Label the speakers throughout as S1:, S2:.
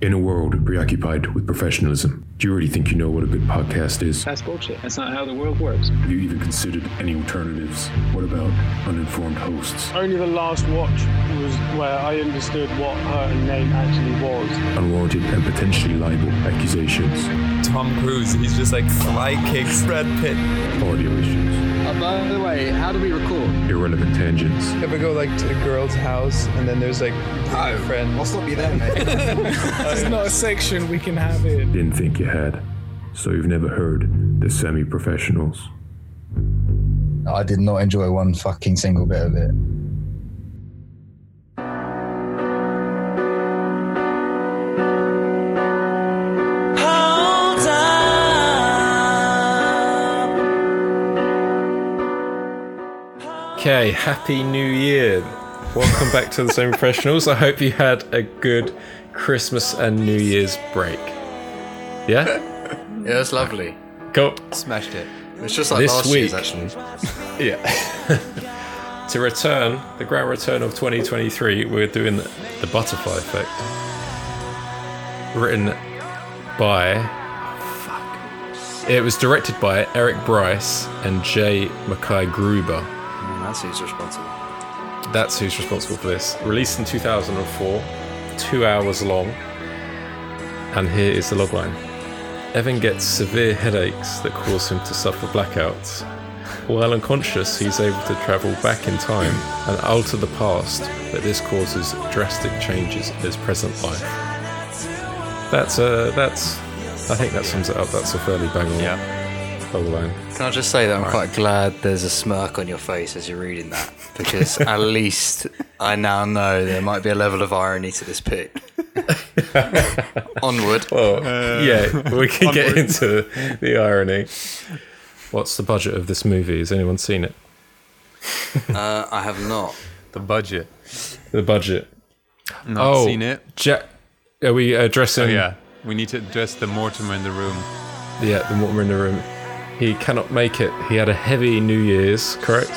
S1: In a world preoccupied with professionalism, do you really think you know what a good podcast is?
S2: That's bullshit. That's not how the world works.
S1: Have you even considered any alternatives? What about uninformed hosts?
S3: Only the last watch was where I understood what her name actually was.
S1: Unwarranted and potentially liable accusations,
S4: Tom Cruise, he's just like fly kicks Brad Pitt.
S1: audio issues,
S5: Uh, by the way, how do we record?
S1: irrelevant tangents,
S6: If we go like to the girl's house and then there's like
S5: Oh,
S6: friend.
S5: I'll stop you there, mate.
S7: It's not a section we can have in.
S1: didn't think you had. So you've never heard the semi professionals.
S8: I did not enjoy one fucking single bit of it.
S4: Okay, Eh, happy new year. Welcome back to the Same Professionals. I hope you had a good Christmas and New Year's break. Yeah?
S9: Yeah, it's lovely.
S4: Cool.
S9: Smashed it. It's just like
S4: This
S9: last year's
S4: week-
S9: actually.
S4: Yeah. to return, the grand return of 2023, we're doing the, the butterfly effect. Written by. Fuck. It was directed by Eric Bryce and Jay Mackay Gruber.
S9: That's who's responsible.
S4: That's who's responsible for this. Released in 2004, two hours long. And here is the logline Evan gets severe headaches that cause him to suffer blackouts. While unconscious, he's able to travel back in time and alter the past, but this causes drastic changes in his present life. That's a. That's. I think that sums it up. That's a fairly bang on
S9: Yeah.
S4: logline.
S9: Can I just say that I'm quite glad there's a smirk on your face as you're reading that because at least I now know there might be a level of irony to this pick. Onward.
S4: Oh,
S10: Uh,
S4: yeah, we can get into the irony. What's the budget of this movie? Has anyone seen it?
S9: Uh, I have not.
S10: The budget.
S4: The budget.
S10: Not
S4: oh,
S10: seen it.
S4: Ja- are we addressing?
S10: Oh, yeah. We need to address the Mortimer in the room.
S4: yeah. The Mortimer in the room. He cannot make it. He had a heavy New Year's, correct?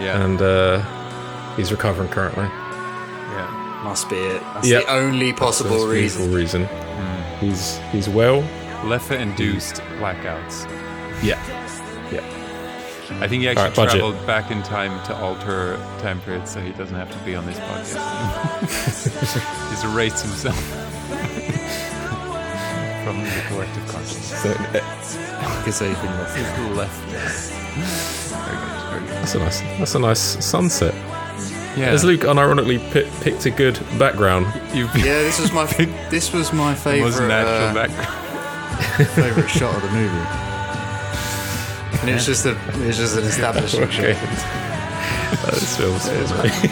S10: Yeah.
S4: And uh, he's recovering currently.
S10: yeah.
S9: Must be it. That's
S4: Yeah.
S9: the only
S4: So
S9: possible
S4: that's the
S9: reason.
S4: real reason.
S10: Hmm.
S4: He's he's well.
S10: Leffa induced blackouts.
S4: Yeah.
S10: I think he
S4: All
S10: actually
S4: right, budget.
S10: traveled back in time to alter time periods so he doesn't have to be on this podcast anymore. He's erased himself from the collective consciousness.
S4: So, eh,
S10: He's left us. Very good, very good.
S4: that's a nice. That's a nice sunset.
S10: Yeah.
S4: As Luke unironically pi picked a good background.
S10: You've
S9: Yeah, this was my this was my
S10: most
S9: favorite
S10: natural
S9: uh,
S10: background.
S9: favorite shot of the movie. And it's just a it's just an establishing
S4: Okay.
S9: shot.
S4: Oh, this film's
S10: Okay.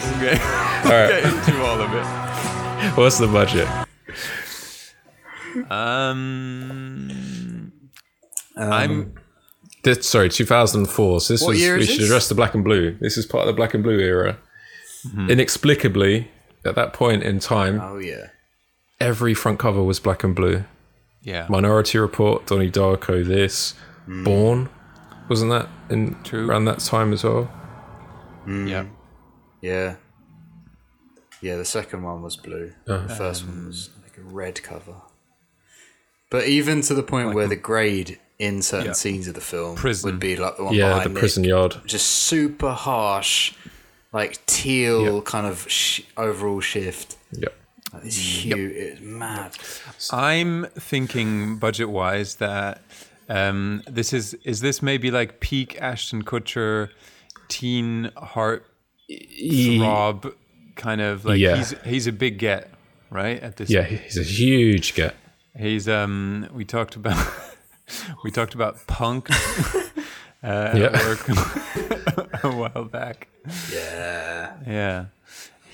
S10: Get into all of it.
S4: What's the budget?
S10: Um, I'm
S4: This, sorry, 2004. So this
S9: What
S4: was,
S9: year
S4: we
S9: is
S4: should
S9: this?
S4: address the black and blue. This is part of the black and blue era. Mm-hmm. Inexplicably, at that point in time,
S9: Oh yeah.
S4: every front cover was black and blue.
S10: yeah.
S4: Minority Report, Donnie Darko, this,
S9: Hmm.
S4: Born, wasn't that in
S10: True.
S4: around that time as well?
S10: Yeah.
S9: Yeah. Yeah, the second one was blue.
S4: Oh.
S9: the first one was like a red cover. But even to the point where the grade in certain
S10: Yeah.
S9: scenes of the film
S10: Prison.
S9: would be like the one
S4: Yeah, the
S9: behind
S4: prison
S9: Nick,
S4: yard.
S9: just super harsh, like teal kind of sh- overall shift.
S4: Yep.
S9: Like, It's
S4: Mm.
S9: huge. It's mad.
S10: I'm thinking budget wise that um, this is is this maybe like peak Ashton Kutcher teen heart throb kind of like
S4: Yeah.
S10: he's he's a big get, right? At this
S4: Yeah, he's a huge get.
S10: he's um we talked about we talked about punk uh,
S4: yeah.
S10: work a while back.
S9: Yeah.
S10: Yeah.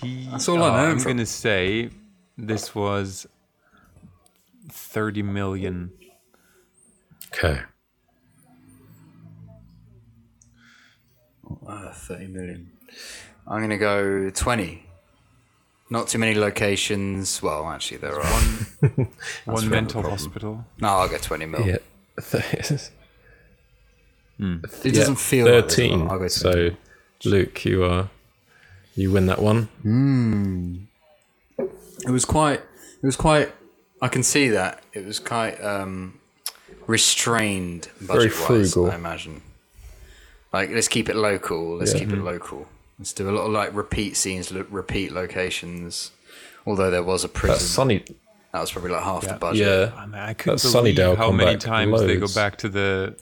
S10: He, That's
S9: all I know him
S10: I'm
S9: from.
S10: going to say this was 30 million.
S4: Okay.
S9: Uh, 30 million. I'm going to go 20. Not too many locations. Well, actually, there are.
S10: One mental hospital.
S9: No, I'll go 20 mil.
S4: Yeah.
S9: It doesn't feel like this,
S4: thirteen.
S9: I'll go 20.
S4: so, Luke, you are you win that one.
S9: It was quite. It was quite I can see that it was quite um, restrained budget-wise.
S4: frugal.
S9: I imagine. Like, let's keep it local. Let's keep
S4: Mm-hmm.
S9: it local. Let's do a lot of like repeat scenes, lo- repeat locations. Although there was a prison,
S4: That sunny,
S9: that was probably like half the budget.
S4: yeah,
S10: I, mean, I couldn't
S4: That
S10: believe
S4: Sunnydale
S10: how
S4: come
S10: many
S4: back
S10: times they go
S4: loads.
S10: back to the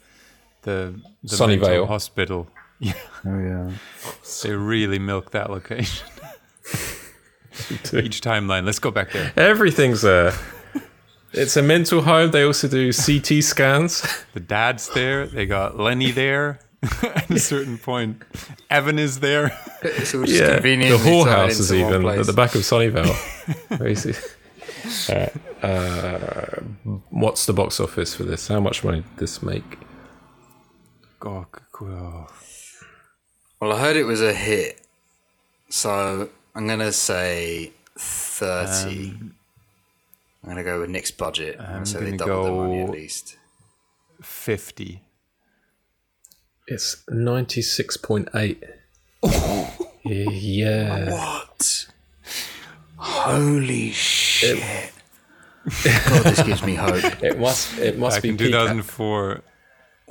S10: the, the
S4: Sunnyvale.
S10: mental hospital.
S9: Oh yeah.
S10: They really milk that location.
S4: do.
S10: Each timeline, let's go back there.
S4: everything's there. It's a mental home. They also do CT scans.
S10: The dad's there. They got Lenny there. At a certain point, Evan is there.
S9: It's all just
S4: Yeah, the
S9: yeah. convenient.
S4: whorehouse is even at the back of Sunnyvale. Crazy. Alright, uh, what's the box office for this? How much money did this make?
S10: Gawk, gawk.
S9: Well, I heard it was a hit, so I'm gonna say thirty. I'm gonna go with Nick's budget. Um, I'm
S10: I'm
S9: gonna say they
S10: gonna
S9: doubled the money at
S10: go-
S9: least.
S10: 50.
S4: It's ninety six point eight. yeah.
S9: What? Holy shit! God, this gives me hope.
S4: It must. It must
S10: Back
S4: be
S10: in 2004.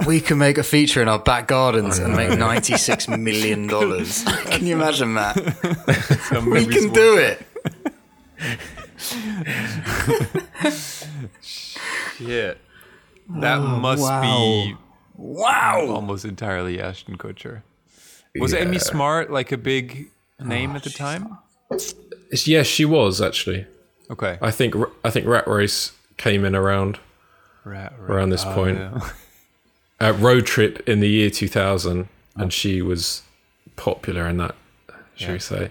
S9: We can make a feature in our back gardens and make ninety-six million dollars. Can you imagine that?
S10: some
S9: We
S10: movies
S9: can
S10: were-
S9: do it.
S10: Yeah. That must be
S9: Wow!
S10: almost entirely Ashton Kutcher. Was Amy Smart like a big name at the time?
S4: Yes, yeah, she was actually.
S10: Okay.
S4: I think. I think Rat Race came in around
S10: Right, right.
S4: around this
S10: Oh,
S4: point.
S10: yeah.
S4: uh, Road Trip in the year two thousand,
S10: Oh.
S4: and she was popular in that. Should we say?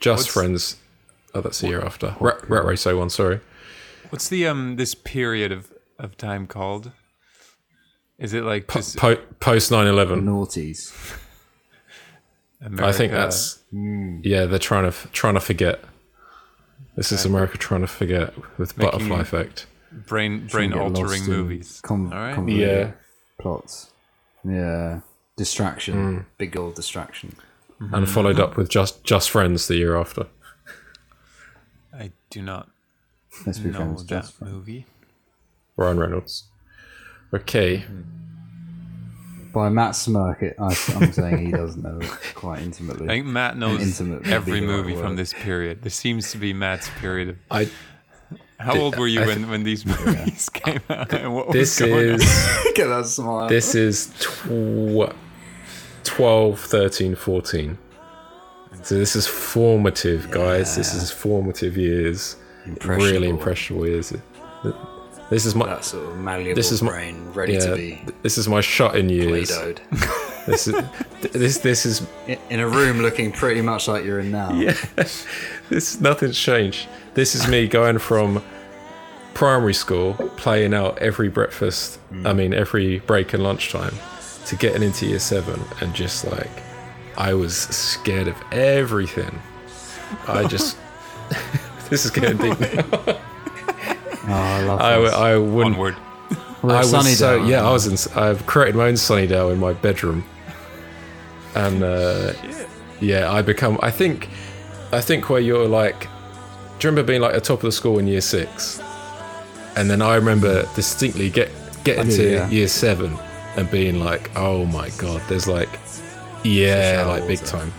S4: Just
S10: What's-
S4: Friends. Oh, that's the year after. Rat, Rat Race 01, Sorry.
S10: What's the um this period of of time called? Is it like just
S4: Po- post 9-11.
S9: Naughties.
S10: America? Hmm.
S4: I think that's. Yeah, they're trying to f- trying to forget. This is America trying to forget with butterfly effect.
S10: brain brain altering movies. All right.
S4: Yeah.
S9: plots. Yeah. Distraction.
S10: Hmm.
S9: Big old distraction.
S10: Mm-hmm.
S4: and followed up with just just friends the year after.
S10: I do not
S9: Let's be
S10: know
S9: friends.
S10: that movie.
S4: Ryan Reynolds. Okay,
S10: Mm-hmm.
S9: By Matt Smirk, I, am saying he doesn't know quite intimately.
S10: I think Matt knows
S9: intimate would
S10: every
S9: be the right
S10: movie from
S9: word.
S10: this period. This seems to be Matt's period. Of,
S4: I
S10: how old were you when, when these movies came out? And what was
S4: this
S10: going on?
S4: is
S9: Look at that smile.
S4: this is tw- 12 13 14. So this is formative, guys. This is formative years. Really impressionable years. This is my
S9: That sort of malleable
S4: This is my-
S9: brain ready
S4: yeah,
S9: to be
S4: this is my shut in years.
S9: widowed.
S4: This is this this is
S9: In a room looking pretty much like you're in now. Yeah.
S4: This nothing's changed. This is me going from primary school, playing out every breakfast. I mean, every break and lunchtime, to getting into year seven, and just like, I was scared of everything. I just, this is getting deep. now.
S9: Oh, I love
S4: I, w- I wouldn't.
S10: Onward.
S9: Well,
S4: I was so
S9: Sunnydale.
S4: yeah. I was. In, I've created my own Sunnydale in my bedroom, and uh, yeah, I become. I think, I think where you're like, do you remember being like at top of the school in year six, and then I remember distinctly get getting
S9: do,
S4: to
S9: yeah.
S4: year seven and being like, oh my god, there's like, yeah, like big time.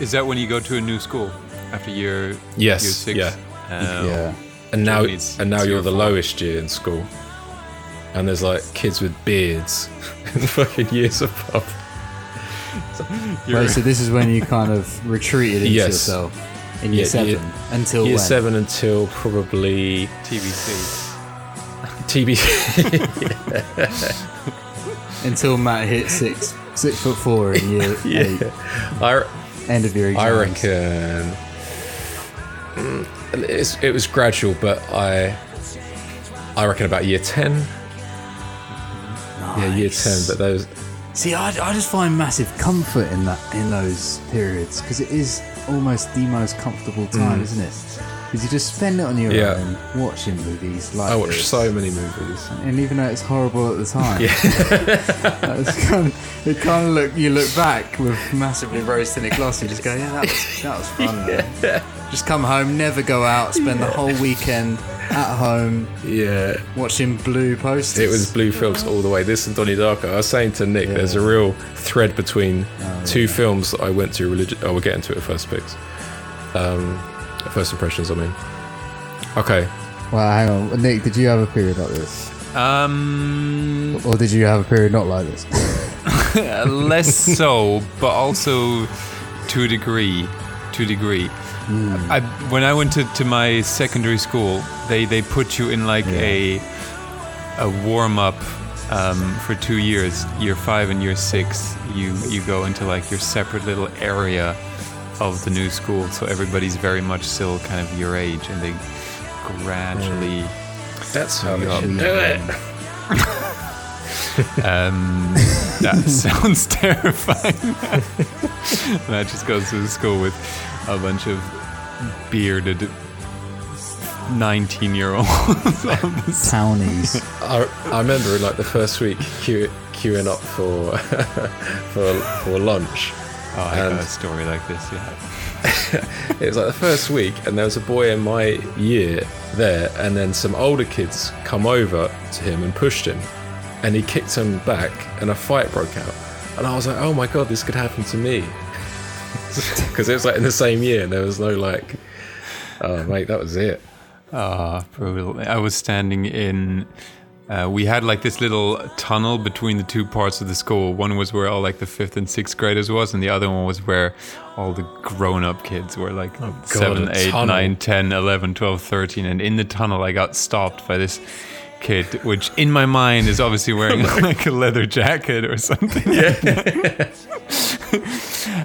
S10: Is that when you go to a new school after year
S4: Yes,
S10: year six?
S4: yeah.
S10: Oh.
S9: Yeah.
S4: And now,
S10: Japanese,
S4: and now
S10: it's
S4: you're
S10: your
S4: the
S10: fault.
S4: lowest year in school, and there's like kids with beards, and fucking years above.
S9: Wait, so this is when you kind of retreated into
S4: Yes.
S9: yourself in year
S4: Yeah,
S9: seven
S4: year-
S9: until
S4: year
S9: when?
S4: seven until probably
S10: TBC.
S4: TB.
S9: Until Matt hit six six foot four in year eight.
S4: I,
S9: End of your
S4: I
S9: exams.
S4: reckon mm, it's, it was gradual, but I I reckon about year ten. Yeah, year ten. But those
S9: See, I, I just find massive comfort in that in those periods because it is almost the most comfortable time, isn't it? Because you just spend it on your
S4: Mm. Yeah.
S9: own, watching movies like
S4: I watched
S9: this.
S4: so many movies.
S9: and even though it's horrible at the time, that was kind of, it kind of look you look back with massively rose tinted glasses. You just go, yeah, that was, that was fun. man." Just come home, never go out, spend the whole weekend
S11: at home
S4: Yeah,
S11: watching blue posters.
S4: it was blue films all the way. This and Donnie Darko. I was saying to Nick, there's a real thread between two films that I went to religion. Oh, we'll get into it at first picks. Um, first impressions, I mean. Okay,
S9: Well, hang on, Nick. Did you have a period like this,
S10: Um,
S4: Mm.
S9: or did you have a period not like this?
S10: less so, but also to a degree. To a degree.
S4: Hmm.
S10: I, when I went to, to my secondary school, they, they put you in like a a warm up um, for two years. Year five and year six, you you go into like your separate little area of the new school. So everybody's very much still kind of your age, and they gradually.
S4: that's how
S10: you
S4: we
S10: up.
S4: should do it.
S10: Um, that sounds terrifying. and I just goes to school with a bunch of bearded Oh, 19 year olds.
S9: Townies.
S4: I, I remember in like the first week queue, queuing up for for for lunch.
S10: Oh, I
S4: And-
S10: got a story like this, yeah.
S4: It was like the first week, and there was a boy in my year there, and then some older kids come over to him and pushed him, and he kicked him back, and a fight broke out. And I was like, oh my god, this could happen to me, because it was like in the same year, and there was no like, oh mate, that was it.
S10: Ah, brutal. I was standing in. Uh, we had like this little tunnel between the two parts of the school. One was where all like the fifth and sixth graders was, and the other one was where all the grown-up kids were like seven,
S4: Oh, a
S10: eight,
S4: tunnel.
S10: nine, 10, 11, 12, 13. And in the tunnel, I got stopped by this kid, which in my mind is obviously wearing like a leather jacket or something.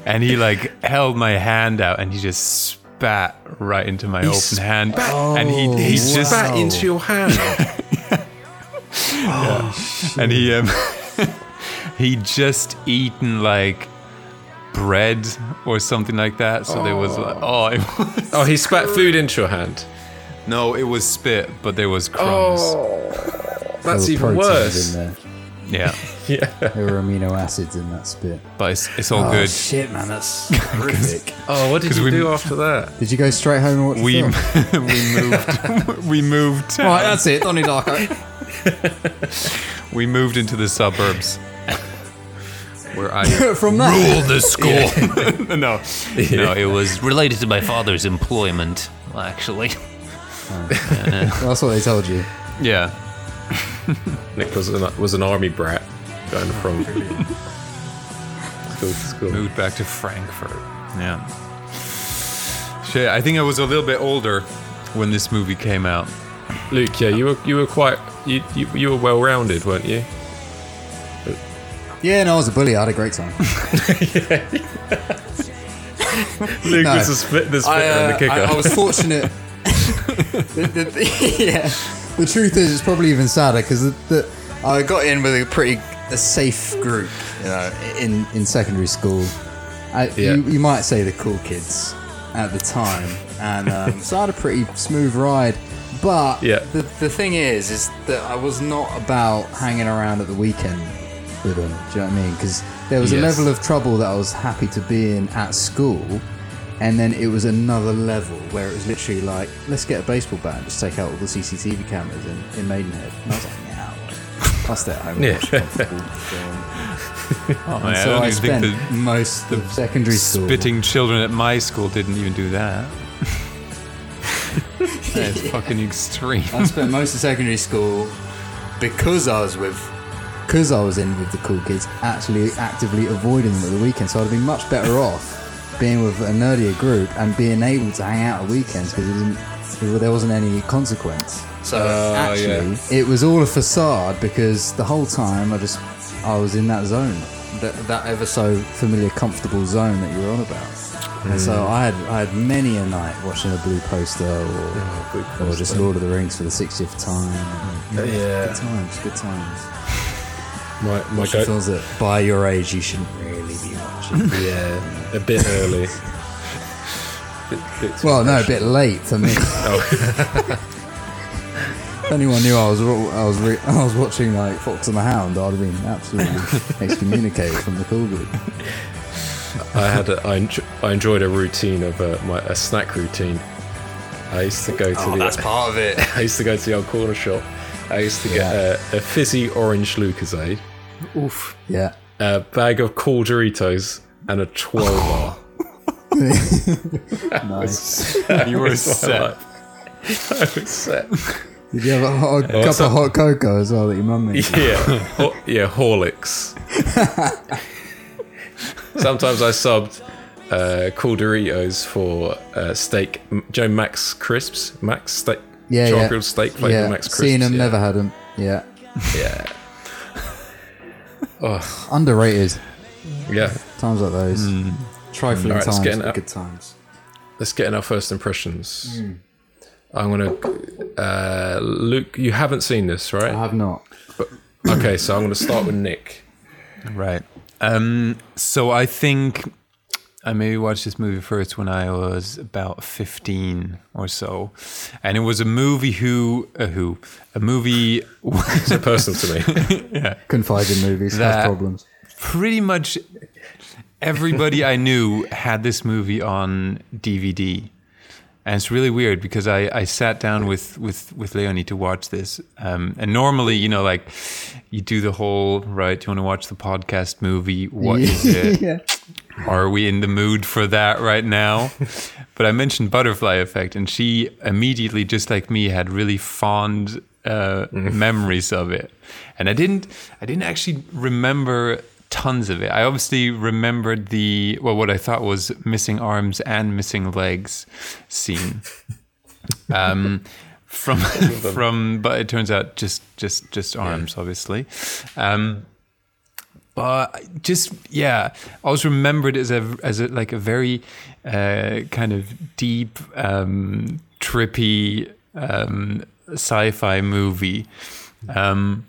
S10: and he like held my hand out and he just spat right into my open hand. and he, he just
S4: spat into your hand.
S10: and he um, he just eaten like bread or something like that. So there was like oh it was,
S4: oh, he spat food into your hand.
S10: no, it was spit, but there was crumbs.
S4: That's
S9: There were
S4: even
S9: proteins
S4: worse.
S9: In there.
S10: Yeah,
S9: there were amino acids in that spit.
S10: but it's, it's all good.
S11: Shit, man, that's horrific.
S4: Oh, what did
S10: 'Cause
S4: you
S10: we-
S4: do after that?
S9: Did you go straight home and watch the
S10: We
S9: film?
S10: we moved we moved
S9: Right, that's it. Donnie Darko.
S10: we moved into the suburbs where I
S9: From that,
S10: the school. no, no, it was related to my father's employment, actually.
S9: that's what they told you.
S10: Yeah.
S4: Nick was an, was an army brat going from school to school.
S10: moved back to Frankfurt. Yeah. Shit, I think I was a little bit older when this movie came out.
S4: Luke, yeah, you were you were quite you you, you were well rounded, weren't you?
S9: Yeah, no, I was a bully. I had a great time.
S4: Luke
S9: No. was the
S4: split, the
S11: I, uh, I, I was
S9: Fortunate.
S11: the, the, the- yeah.
S9: The truth is, it's probably even sadder because the, the,
S11: I got in with a pretty
S9: a safe group, you know, in, in secondary school. I,
S4: Yeah.
S9: you, you might say the cool kids at the time, and um, so I had a pretty smooth ride. But
S4: Yeah.
S11: the, the thing is is that I was not
S9: not about hanging around at the weekend with them. Do you know what I mean? Because there was a
S4: Yes.
S9: level of trouble that I was happy to be in at school, and then it was another level where it was literally like, let's get a baseball bat and just take out all the CCTV cameras in, in Maidenhead. And I was like, yeah, I'll stay at home and
S4: Yeah.
S9: watch a comfortable film.
S10: Oh, man,
S9: so I,
S10: even
S9: spent most of secondary school
S10: spitting children at my school didn't even do that. That's fucking extreme.
S11: I spent most of secondary school because I was with
S9: because I was in with the cool kids, actually actively avoiding them at the weekend. So I'd have been much better off being with a nerdier group and being able to hang out at weekends because there wasn't any consequence.
S11: so
S4: Uh,
S9: actually, it was all a facade because the whole time I just I was in that zone, that, that ever so familiar, comfortable zone that you were on about. And so I had I had many a night watching a blue poster or, or just Lord of the Rings for the 60th time. Good
S4: yeah,
S9: times, good times.
S4: my, my
S9: Watching
S4: go-
S9: films that by your age you shouldn't really be watching.
S4: yeah, a bit early. Bit- bit too
S9: well, no, a
S4: fresh.
S9: bit late for me.
S4: Oh.
S9: if anyone knew I was ro- I was re- I was watching like Fox and the Hound, I'd have been absolutely excommunicated from the cool group.
S4: I had a, I, enj- I enjoyed a routine of uh my a snack routine I used to go to
S12: Oh,
S4: the.
S12: that's part of it.
S4: I used to go to the old corner shop. I used to get a, a fizzy orange Lucasade,
S10: Oof.
S9: Yeah.
S4: a bag of cool Doritos, and a 12 bar.
S9: Nice.
S10: You were
S4: It's my
S10: set.
S4: life. I was set.
S9: Did you have a, hot, cup
S4: so-
S9: of hot cocoa as well that your mum made?
S4: Yeah, Ho- yeah, Horlicks. Sometimes I subbed uh, cool Doritos for uh, steak. M- Joe Max crisps, Max steak,
S9: Yeah,
S4: char
S9: yeah.
S4: grilled steak flavored
S9: yeah.
S4: Max crisps.
S9: Seen them,
S4: yeah.
S9: never had them. Yeah.
S4: Yeah,
S9: Underrated.
S4: yeah.
S9: Times like those.
S4: Hmm.
S9: Trifling
S4: Alright, let's
S9: times,
S4: get it
S9: but
S4: out.
S9: good times.
S4: Let's get in our first impressions. I'm gonna, uh, Luke. You haven't seen this,
S9: I
S4: right?
S9: have not.
S4: Okay, so I'm gonna start with Nick.
S10: Right. Um, so I think I maybe watched this movie first when I was about 15 or so. And it was a movie who, a who, a movie
S4: It's a person to me.
S9: Confide in movies, has
S10: That-
S9: problems.
S10: pretty much everybody I knew had this movie on DVD. And it's really weird because I, I sat down with, with, with Leonie to watch this. Um, and normally, you know, like you do the whole, right, do you want to watch the podcast movie? What is it?
S9: yeah.
S10: Are we in the mood for that right now? but I mentioned butterfly effect, and she immediately, just like me, had really fond uh, memories of it. And I didn't, I didn't actually remember tons of it. I obviously remembered the well, what I thought was missing arms and missing legs scene. Um, from from, but it turns out just just just arms, obviously. Um, but just yeah, I was remembered as a as a, like a very uh, kind of deep, um, trippy um, sci-fi movie, um,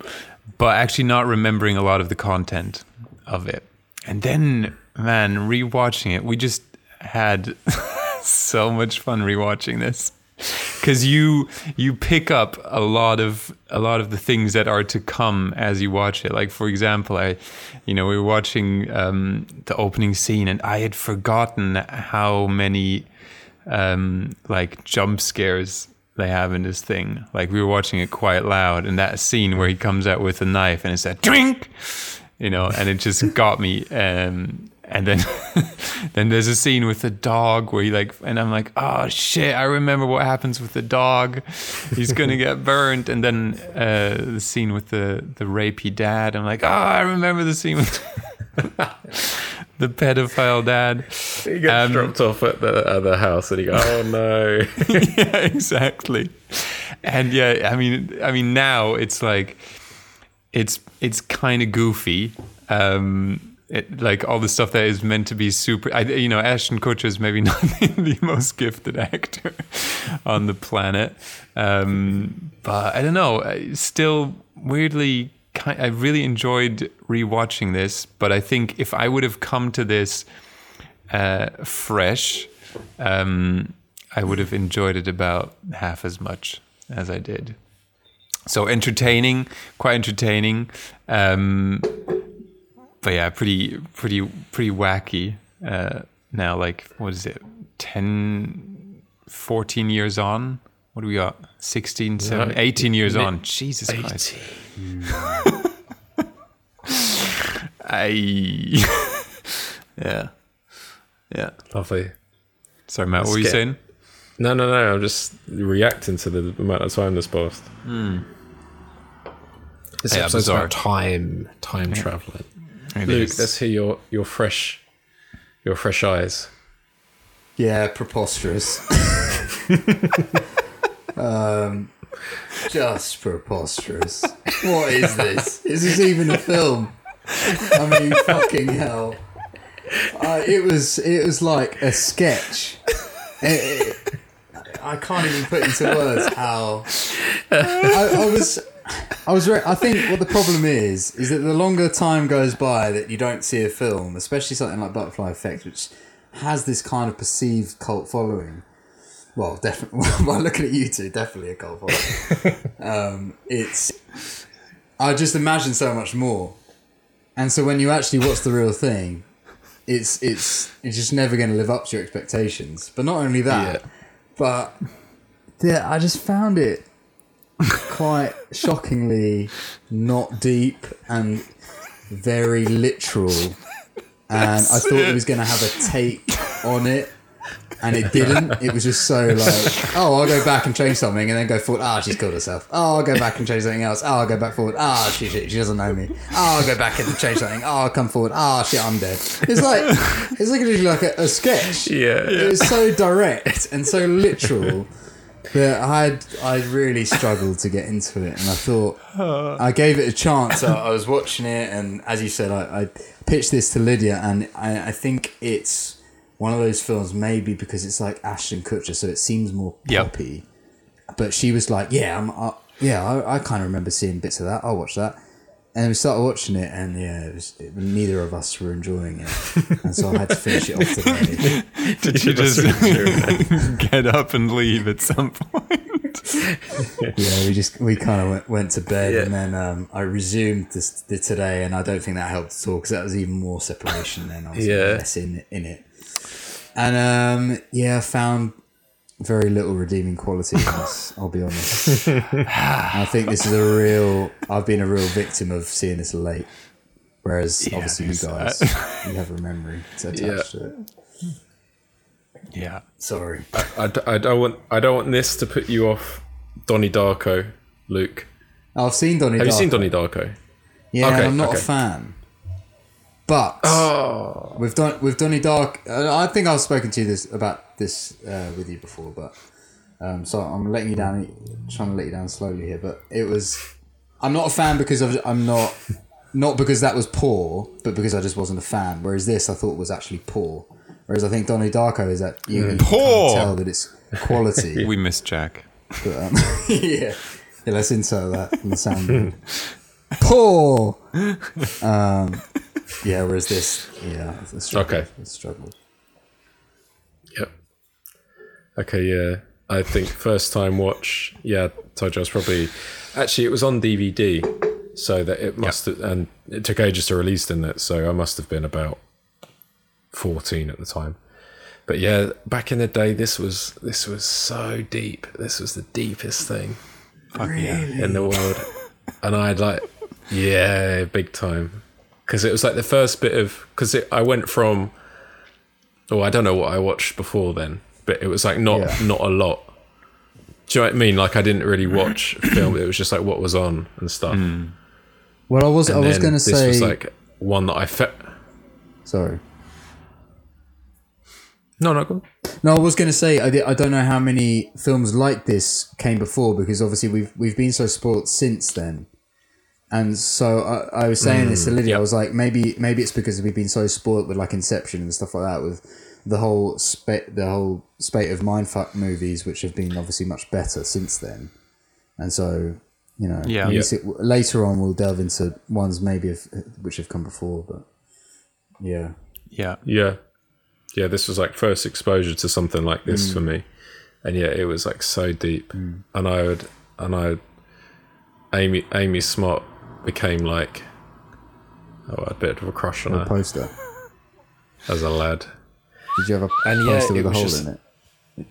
S10: but actually not remembering a lot of the content of it. And then, man, rewatching it, we just had so much fun rewatching this because you you pick up a lot of a lot of the things that are to come as you watch it like for example i you know we were watching um the opening scene and i had forgotten how many um like jump scares they have in this thing like we were watching it quite loud and that scene where he comes out with a knife and it's that drink you know, and it just got me. Um, and then, then there's a scene with the dog where he like, and I'm like, oh shit, I remember what happens with the dog. He's gonna get burnt. And then uh, the scene with the the rapey dad. I'm like, oh, I remember the scene with the pedophile dad.
S4: He gets
S10: Um,
S4: dropped off at the, at the house, and he goes, "Oh no."
S10: yeah, exactly. And yeah, I mean, I mean, now it's like, it's it's kind of goofy. Um, it, like all the stuff that is meant to be super, I, you know, Ashton Kutcher is maybe not the most gifted actor on the planet, um, but I don't know. I- Still, weirdly, ki I really enjoyed rewatching this. But I think if I would have come to this uh, fresh, um, I would have enjoyed it about half as much as I did. So entertaining, quite entertaining, um, but yeah, pretty, pretty, pretty wacky. Uh, now, like, what is it? 10, 14 years on. What do we got? 16, 17, 18 years on. Jesus Christ. I, yeah, yeah.
S4: Lovely.
S10: Sorry, Matt. What were you
S4: get-
S10: saying?
S4: No, no, no. I'm just reacting to the amount of time that's passed. This
S10: Yeah,
S4: episode's
S10: bizarre.
S4: about time, time traveling.
S10: It
S4: Luke,
S10: is.
S4: let's hear your your fresh, your fresh eyes.
S9: Yeah, preposterous. um, just preposterous. What is this? Is this even a film? I mean, fucking hell. Uh, it was. It was like a sketch. It- it- I can't even put into words how. I, I was. I was. Re- I think what the problem is is that the longer time goes by that you don't see a film, especially something like Butterfly Effect, which has this kind of perceived cult following. Well, definitely. by looking at you two, definitely a cult following. um, it's. I just imagine so much more, and so when you actually watch the real thing, it's it's it's just never going to live up to your expectations. But not only that, but yeah, I just found it quite shockingly not deep and very literal. And I thought it was going to have a take on it, and it didn't. It was just so like, oh, I'll go back and change something, and then go forward. Ah, she's killed herself. Oh, I'll go back and change something else. Oh, I'll go back forward. Ah, she she, she doesn't know me. Oh, I'll go back and change something. Oh, I'll come forward. Ah, shit, I'm dead. It's like it's like literally like a, a sketch.
S4: Yeah.
S9: It was so direct and so literal that I had, I really struggled to get into it, and I thought I gave it a chance. I, I was watching it, and as you said, I, I pitched this to Lydia, and I, I think it's one of those films, maybe because it's like Ashton Kutcher, so it seems more
S10: Yep.
S9: poppy. But she was like, "Yeah, I'm, I, yeah, I, I kind of remember seeing bits of that. I'll watch that." And we started watching it, and yeah, it was, it, neither of us were enjoying it, and so I had to finish it off today.
S10: Did you just get up and leave at some point?
S9: yeah, we just we kind of went, went to bed, and then um, I resumed this, the today, and I don't think that helped at all because that was even more separation. Then I was
S4: Yeah.
S9: less in in it, and um, yeah, I found very little redeeming quality in this. I'll be honest. I think this is a real. I've been a real victim of seeing this late, whereas obviously you guys, you have a memory to attach
S4: uh, Yeah.
S9: to it.
S10: Yeah.
S9: Sorry.
S4: I, d- I don't want I don't want this to put you off Donnie Darko, Luke.
S9: I've seen Donnie.
S4: Have you
S9: Darko.
S4: seen Donnie Darko?
S9: Yeah, and
S4: Okay,
S9: I'm not
S4: okay. Oh.
S9: a fan. But we've done we've done dark. Uh, I think I've spoken to you this about this uh, with you before, but um, so I'm letting you down, trying to let you down slowly here. But it was, I'm not a fan because of, I'm not, not because that was poor, but because I just wasn't a fan. Whereas this, I thought was actually poor. Whereas I think Donnie Darko is that
S4: Mm.
S9: you, you
S10: Poor.
S9: can tell that it's quality.
S10: We missed Jack.
S9: yeah. yeah, let's insert that in the sound. Poor. Um, yeah, whereas this, yeah, it's a struggle.
S4: Okay.
S9: It's a struggle.
S4: Yep. Okay, yeah. I think first time watch. Yeah, told you I was probably actually it was on DVD, so that it must have, and it took ages to release, didn't it? So I must have been about fourteen at the time. But yeah, back in the day, this was this was so deep. This was the deepest thing in the world, and I'd like, yeah, big time, because it was like the first bit of because I went from Oh, I don't know what I watched before then, but it was like not
S9: Yeah.
S4: not a lot. Do you know what I mean? Like I didn't really watch film. It was just like what was on and stuff.
S9: Well, I was, I
S4: And
S9: was
S4: then
S9: going to
S4: this
S9: say,
S4: was like one that I felt.
S9: sorry.
S4: No, no, go on.
S9: No, I was going to say I, di- I don't know how many films like this came before because obviously we've we've been so spoilt since then, and so I, I was saying this to
S4: Mm,
S9: Lydia. I was like, maybe maybe it's because we've been so spoilt with like Inception and stuff like that, with the whole spa- the whole spate of mindfuck movies, which have been obviously much better since then, and so you know,
S10: Yeah.
S9: at least it, later on we'll delve into ones maybe of, which have come before, but yeah,
S10: Yeah.
S4: Yeah, yeah. This was like first exposure to something like this
S9: Hmm.
S4: for me, and yeah, it was like so deep. And I would, and I, Amy, Amy Smart became like, oh, a bit of a crush on
S9: a
S4: her
S9: poster.
S4: as a lad.
S9: Did you have a
S4: And yeah,
S9: poster
S4: it
S9: with a
S4: was
S9: hole
S4: just-
S9: in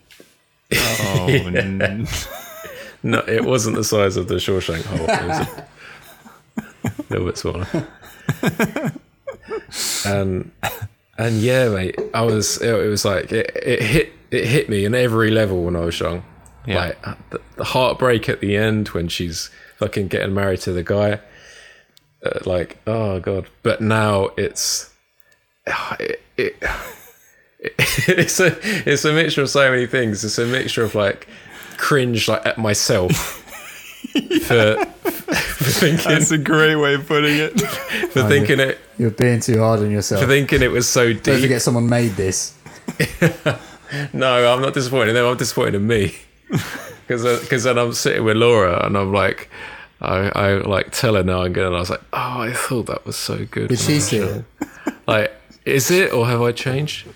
S9: it?
S10: Oh, n-
S4: No, it wasn't the size of the Shawshank hole. It was a little bit smaller. And and yeah, mate, I was. It, it was like it, it hit it hit me in every level when I was young.
S10: Yeah.
S4: Like the, the heartbreak at the end when she's fucking getting married to the guy. Uh, like oh god, but now it's it, it, it's a it's a mixture of so many things. It's a mixture of like cringe like at myself for, for thinking
S10: that's a great way of putting it.
S4: for thinking it
S9: You're being too hard on yourself.
S4: for thinking it was so deep.
S9: Don't forget someone made this.
S4: No, I'm not disappointed. No, I'm disappointed in me because because then I'm sitting with Laura and I'm like. I, I like tell her now and again, and I was like, "Oh, I thought that was so good."
S9: Did
S4: when
S9: she
S4: I was
S9: see
S4: young."
S9: it?
S4: Like, is it or have I changed?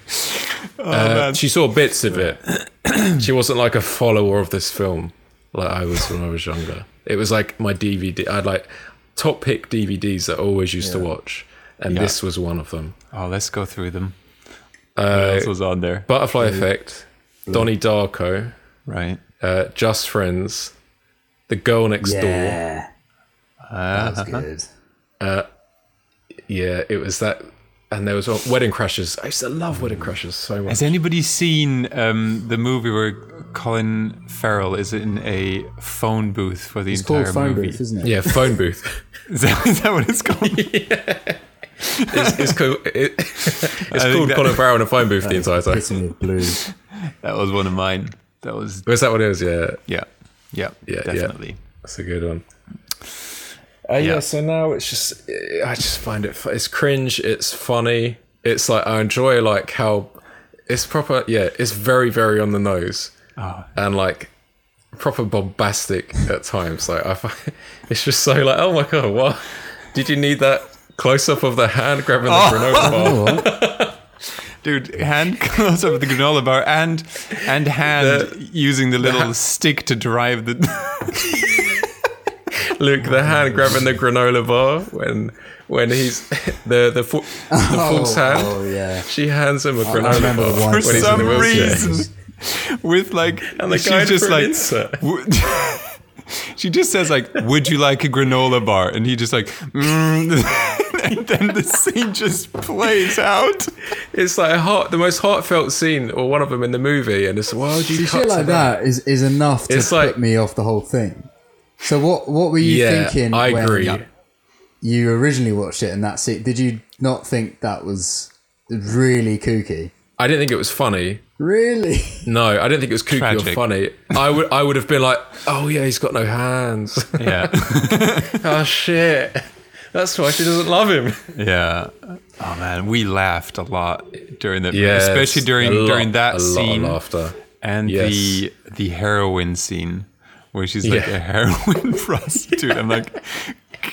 S4: Uh, she saw bits of it. she wasn't like a follower of this film, like I was when I was younger. It was like my DVD. I'd like top pick DVDs that I always used to watch, and this was one of them.
S10: Oh, let's go through them. Uh, What else was on there?
S4: Butterfly Effect, Donnie Darko,
S10: Right.
S4: uh, Just Friends, The Girl Next Door.
S13: Yeah.
S10: Uh,
S13: That's good.
S4: Yeah, it was that. And there was uh, Wedding Crashers. I used to love Wedding Crashers so much.
S10: Has anybody seen um, the movie where Colin Farrell is in a phone booth for the
S9: It's
S10: entire
S9: called phone
S10: movie?
S9: booth, isn't it?
S4: Yeah, phone booth.
S10: Is that, is that what it's called?
S4: it's, it's called, it, it's
S10: think
S4: called
S10: that-
S4: Colin Farrell in a phone booth the entire time.
S13: Kissing with blue.
S10: that was one of mine. That was
S4: Was that what it was? Yeah,
S10: yeah, yeah,
S4: Yeah, yeah.
S10: definitely.
S4: that's a good one. Uh, yeah.
S10: Yeah.
S4: so now it's just I just find it fu- it's cringe. It's funny. It's like I enjoy like how it's proper. Yeah, it's very very on the nose
S10: Ah.
S4: and like proper bombastic at times. Like I find it's just so like oh my god, what did you need that close up of the hand grabbing the
S10: Oh.
S4: granola bar?
S10: Dude, hand close up the granola bar and and hand using the little stick to drive the.
S4: Luke,
S10: Oh,
S4: the hand grabbing the granola bar when when he's the the, fo- the false hand.
S9: oh, yeah.
S4: She hands him a granola
S9: remember
S4: bar
S9: the one
S4: when
S10: for
S9: When
S4: he's
S10: some
S4: in the wheelchair.
S10: reason with like
S4: And the
S10: she's
S4: guy
S10: just like
S4: insert.
S10: "W- she just says like would you like a granola bar and he just like mm. and then the scene just plays out
S4: it's like a heart, the most heartfelt scene or one of them in the movie, and it's why would you
S9: See,
S4: cut
S9: shit
S4: to
S9: like that is, is enough to
S4: It's
S9: put
S4: like-
S9: me off the whole thing. So what what were you
S4: Yeah,
S9: thinking?
S4: I
S9: when
S4: agree.
S9: You originally watched it, and that's it. Did you not think that was really kooky?
S4: I didn't think it was funny.
S9: Really?
S4: No, I didn't think it was kooky or
S10: Tragic.
S4: funny. I would I would have been like, oh yeah, he's got no hands.
S10: yeah
S4: oh shit, that's why she doesn't love him.
S10: yeah oh man we laughed a lot during that
S4: Yes,
S10: especially during
S4: a lot-
S10: during that
S4: a
S10: scene
S4: lot of laughter.
S10: and
S4: Yes.
S10: the the heroin scene where she's like
S4: Yeah.
S10: a heroin prostitute i'm like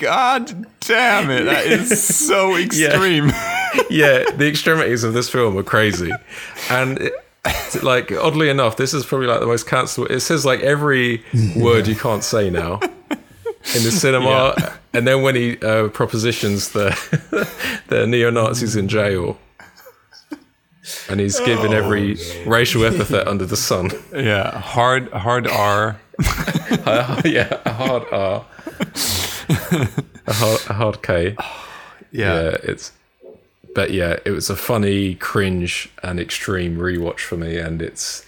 S10: god damn it that is so extreme
S4: yeah, the extremities of this film are crazy, and it, like oddly enough, this is probably like the most cancelled. It says like every word you can't say now in the cinema, and then when he uh, propositions the the neo Nazis in jail, and he's given every racial epithet under the sun.
S10: Yeah, hard hard R.
S4: yeah, a hard R, a hard, a hard K. yeah. Uh, it's but yeah it was a funny cringe and extreme rewatch for me and it's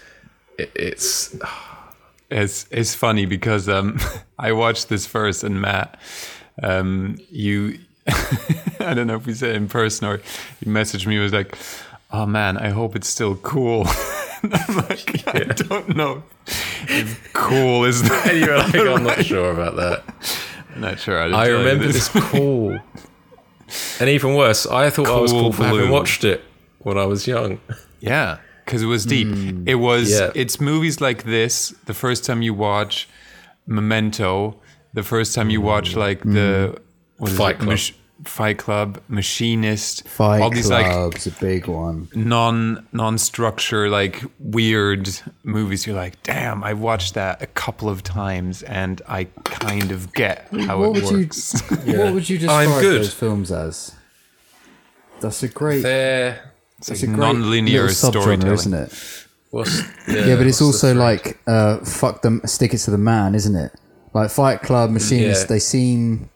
S4: it, it's
S10: it's it's funny because um, I watched this first, and Matt, um, you, I don't know if we said it in person or you messaged me. Was like, oh man, I hope it's still cool. And I'm like, I don't know. If cool is that?
S4: anyway like, "Oh, i'm not sure about that
S10: I'm not sure. didn't
S4: i
S10: tell you
S4: remember this cool and even worse i thought i was
S10: Cool
S4: cool for having
S10: blue.
S4: watched it when i was young
S10: Yeah, because it was deep. It was.
S4: Hmm. Yeah.
S10: It's movies like this. The first time you watch Memento, the first time you watch like the what is
S4: Hmm. Fight
S10: it?
S4: Club.
S10: Mach- Fight Club, Machinist,
S9: Fight
S10: all these like
S9: Club's a big one.
S10: non non structure like weird movies. You're like, damn, I watched that a couple of times, and I kind of get how
S9: What
S10: it
S9: would you-
S10: works.
S9: What would you
S4: I'm
S9: describe
S4: good.
S9: those films as? That's a great.
S4: there
S9: That's
S10: like
S9: a great
S10: non-linear
S9: little subgenre,
S10: storytelling.
S9: isn't it?
S4: was
S9: Yeah, but it's also like uh, fuck them, stick it to the man, isn't it? Like Fight Club, Machinist,
S4: Yeah.
S9: they seem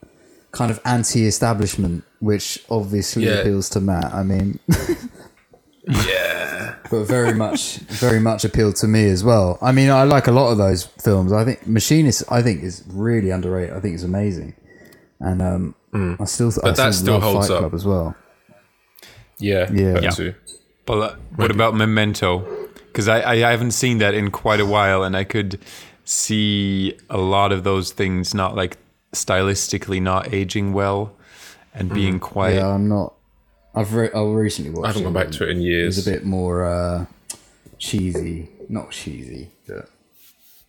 S9: kind of anti-establishment, which obviously
S4: Yeah.
S9: appeals to Matt. I mean, yeah, but very much, very much appealed to me as well. I mean, I like a lot of those films. I think Machinist, I think is really underrated. I think it's amazing, and um, I still, I
S4: Mm. But that still
S9: love
S4: holds
S9: Fight
S4: up.
S9: Club as well.
S4: yeah
S9: Yeah.
S4: that
S9: Yeah.
S4: too.
S10: But uh, what about Memento? Because I, I haven't seen that in quite a while, and I could see a lot of those things not like stylistically not aging well and being quite.
S9: Yeah, I'm not. I've re- I recently watched.
S4: i haven't
S9: it
S4: gone back to it in
S9: It was
S4: years
S9: a bit more uh, cheesy, not cheesy, but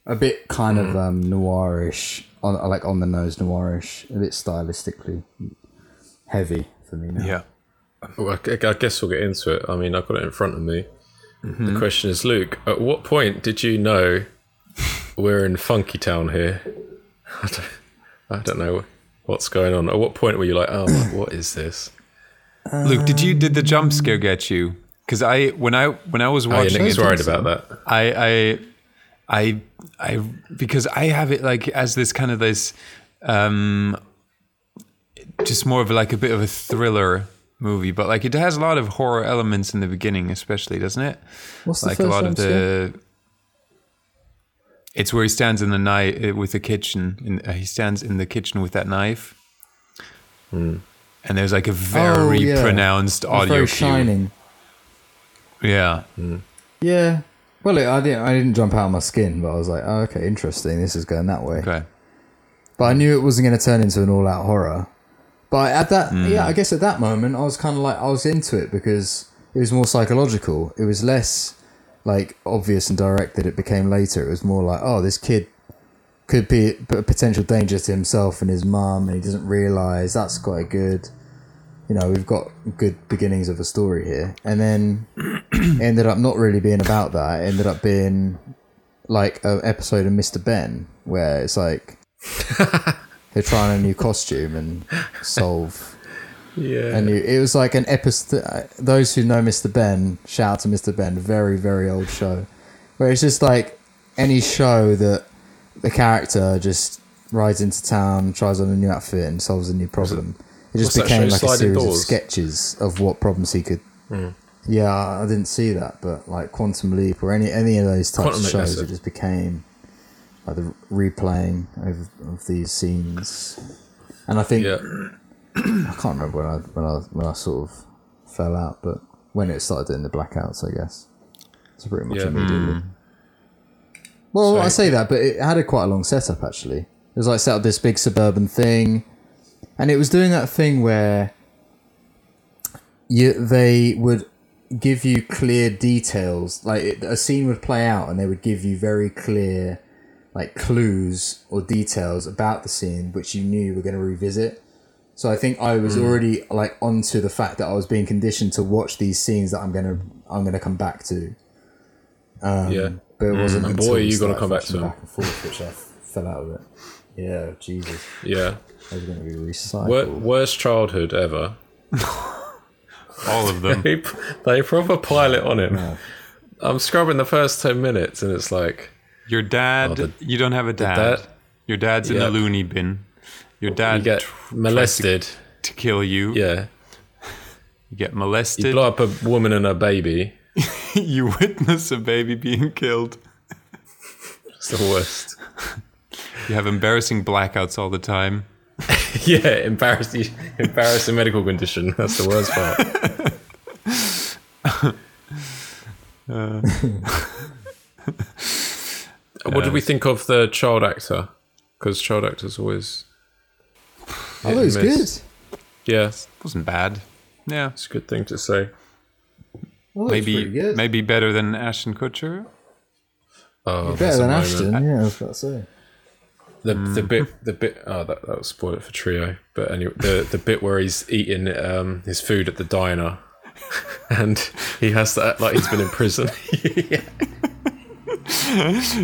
S9: a bit kind of
S10: Mm.
S9: um, noirish, on like on the nose noirish, a bit stylistically heavy for me now.
S10: Yeah.
S4: Well, I gu- I guess we'll get into it. I mean, I've got it in front of me. The question is, Luke, at what point did you know we're in Funky Town here? I don't, I don't know what's going on. At what point were you like, oh, what is this?
S10: Luke, did you did the jump scare get you? Because I when I when I was
S4: Oh, yeah,
S10: watching
S4: Nick was
S10: it,
S4: worried about that.
S10: I I I I because I have it like as this kind of this um just more of like a bit of a thriller movie, but like it has a lot of horror elements in the beginning, especially, doesn't it?
S9: What's the
S10: like
S9: first
S10: a lot
S9: one,
S10: of the. It's where he stands in the night uh, with the kitchen. In, uh, he stands in the kitchen with that knife, and there's like a
S9: Oh,
S10: very
S9: yeah.
S10: pronounced
S9: It's
S10: audio
S9: very
S10: cue.
S9: shining.
S10: Yeah,
S9: Yeah. Well, it, I didn't. I didn't jump out of my skin, but I was like, oh, okay, interesting. This is going that way.
S10: okay.
S9: But I knew it wasn't going to turn into an all-out horror. But at that, yeah, I guess at that moment, I was kind of like, I was into it because it was more psychological. It was less like obvious and direct that it became later. It was more like, oh, this kid could be a p- a potential danger to himself and his mum, and he doesn't realize. That's quite good. You know, we've got good beginnings of a story here, and then it ended up not really being about that. It ended up being like an episode of Mr. Ben where it's like they're trying a new costume and solve
S4: Yeah.
S9: a new. It was like an episode. Those who know Mr. Ben, shout out to Mr. Ben, very very old show, where it's just like any show that the character just rides into town, tries on a new outfit, and solves a new problem. It just
S4: what's that
S9: became
S4: show,
S9: like a
S4: Sliding
S9: series of
S4: Doors?
S9: sketches of what problems he could. Yeah, I didn't see that, but like Quantum Leap or any any of those types
S4: Quantum
S9: of
S4: Leap,
S9: shows,
S4: that's
S9: it
S4: it.
S9: just became like the replaying of, of these scenes. And I think
S4: yeah.
S9: I can't remember when I when I when I sort of fell out, but when it started doing the blackouts, I guess. So pretty much
S4: Yeah. Hmm.
S9: immediately. Well, I say that, but it had a quite a long setup actually. It was like set up this big suburban thing, and it was doing that thing where you they would give you clear details. Like it, a scene would play out, and they would give you very clear like clues or details about the scene which you knew you were going to revisit. So I think I
S4: Hmm.
S9: was already like onto the fact that I was being conditioned to watch these scenes that I'm gonna I'm gonna come back to. Um,
S4: yeah. Hmm.
S9: But it wasn't.
S4: And
S9: until
S4: boy,
S9: we
S4: you gotta
S9: started
S4: come back
S9: flashing
S4: to 'em.
S9: Back and forth, which I fell out of it. Yeah, Jesus,
S4: Yeah.
S9: I was gonna be recycled.
S4: Wor- worst childhood ever.
S10: All of them.
S4: They, they proper pile it on him. I'm scrubbing the first 10 minutes and it's like,
S10: Your dad.
S4: Oh, the-
S10: you don't have a dad.
S4: dad.
S10: Your dad's in the
S4: Yep.
S10: loony bin. Your
S4: you
S10: dad
S4: get
S10: tr-
S4: molested.
S10: to kill you.
S4: Yeah.
S10: You get
S4: You
S10: molested.
S4: blow up a woman and a baby.
S10: you witness a baby being killed.
S4: It's the worst.
S10: You have embarrassing blackouts all the time.
S4: yeah, embarrassing, embarrassing medical condition. That's the worst part. Uh, what did we think of the child actor? Because child actors always,
S14: Oh,
S9: I thought it was good.
S4: miss. yeah, it's
S10: Wasn't bad. Yeah.
S4: a good thing to say.
S14: Oh,
S9: Well,
S10: Maybe
S9: pretty good.
S10: maybe better than Ashton Kutcher.
S4: Oh, that's
S9: better
S4: a
S9: than
S4: moment.
S9: Ashton. Yeah, I was about to say.
S4: The the
S10: Mm.
S4: bit the bit oh that that was spoiled for trio. But anyway, the the bit where he's eating um his food at the diner, and he has to act like he's been in prison.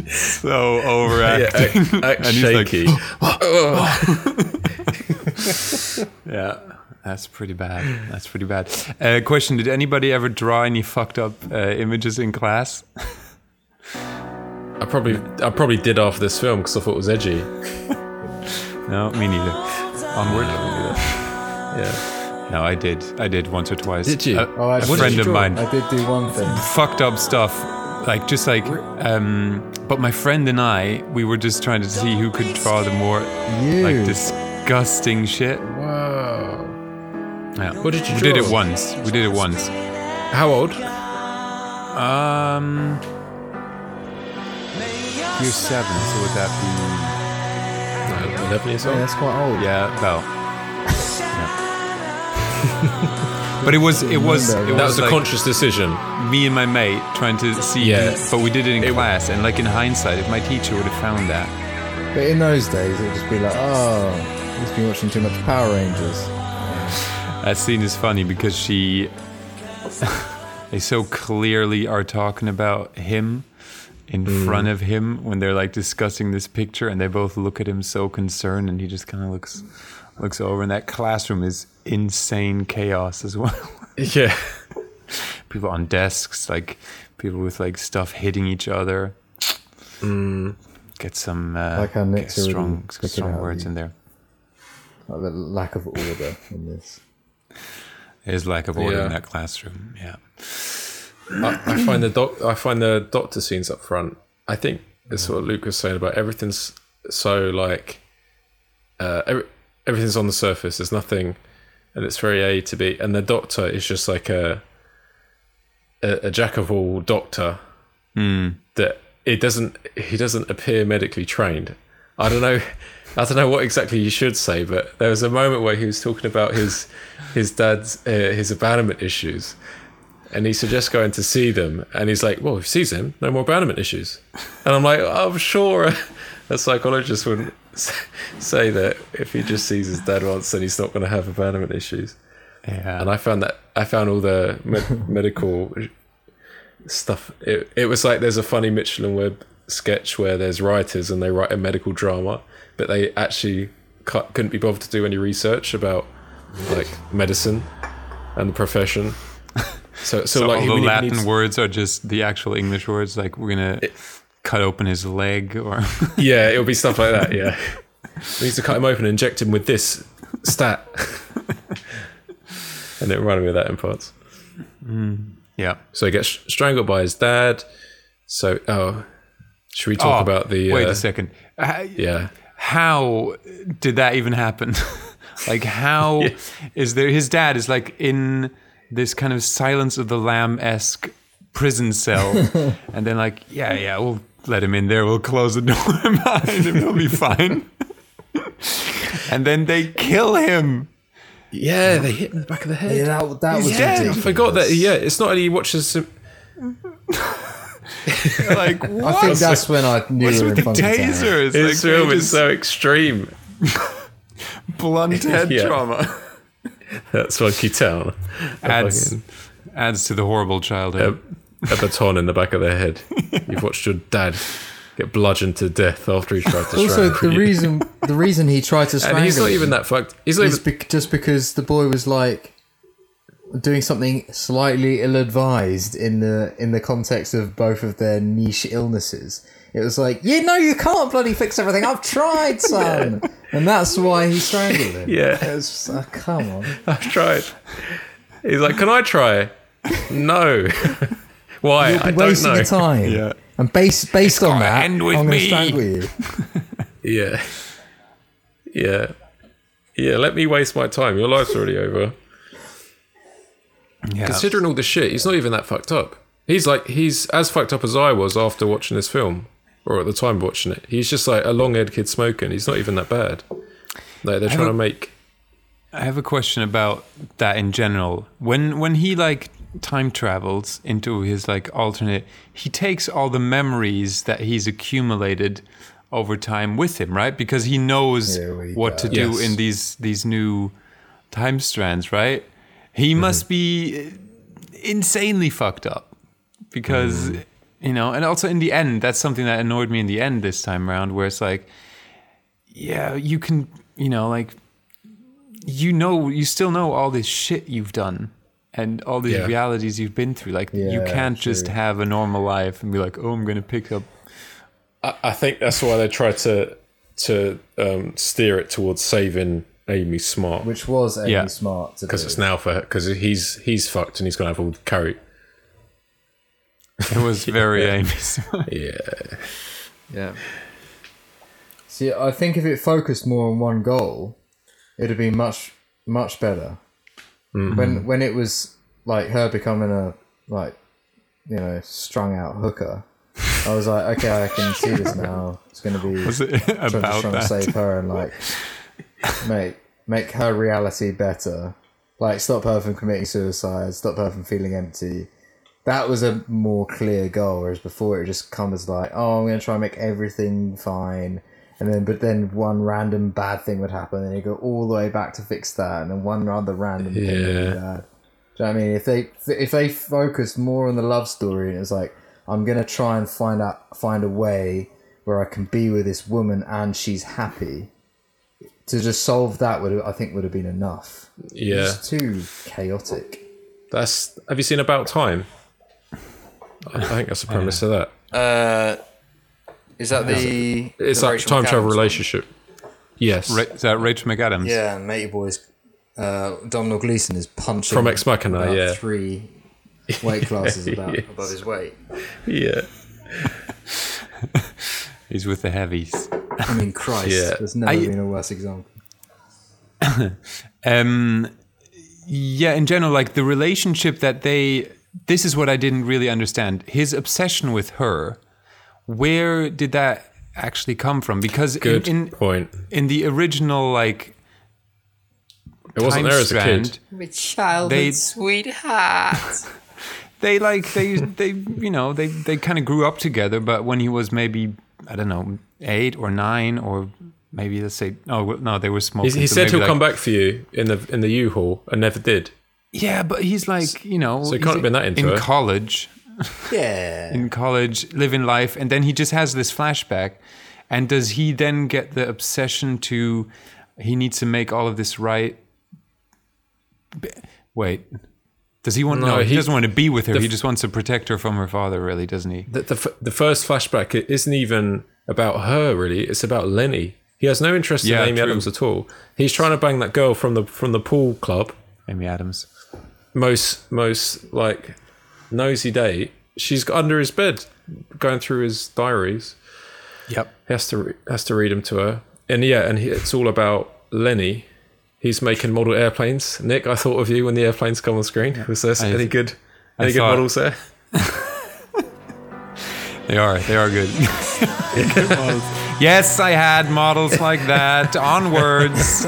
S10: So overacting.
S4: act, act
S10: And he's like,
S4: shaky. Oh,
S10: Yeah, that's pretty bad. That's pretty bad. Uh, question: Did anybody ever draw any fucked up uh, images in class?
S4: I probably I probably did after this film because I thought it was edgy.
S10: No, me neither. Onward.
S4: Yeah,
S10: No, I did. I did once or twice.
S4: Did you?
S10: A,
S9: Oh,
S10: a
S9: actually,
S10: friend of mine
S9: I did do one thing.
S10: fucked up stuff, like just like. Um, but my friend and I, we were just trying to see who could draw the more
S9: You.
S10: like disgusting shit. Wow. Yeah.
S4: What did you
S10: We did
S4: draw?
S10: it once. We did it once.
S4: how old?
S10: Um, year seven. So would that
S4: Uh, Eleven years
S9: Yeah,
S4: old.
S9: that's quite old.
S10: be? Yeah, about. but it was it was it
S9: Remember,
S10: was,
S4: That was a
S10: like
S4: conscious decision.
S10: me and my mate trying to see.
S4: Yeah.
S10: But we did it in
S4: It-
S10: class, and like in hindsight, if my teacher would have found that,
S9: But in those days, it would just be like, oh, he's been watching too much Power Rangers.
S10: that scene is funny because she, they so clearly are talking about him. In front of him, when they're like discussing this picture, and they both look at him so concerned, and he just kind of looks, looks over, and that classroom is insane chaos as well.
S4: Yeah,
S10: people on desks, like people with like stuff hitting each other.
S4: Mm.
S10: Get some uh,
S9: Like how
S10: get
S9: Nick's already
S10: strong,
S9: picking
S10: strong
S9: out
S10: words
S9: the-
S10: in there.
S9: Like the lack of order in this.
S10: There's lack of order
S4: Yeah.
S10: in that classroom. Yeah.
S4: I, I find the doc, I find the doctor scenes up front. I think that's what Luke was saying about everything's so like uh, every, everything's on the surface. There's nothing, and it's very A to B. And the doctor is just like a a, a jack of all doctor that it doesn't he doesn't appear medically trained. I don't know I don't know what exactly you should say, but there was a moment where he was talking about his his dad's uh, his abandonment issues, and he suggests going to see them, and he's like, "Well, if he sees him, no more abandonment issues," and I'm like, "I'm sure." A psychologist wouldn't s- say that if he just sees his dad once, then he's not going to have abandonment issues.
S10: Yeah.
S4: And I found that I found all the med- medical stuff. It, it was like there's a funny Mitchell and Webb sketch where there's writers and they write a medical drama, but they actually cu- couldn't be bothered to do any research about like medicine and the profession. So, so,
S10: So,
S4: like
S10: all
S4: he
S10: the
S4: really
S10: Latin
S4: needs-
S10: words are just the actual English words. Like we're gonna cut open his leg, or
S4: yeah, it'll be stuff like that. Yeah, we need to cut him open and inject him with this stat. and it reminded me of that in parts.
S10: Yeah.
S4: So he gets strangled by his dad. So, oh, should we talk
S10: Oh,
S4: about the?
S10: Wait
S4: uh,
S10: a second. Uh,
S4: Yeah.
S10: How did that even happen? like, how is there? His dad is like in this kind of Silence of the Lamb esque prison cell, and then like, yeah, yeah, we'll let him in there. We'll close the door behind him. He'll be fine. and then they kill him.
S4: Yeah, they hit him in the back of the head.
S15: Yeah, that, that
S10: He's
S15: was
S10: dead.
S4: I
S15: ridiculous.
S4: forgot that. Yeah, it's not that he watches. Some,
S10: Like, what?
S15: I think that's when I knew
S10: What's
S15: we were
S10: with
S15: in
S10: the
S15: fun time.
S10: tasers?
S4: his
S10: they
S4: film is
S10: just-
S4: so extreme.
S10: blunt head
S4: Yeah.
S10: trauma
S4: That's Funky Town.
S10: adds
S4: Fucking-
S10: adds to the horrible
S4: a,
S10: childhood.
S4: a baton in the back of their head. You've watched your dad get bludgeoned to death after he tried to
S15: Also,
S4: strangle
S15: the
S4: you.
S15: reason the reason he tried to strangle
S4: and he's not
S15: him
S4: even that fucked. He's not
S15: is
S4: even.
S15: bec- just because the boy was like doing something slightly ill-advised in the in the context of both of their niche illnesses. It was like, yeah, no, you can't bloody fix everything. I've tried, son, and that's why he strangled him.
S4: Yeah,
S15: It was just, oh, come on.
S4: I've tried. He's like, "Can I try?" no. Why?
S15: You'll be
S4: I don't
S15: wasting
S4: know.
S15: your time.
S10: Yeah.
S15: And based based on that,
S10: end with
S15: I'm going
S10: me.
S15: to strangle you.
S4: Yeah. Yeah. Yeah. Let me waste my time. Your life's already over.
S10: Yeah.
S4: Considering all the shit, he's not even that fucked up. He's like he's as fucked up as I was after watching this film, or at the time of watching it. He's just like a long-haired kid smoking. He's not even that bad. Like they're trying to
S10: a-
S4: make.
S10: I have a question about that in general. When when he like time travels into his like alternate, he takes all the memories that he's accumulated over time with him, right? Because he knows what to do
S4: Yes.
S10: in these these new time strands, right? He must be insanely fucked up because
S9: Mm-hmm.
S10: you know, and also in the end, that's something that annoyed me in the end this time around, where it's like, yeah, you can, you know, like you know you still know all this shit you've done and all these
S4: Yeah.
S10: realities you've been through like you
S9: Yeah,
S10: can't just have a normal life and be like oh i'm gonna pick up
S4: I, I think that's why they try to to um, steer it towards saving Amy Smart
S9: Which was Amy
S10: Yeah.
S9: Smart to
S4: because
S9: do.
S4: it's now for because he's he's fucked and he's gonna have all the carry.
S10: it was very aimless
S4: Yeah.
S16: Yeah.
S9: See, I think if it focused more on one goal, it'd be much much better.
S10: Mm-hmm.
S9: When when it was like her becoming a like you know strung out hooker, I was like, okay, I can see this now. It's going to be
S10: Was it
S9: trying, to-
S10: about
S9: trying to
S10: that?
S9: save her and like make make her reality better. Like stop her from committing suicide, stop her from feeling empty. That was a more clear goal, whereas before it just come as like, oh, I'm gonna try and make everything fine, and then but then one random bad thing would happen, and you go all the way back to fix that, and then one other random thing would
S4: Yeah.
S9: be bad. Do you know what I mean? If they if they focus more on the love story, and it's like, I'm gonna try and find out find a way where I can be with this woman and she's happy. To just solve that would I think would have been enough.
S4: Yeah.
S9: It's too chaotic.
S4: That's. Have you
S10: Oh,
S4: seen About Time? I I think that's the premise of that.
S16: Uh,
S9: Is that the?
S4: It's
S9: the
S4: that
S9: Rachel
S4: time travel
S9: McAdams?
S4: relationship. Yes.
S10: Ra- is that Rachel McAdams?
S9: Yeah, Matey Boys. Uh, Domhnall Gleeson is punching
S4: From Ex Machina,
S9: about
S4: yeah.
S9: three weight classes about
S4: Yes.
S9: above his weight.
S4: Yeah.
S10: He's with the heavies.
S9: I mean, Christ,
S10: Yeah.
S9: there's never
S10: I-
S9: been a worse example.
S10: um, yeah, in general, like the relationship that they. This is what I didn't really understand. His obsession with her. Where did that actually come from? Because
S4: Good
S10: in, in
S4: point.
S10: in the original, like
S4: It wasn't
S10: time
S4: there as a kid.
S10: strand,
S17: With childhood
S10: They-
S17: sweetheart.
S10: they like they they you know they they kind of grew up together but when he was maybe i don't know eight or nine or maybe let's say oh well, no they were smoking
S4: He, he
S10: so
S4: said
S10: maybe
S4: he'll
S10: like-
S4: come back for you in the in the U-Haul and never did.
S10: yeah but he's like you know
S4: So he can't
S10: he's
S4: have been that into
S10: in
S4: it.
S10: college
S9: Yeah.
S10: in college living life and then he just has this flashback and does he then get the obsession to he needs to make all of this right B- wait does he want no, he, doesn't want to be with her
S4: the
S10: he just wants to protect her from her father really doesn't he
S4: The, the, f- the first flashback it isn't even about her really. It's about Lenny. He has no interest
S10: Yeah,
S4: in Amy
S10: true.
S4: Adams at all. He's trying to bang that girl from the from the pool club.
S10: Amy Adams.
S4: Most most like nosy date. She's got under his bed, going through his diaries.
S10: Yep.
S4: He has to re- has to read them to her. And yeah, and he, it's all about Lenny. He's making model airplanes. Nick, I thought of you when the airplanes come on screen. Was there
S10: I-
S4: any good
S10: I
S4: any good
S10: thought-
S4: models there?
S10: They are. They are good. Good models. Yes, I had models like that. Onwards.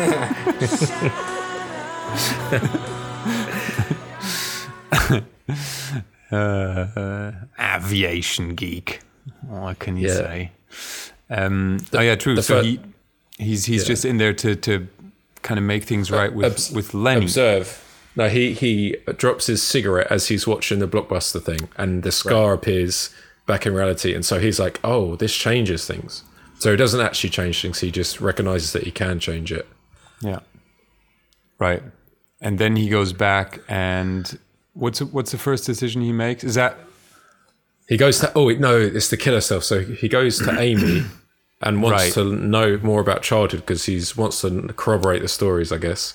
S10: uh, aviation geek. What can you
S4: Yeah.
S10: say? Um, oh yeah, true.
S4: the
S10: So
S4: fir-
S10: he, he's he's
S4: Yeah. Uh,
S10: just in there to to kind of make things right with
S4: Obs-
S10: with Lenny.
S4: Observe. No, he he drops his cigarette as he's watching the blockbuster thing, and the scar appears back in reality, and so he's like, "Oh, this changes things." So he doesn't actually change things. He just recognizes that he can change it.
S10: Yeah. Right. And then he goes back and what's what's the first decision he makes? Is that
S4: He goes to oh no, it's the killer stuff. So he goes to Amy and wants
S10: Right.
S4: to know more about childhood because he's wants to corroborate the stories, I guess.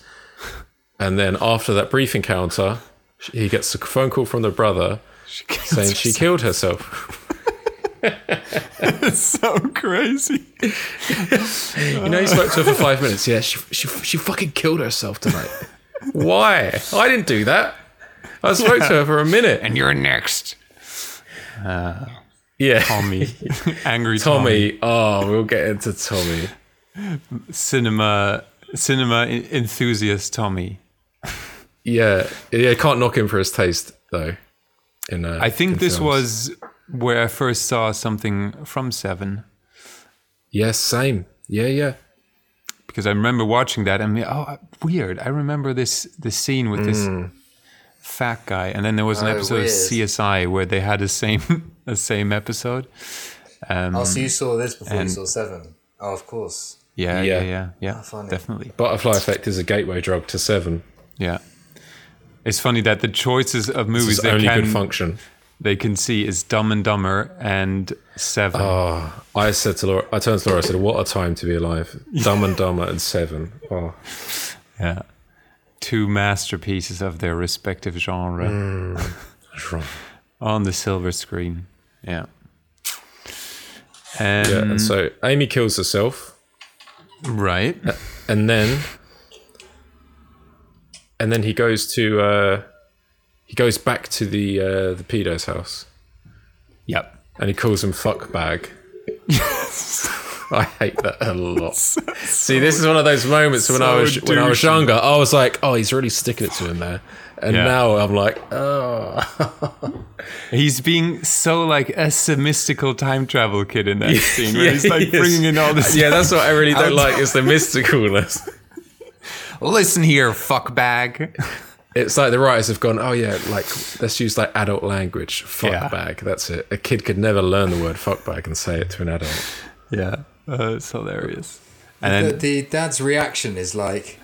S4: And then after that brief encounter, he gets a phone call from the brother saying she killed herself.
S10: so crazy?
S4: you know, he spoke to her for five minutes. Yeah, she she, she fucking killed herself tonight. Why? I didn't do that. I spoke to her for a minute.
S10: And you're next. Uh,
S4: yeah.
S10: Tommy. Angry Tommy.
S4: Tommy. Oh, we'll get into Tommy.
S10: Cinema cinema en- enthusiast Tommy.
S4: Yeah, yeah, you can't knock him for his taste though. In uh,
S10: I think
S4: in
S10: this
S4: films.
S10: was where I first saw something from Seven.
S4: Yes, same. Yeah, yeah.
S10: Because I remember watching that and oh weird. I remember this this scene with this
S4: Mm.
S10: fat guy and then there was an
S9: Oh,
S10: episode
S9: weird.
S10: of CSI where they had the same the same episode. Um,
S9: oh, so you
S4: Mm.
S9: saw this before
S10: and-
S9: you saw Seven? Oh, of course.
S10: Yeah, yeah,
S4: Yeah.
S10: yeah, yeah. definitely.
S4: Butterfly Effect is a gateway drug to Seven.
S10: Yeah. It's funny that the choices of
S4: is
S10: movies they
S4: only
S10: can
S4: good function.
S10: they can see is Dumb and Dumber and Seven.
S4: Oh, I said to Laura, I turned to Laura, I said, "What a time to be alive!" Dumb and Dumber and Seven. Oh,
S10: Yeah. Two masterpieces of their respective genre
S4: Mm. genre.
S10: on the silver screen. Yeah.
S4: yeah.
S10: Um,
S4: And so Amy kills herself,
S10: right?
S4: And then, and then he goes to uh, he goes back to the uh, the pedo's house.
S10: Yep.
S4: And he calls him fuck bag. I hate that a lot. See, this is one of those moments when I
S10: so
S4: was when I was
S10: douchey.
S4: younger. I was like, oh, he's really sticking it to him there. And
S10: Yeah.
S4: now I'm like, oh.
S10: He's being so like a mystical time travel kid in that scene where he's like
S4: yes.
S10: bringing in all this.
S4: Yeah, that's what I really don't
S10: out-
S4: like is the mysticalness.
S10: Listen here, fuck bag.
S4: It's like the writers have gone, oh yeah, like let's use like adult language. Fuck
S10: Yeah.
S4: bag. That's it. A kid could never learn the word fuck bag and say it to an adult.
S10: Yeah, uh, it's hilarious.
S9: And
S10: And
S9: the, the dad's reaction is like,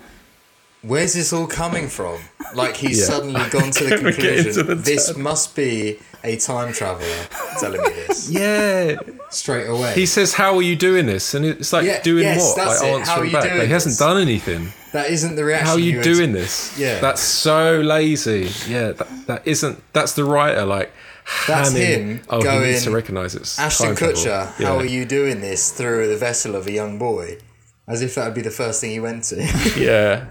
S9: Where's this all coming from? Like he's
S4: Yeah.
S9: suddenly gone to the
S4: We're getting
S9: conclusion.
S4: to the
S9: this must be a time traveler telling me this.
S4: Yeah.
S9: Straight away.
S4: He says, "How are you doing this?" And it's like
S9: Yeah,
S4: doing
S9: yes,
S4: what?
S9: that's
S4: like
S9: it. How are
S4: answering
S9: you
S4: back.
S9: doing
S4: Like, he hasn't
S9: this?
S4: done anything.
S9: that isn't the reaction.
S4: How are you
S9: ex-
S4: doing this?
S9: Yeah.
S4: That's so lazy. Yeah. That, that isn't. That's the writer. Like.
S9: That's
S4: hamming-
S9: him
S4: Oh,
S9: going,
S4: he needs to recognise it's
S9: Ashton
S4: time travel."
S9: Kutcher,
S4: Yeah.
S9: how are you doing this through the vessel of a young boy? As if that would be the first thing he went to.
S4: yeah.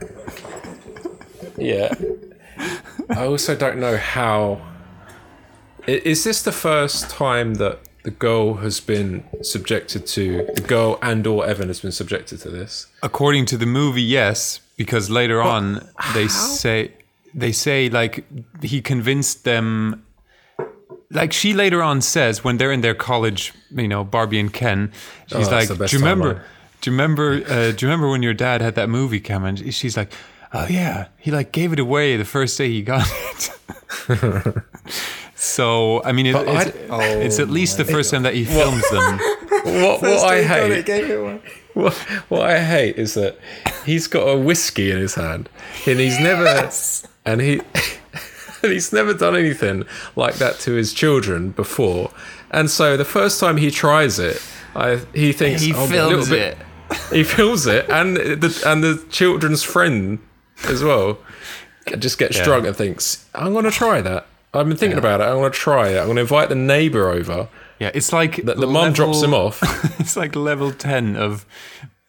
S4: Yeah. I also don't know how. I- Is this the first time that the girl has been subjected to the girl and or Evan has been subjected to this?
S10: According to the movie, yes, because later on they say they say like he convinced them like she later on says when they're in their college, you know, Barbie and Ken,
S4: Oh,
S10: she's
S4: that's
S10: like,
S4: the
S10: "Do
S4: best
S10: you remember?
S4: timeline."
S10: Do you remember? Uh, do you remember when your dad had that movie, Cameron?" And she's like, "Oh yeah, he like gave it away the first day he got it." so I mean, it,
S4: But
S10: it's,
S4: I'd-
S10: it's
S4: Oh
S10: at least the
S4: my
S10: first time that he
S4: What-
S10: films them.
S4: What, what
S9: First
S4: I
S9: day he got
S4: hate
S9: it, gave it one.
S4: what, what I hate is that he's got a whiskey in his hand, and he's never and he and he's never done anything like that to his children before. And so the first time he tries it, I, he thinks
S9: He
S4: "Oh, a
S9: films
S4: little bit- He films it, and the and the children's friend as well just gets
S10: Yeah.
S4: drunk and thinks, "I'm going to try that." I've been thinking about it. I'm going to try it. I'm going to invite the neighbor over.
S10: Yeah, it's like
S4: the, the mum drops him
S10: level-
S4: off.
S10: it's like level 10 of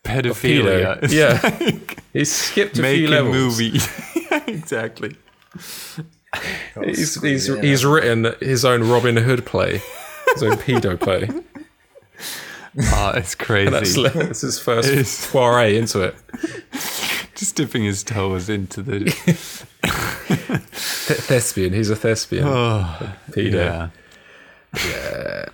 S10: pedophilia.
S4: Pedo.
S10: It's
S4: Yeah,
S10: like,
S4: he skipped a
S10: make
S4: few
S10: a
S4: levels.
S10: movie. exactly.
S4: He's he's, he's written his own Robin Hood play, his own pedo play.
S10: Ah, it's crazy.
S4: And that's, that's his first
S10: It is.
S4: foray into it.
S10: Just dipping his toes into the.
S4: Th- thespian. He's a thespian.
S10: Oh,
S4: A pedo.
S10: yeah.
S4: Yeah.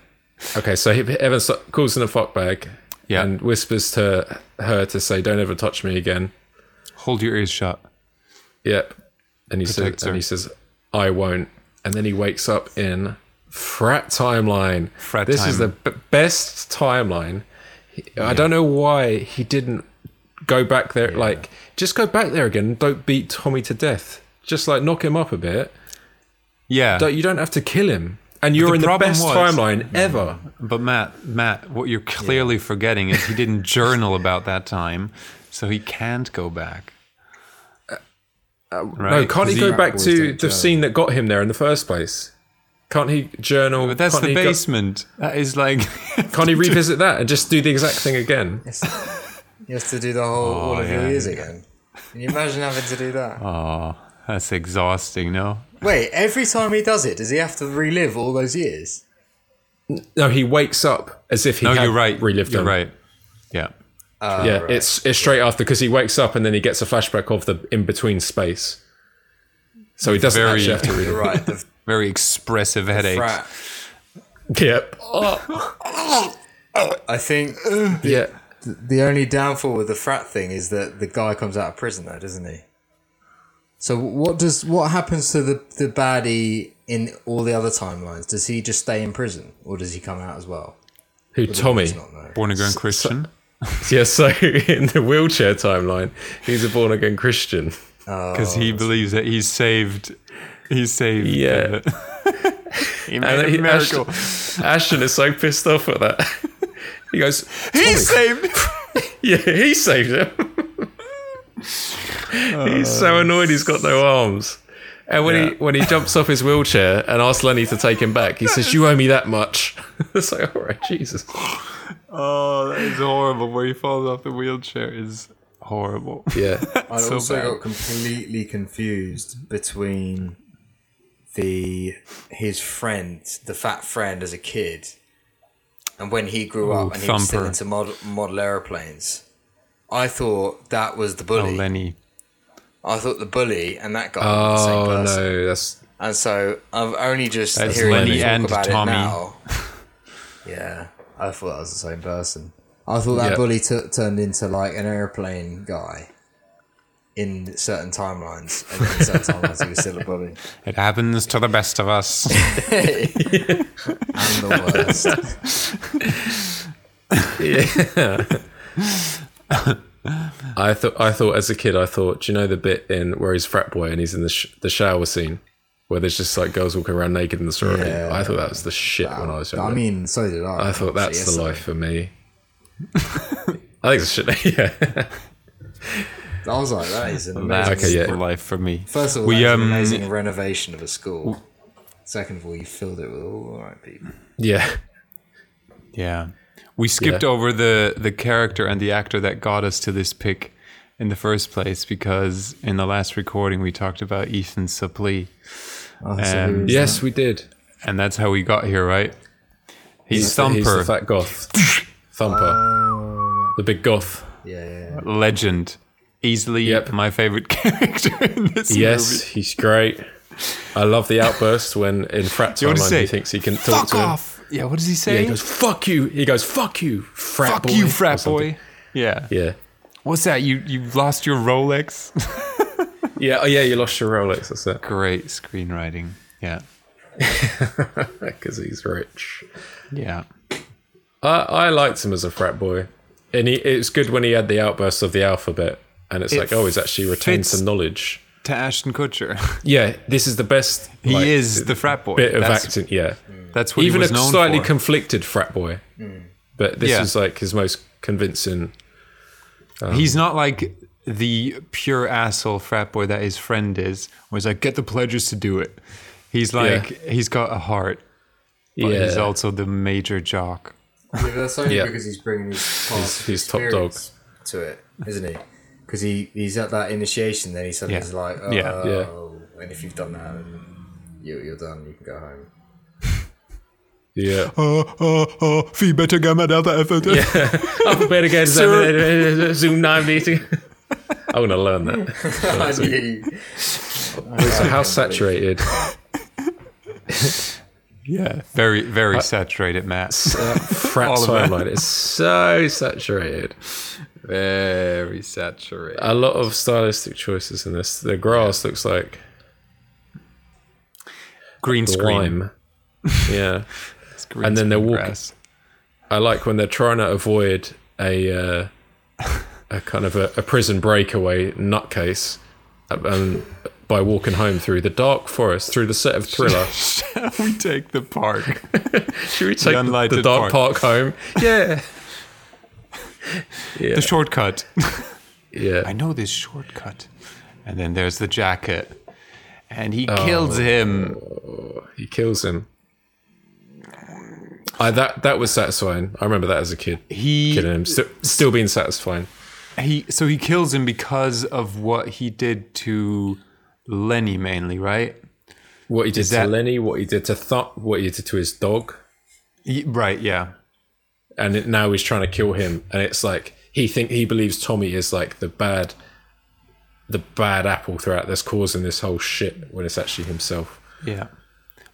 S4: Okay, so he, Evan so- calls in a fuck bag
S10: Yeah.
S4: and whispers to her to say, "Don't ever touch me again."
S10: Hold your ears shut.
S4: Yep. And he says,
S10: Protects her.
S4: and he says, "I won't." And then he wakes up in frat timeline.
S10: Frat
S4: this is the
S10: time.
S4: b- best timeline. He- I don't know why he didn't go back there. Like, just go back there again. and Don't beat Tommy to death. Just like knock him up a bit.
S10: Yeah.
S4: Don't, you don't have to kill him. And
S10: But
S4: you're
S10: the
S4: in the
S10: problem
S4: best
S10: was-
S4: timeline ever.
S10: But Matt, Matt, what you're clearly forgetting is he didn't journal about that time, so he can't go back.
S4: Uh, No, can't he
S10: 'Cause
S4: go back
S10: Boys
S4: to
S10: don't
S4: the
S10: journal.
S4: scene that got him there in the first place? Can't he journal?
S10: But that's
S4: can't
S10: the
S4: he go-
S10: basement. that is like.
S4: can't he revisit that and just do the exact thing again?
S9: He has to do the whole
S10: Oh,
S9: all of
S10: yeah.
S9: your ears again. Can you imagine having to do that?
S10: Oh, that's exhausting, no?
S9: Wait, every time he does it, does he have to relive all those years?
S4: No, he wakes up as if he
S10: no,
S4: had
S10: Oh, you're right.
S4: relived
S10: You're
S4: them.
S10: right. Yeah.
S4: yeah, it's it's straight after because he wakes up and then he gets a flashback of the in between space. So he doesn't
S10: Very-
S4: actually have to read it.
S9: You're right. The
S10: Very expressive headaches.
S9: frat.
S4: Yep.
S9: I think
S4: Yeah.
S9: the only downfall with the frat thing is that the guy comes out of prison though, doesn't he? So what does what happens to the the baddie in all the other timelines? Does he just stay in prison or does he come out as well?
S4: Who
S9: Well, the
S4: Tommy?
S9: boys not know.
S10: Born again Christian.
S4: Yeah. So in the wheelchair timeline, he's a born again Christian. oh,
S10: Because he believes that he's saved. He's saved.
S4: Yeah.
S10: uh, he made
S4: And
S10: a
S4: he-
S10: miracle.
S4: Ashton, Ashton is so pissed off at that. He goes,
S10: He
S4: "Tommy."
S10: saved.
S4: Yeah, he saved him. he's so annoyed he's got no arms. And when he when he jumps off his wheelchair and asks Lenny to take him back, he says, "You owe me that much." it's like, all right, Jesus.
S10: Oh, that is horrible. Where he falls off the wheelchair is horrible.
S4: Yeah,
S9: I
S10: So
S9: also
S10: bad.
S9: got completely confused between the his friend, the fat friend, as a kid, and when he grew
S10: Ooh,
S9: up and he was still
S10: Thumper.
S9: into model, model airplanes. I thought that was the
S10: Oh,
S9: bully.
S10: Lenny.
S9: I thought the bully and that guy were the same
S4: Oh
S9: person.
S4: no, that's
S9: And so I've only just
S10: That's
S9: hearing
S10: Lenny
S9: you talk
S10: and
S9: about
S10: Tommy.
S9: it now. yeah, I thought that was the same person. I thought that
S4: Yeah.
S9: bully t- turned into like an airplane guy in certain timelines, and then in certain timelines he was still a bully
S10: It happens to the best of us.
S9: and the worst.
S4: yeah. I thought I thought as a kid I thought do you know the bit in where he's frat boy and he's in the sh- the shower scene where there's just like girls walking around naked in the sorority.
S8: Yeah.
S4: I thought that was the shit when I was younger.
S8: I mean, so did I.
S4: I thought
S8: So,
S4: that's
S8: yes,
S4: the
S8: I-
S4: life for me. I think it's shit. Yeah.
S9: I was like, that is amazing.
S10: That's the life for me.
S9: First of all,
S10: we
S9: that's
S10: um,
S9: an amazing renovation of a school. Second of all, you filled it with all the right people.
S4: yeah,
S10: yeah. We skipped over the the character and the actor that got us to this pick in the first place because in the last recording we talked about Ethan Suplee.
S4: Oh, so who is Yes, that? we did.
S10: And that's how we got here, right? He's,
S4: He's the-
S10: Thumper,
S4: he's the fat goth, Thumper, the big goth.
S9: Yeah,
S10: legend, easily my favorite character in this
S4: yes,
S10: movie.
S4: he's great. I love the outburst when in frat
S10: Do you
S4: time
S10: want to say,
S4: he thinks he can talk
S10: Fuck
S4: to him.
S10: off! Yeah, what does he say?
S4: Yeah, he goes, "Fuck you!" He goes, "Fuck you, frat
S10: Fuck
S4: boy."
S10: you,
S4: or
S10: frat
S4: something.
S10: boy. Yeah.
S4: Yeah.
S10: What's that? You you've lost your Rolex?
S4: yeah. Oh, yeah. You lost your Rolex. That's it.
S10: Great screenwriting. Yeah.
S4: Because he's rich.
S10: Yeah.
S4: I I liked him as a frat boy, and he it was good when he had the outbursts of the alphabet, and it's
S10: It
S4: like, oh, he's actually retained
S10: fits-
S4: some knowledge.
S10: To Ashton Kutcher.
S4: Yeah, this is the best.
S10: He
S4: like,
S10: is the frat boy.
S4: Bit of
S10: That's-
S4: acting, yeah.
S10: That's what he
S4: even
S10: was
S4: a
S10: known
S4: slightly
S10: for. Hmm.
S4: conflicted frat boy, but this
S10: Yeah.
S4: is like his most convincing. um,
S10: He's not like the pure asshole frat boy that his friend is, where he's like, get the pledges to do it. He's
S4: Yeah.
S10: like, he's got a heart. But Oh, he's
S4: Yeah.
S10: also the major jock.
S9: Yeah, but that's only
S4: Yeah.
S9: because he's bringing his
S4: He's-
S9: past
S4: he's top dog.
S9: experience to it, isn't he? Because he, he's at that initiation, then he suddenly
S10: Yeah.
S9: is like, oh,
S10: Yeah.
S9: and if you've done that, then you, you're done. You can go home.
S4: Yeah.
S10: Oh, oh, oh, viel better gamma delta effort.
S4: Alphabet again.
S10: Sir.
S4: Zoom nine meeting. I want to learn that.
S9: I knew.
S4: So how saturated?
S10: Yeah. Very, very saturated, Matt.
S4: frat
S10: All of that.
S4: timeline is so saturated.
S10: Very saturated.
S4: A lot of stylistic choices in this. The grass looks like
S10: green screen.
S4: lime. Yeah.
S10: It's green
S4: and then they're
S10: screen
S4: walking.
S10: grass.
S4: I like when they're trying to avoid a uh, a kind of a, a prison breakaway nutcase um, by walking home through the dark forest, through the set of Thriller.
S10: Shall we take the park?
S4: Should we take the,
S10: unlighted
S4: the dark
S10: park.
S4: park home? Yeah. yeah.
S10: The shortcut.
S4: yeah.
S10: I know this shortcut. And then there's the jacket. And he
S4: Oh.
S10: kills him.
S4: He kills him. I that that was satisfying. I remember that as a kid.
S10: He-
S4: killing him, still, still being satisfying.
S10: He so he kills him because of what he did to Lenny mainly, right?
S4: What he did
S10: Is
S4: to
S10: that-
S4: Lenny, what he did to Thump, what he did to his dog,
S10: He- right, yeah.
S4: and it, now he's trying to kill him. And it's like he think he believes Tommy is like the bad, the bad apple throughout that's causing this whole shit when it's actually himself.
S10: Yeah.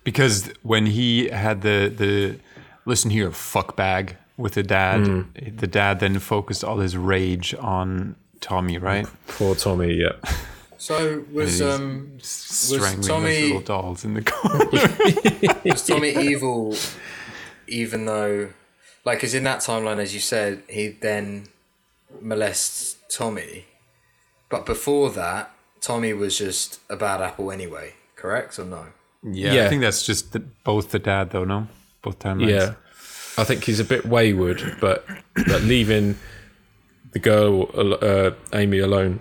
S10: Because when he had the the listen here fuck bag with the dad,
S4: Mm.
S10: the dad then focused all his rage on Tommy, right?
S4: Poor Tommy. Yeah.
S9: So was
S10: And he's
S9: um was
S10: Strangling those
S9: Tommy
S10: little dolls in the corner.
S9: was Tommy evil, even though, like, because in that timeline, as you said, he then molests Tommy, but before that, Tommy was just a bad apple anyway. Correct or no?
S10: yeah, I
S4: Yeah.
S10: think that's just the, both the dad though, no? Both timelines.
S4: Yeah, I think he's a bit wayward, but but leaving the girl uh, Amy alone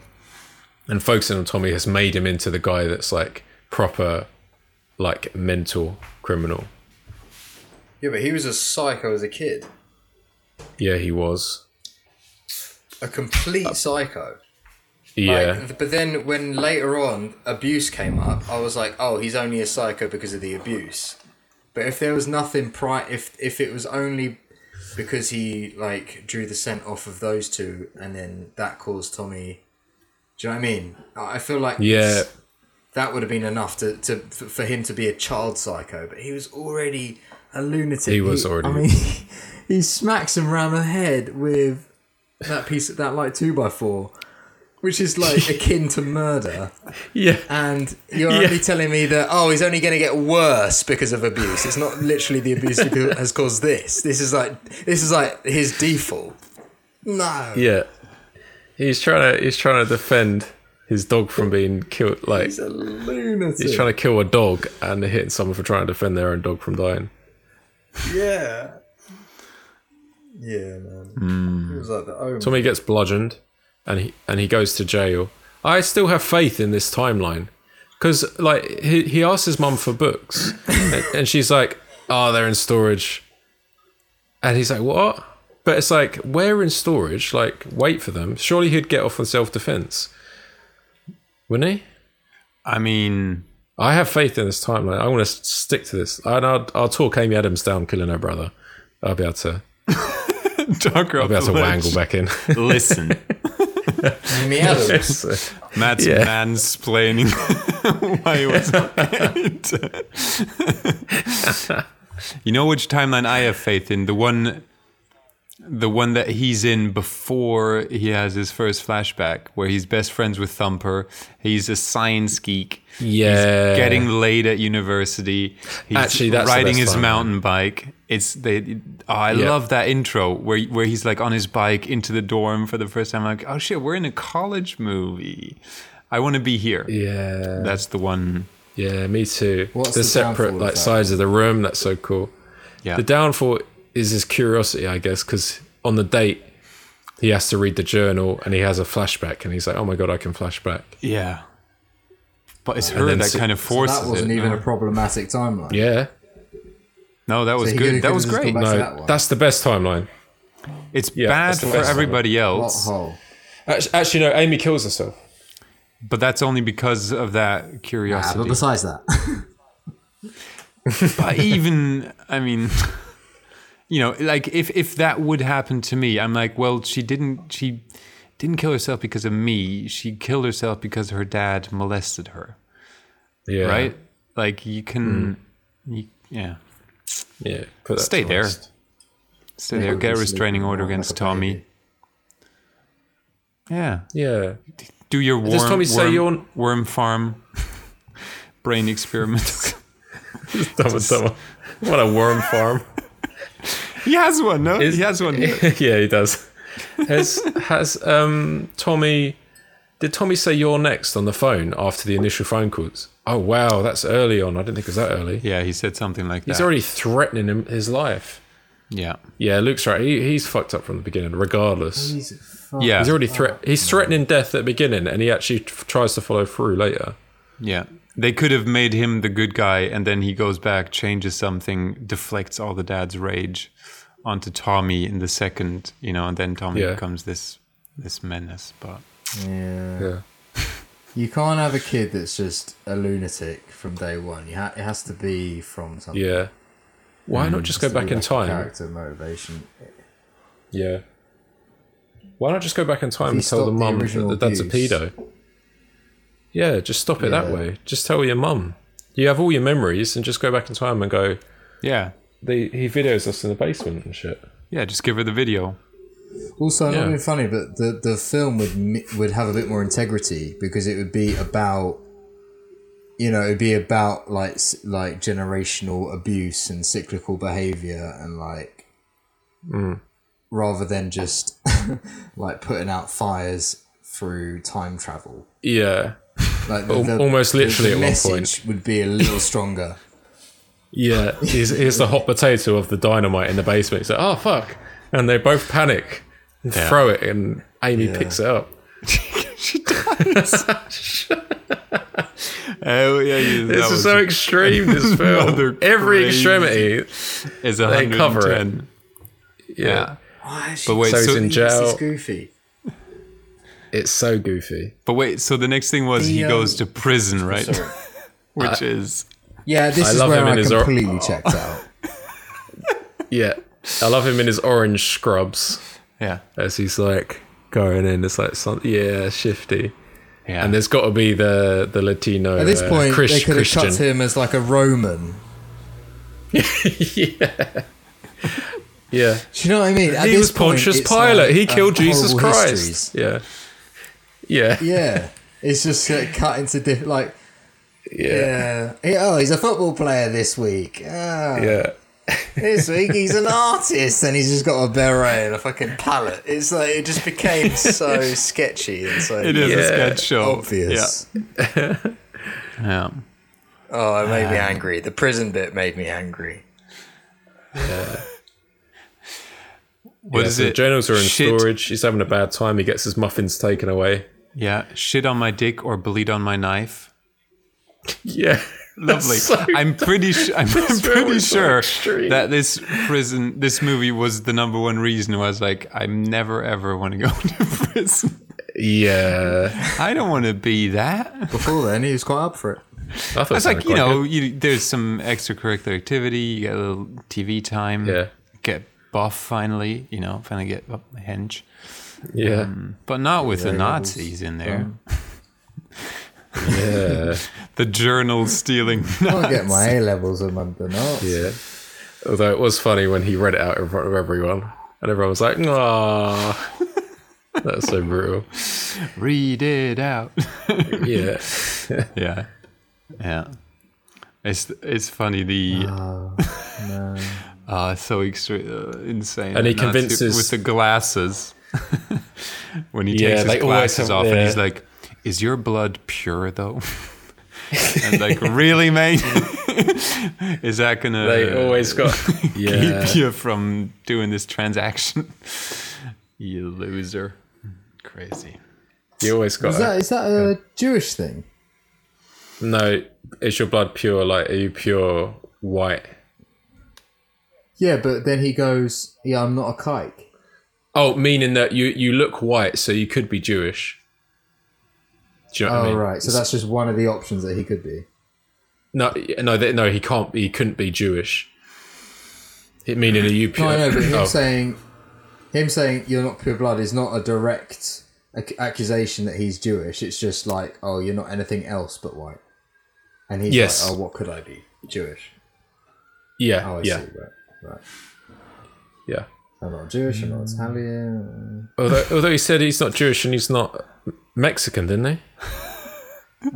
S4: and focusing on Tommy has made him into the guy that's like proper, like mental criminal.
S9: Yeah, but he was a psycho as a kid,
S4: Yeah, he was.
S9: a complete psycho.
S4: Uh, Yeah,
S9: Like, but then when later on abuse came up, I was like, oh, he's only a psycho because of the abuse. But if there was nothing pri if if it was only because he like drew the scent off of those two, and then that caused Tommy. Do you know what I mean? I I feel like
S4: yeah.
S9: that would have been enough to, to f- for him to be a child psycho, but he was already a lunatic.
S4: He was already-
S9: I mean, he smacks him round the head with that piece of that like two by four, which is like akin to murder.
S4: Yeah.
S9: And you're only telling me that oh, he's only going to get worse because of abuse. It's not literally the abuse he co- has caused this. This is like this is like his default. No.
S4: Yeah. He's trying to he's trying to defend his dog from being killed. Like he's a
S14: lunatic.
S4: He's trying to kill a dog and hitting someone for trying to defend their own dog from dying.
S14: Yeah. Yeah, man.
S4: Hmm.
S14: It was like the omen.
S4: Tommy gets bludgeoned, and he and he goes to jail. I still have faith in this timeline, because like he he asks his mum for books, and, and she's like, "Oh, they're in storage," and he's like, "What?" But it's like, "Where in storage? Like, wait for them. Surely he'd get off on self defense, wouldn't he?"
S10: I mean,
S4: I have faith in this timeline. I want to stick to this, and I'll, I'll talk Amy Adams down killing her brother. I'll be able to.
S10: Dog her
S4: I'll
S10: up
S4: be able
S10: the
S4: to
S10: ledge.
S4: wangle back in.
S10: Listen.
S9: Amy Adams.
S10: Matt's
S4: Yeah.
S10: mansplaining why he was You know which timeline I have faith in? The one the one that he's in before he has his first flashback, where he's best friends with Thumper. He's a science geek.
S4: Yeah.
S10: He's getting laid at university. He's
S4: Uh, Actually, that's the
S10: riding
S4: best
S10: his
S4: timeline.
S10: mountain bike. It's they. Oh, I
S4: Yeah.
S10: love that intro where where he's like on his bike into the dorm for the first time. Like, oh shit, we're in a college movie. I want to be here.
S4: Yeah.
S10: That's the one.
S4: Yeah, me too.
S10: What's
S4: the,
S10: the
S4: separate
S10: downfall of
S4: like
S10: that?
S4: sides of the room. That's so cool.
S10: Yeah.
S4: The downfall is his curiosity, I guess, because on the date he has to read the journal and he has a flashback and he's like, "Oh my god, I can flashback."
S10: Yeah. But it's
S4: And
S10: her
S4: then
S10: that
S4: so-
S10: kind of
S4: so
S10: forces
S9: that wasn't
S10: it.
S9: even
S10: no?
S9: a problematic timeline.
S4: Yeah.
S10: No, that was
S9: he could've-
S10: good. That
S9: could've
S10: was
S9: just gone
S10: great.
S9: back to
S4: No,
S9: that one.
S4: that's the best timeline.
S10: It's
S4: Yeah,
S10: bad
S4: that's the
S10: for
S4: best
S10: everybody
S4: timeline.
S10: else.
S4: Act- Actually, no. Amy kills herself.
S10: But that's only because of that
S9: Ah,
S10: curiosity.
S9: but besides that,
S10: but even I mean, you know, like if if that would happen to me, I'm like, well, she didn't she didn't kill herself because of me. She killed herself because her dad molested her.
S4: Yeah. Hmm.
S10: Right. Like you can, you, yeah.
S4: Yeah. put that
S10: Stay
S4: to
S10: there.
S4: rest.
S10: Stay there. Get a restraining order against Tommy. Yeah.
S4: Yeah.
S10: Do your worm,
S4: Does Tommy say
S10: worm,
S4: you're-
S10: worm farm brain experiment.
S4: Dumb and Dumber. What a worm farm.
S10: he has one, no? he has one.
S4: yeah, he does. Has has um Tommy? Did Tommy say you're next on the phone after the initial phone calls? Oh wow, that's early on. I didn't think it was that early.
S10: Yeah, he said something like
S4: He's
S10: that.
S4: already threatening him, his life.
S10: yeah.
S4: Yeah, Luke's right. He, he's fucked up from the beginning, regardless.
S10: Yeah.
S4: he's already threat. He's threatening death at the beginning, and he actually f- tries to follow through later.
S10: Yeah. They could have made him the good guy and then he goes back, changes something, deflects all the dad's rage onto Tommy in the second, you know, and then Tommy
S4: Yeah.
S10: becomes this this menace, but
S9: yeah.
S4: Yeah.
S9: You can't have a kid that's just a lunatic from day one. You ha- it has to be from something.
S4: Yeah. Why not
S9: It
S4: just go
S9: has to be
S4: back in
S9: like a
S4: time?
S9: Character motivation.
S4: Yeah. Why not just go back in time
S9: If you
S4: and tell the
S9: stop the
S4: mum that
S9: original
S4: the dad's a
S9: abuse.
S4: pedo? Yeah, just stop it that
S9: Yeah.
S4: way. Just tell your mum. You have all your memories and just go back in time and go,
S10: yeah.
S4: they, he videos us in the basement and shit.
S10: Yeah, just give her the video.
S9: Also,
S4: Yeah.
S9: not being funny, but the, the film would mi- would have a bit more integrity because it would be about, you know, it'd be about like s- like generational abuse and cyclical behavior and like,
S4: Mm.
S9: rather than just like putting out fires through time travel.
S4: Yeah.
S9: Like
S4: Al- almost literally at one
S9: message would be a little stronger.
S4: Yeah. Here's, here's the hot potato of the dynamite in the basement. He's like, oh, fuck. And they both panic and
S10: Yeah.
S4: throw it, and Amy picks it up.
S10: Oh yeah, you,
S4: This is so extreme, this film. Every extremity.
S10: is
S4: they cover it.
S10: 110.
S4: Yeah.
S10: But wait,
S4: So he's
S10: so,
S4: in
S9: This is
S4: jail.
S9: goofy.
S4: It's so goofy.
S10: but wait, so the next thing was he
S9: The, um,
S10: goes to prison, right?
S9: sorry.
S10: Which
S4: Uh,
S10: is
S9: Yeah, this
S4: I
S9: is
S4: love
S9: where
S4: him in
S9: I
S4: his Oh. or-
S9: completely checked out.
S4: Yeah. I love him in his orange scrubs.
S10: yeah,
S4: as he's like going in. It's like some yeah, shifty.
S10: yeah.
S4: And there's got to be the the Latino
S9: At this
S4: uh,
S9: point,
S4: Chris-
S9: they could have
S4: Christian.
S9: cut him as like a Roman.
S4: Yeah,
S9: Do you know what I mean? At
S4: he
S9: this
S4: was
S9: point,
S4: Pontius
S9: it's
S4: Pilate.
S9: like,
S4: he
S9: um,
S4: killed Jesus
S9: horrible
S4: Christ.
S9: histories.
S4: Yeah, yeah,
S9: Yeah, it's just uh, cut into different. Like,
S4: yeah,
S9: yeah. He- oh, he's a football player this week. Ah.
S4: yeah.
S9: this week he's an artist and he's just got a beret and a fucking palette. It's like it just became so sketchy and so
S10: It is a sketch show.
S9: Obvious.
S10: Yeah. yeah.
S9: Oh, it made me
S10: Um,
S9: angry. The prison bit made me angry.
S4: Yeah.
S10: What
S4: yeah,
S10: is
S4: so
S10: it?
S4: The journals are in
S10: Shit.
S4: storage. He's having a bad time. He gets his muffins taken away.
S10: Yeah, shit on my dick or bleed on my knife.
S4: Yeah,
S10: lovely.
S4: that's so-
S10: I'm pretty. Sh- I'm
S4: that's
S10: pretty
S4: very so
S10: sure
S4: extreme.
S10: that this prison, this movie, was the number one reason. Was like, I never ever want to go to prison.
S4: Yeah,
S10: I don't want to be that.
S9: Before then, he was quite up for it.
S4: I
S10: It's like you know, you, there's some extracurricular activity. You get a little TV time. Yeah. Get buff finally. You know, finally get up the hench.
S4: Yeah.
S10: but not with the
S4: Yeah, Mm.
S10: Nazis in there.
S4: Yeah.
S10: the journal stealing.
S14: I'll get my
S10: Nazis.
S14: A levels a month or not.
S4: Yeah. Although it was funny when he read it out in front of everyone, and everyone was like, "Nah." That's so brutal.
S10: Read it out.
S4: Yeah.
S10: yeah. Yeah. It's it's funny the
S14: no.
S10: uh so extreme uh, insane
S4: Ah, And he
S10: that Nazi-
S4: convinces-
S10: with the glasses when he
S4: Yeah,
S10: takes his
S4: they always
S10: glasses
S4: have-
S10: off and he's
S4: yeah.
S10: like is your blood pure though and like really mate is that gonna
S4: They always got- Yeah.
S10: keep you from doing this transaction you loser crazy
S4: You always got
S14: Is
S4: a-
S14: that is that a Jewish thing?
S4: no. Is your blood pure? Like, are you pure white?
S14: Yeah, but then he goes, "Yeah, I'm not a kike."
S4: Oh, meaning that you you look white, so you could be Jewish. Do you know what
S14: oh
S4: I mean?
S14: right, so that's just one of the options that he could be.
S4: no, no, th- no. He can't. He couldn't be Jewish. It meaning are you
S14: No,
S4: pure?
S14: I know, but him
S4: Oh.
S14: saying, him saying you're not pure blood is not a direct ac- accusation that he's Jewish. It's just like, oh, you're not anything else but white. And he's
S4: Yes.
S14: like, oh, what could I be? Jewish.
S4: yeah,
S14: Oh, I
S4: yeah,
S14: see. Right, right.
S4: yeah.
S14: I'm not Jewish. I'm not Italian.
S4: Although, although he said he's not Jewish and he's not Mexican, didn't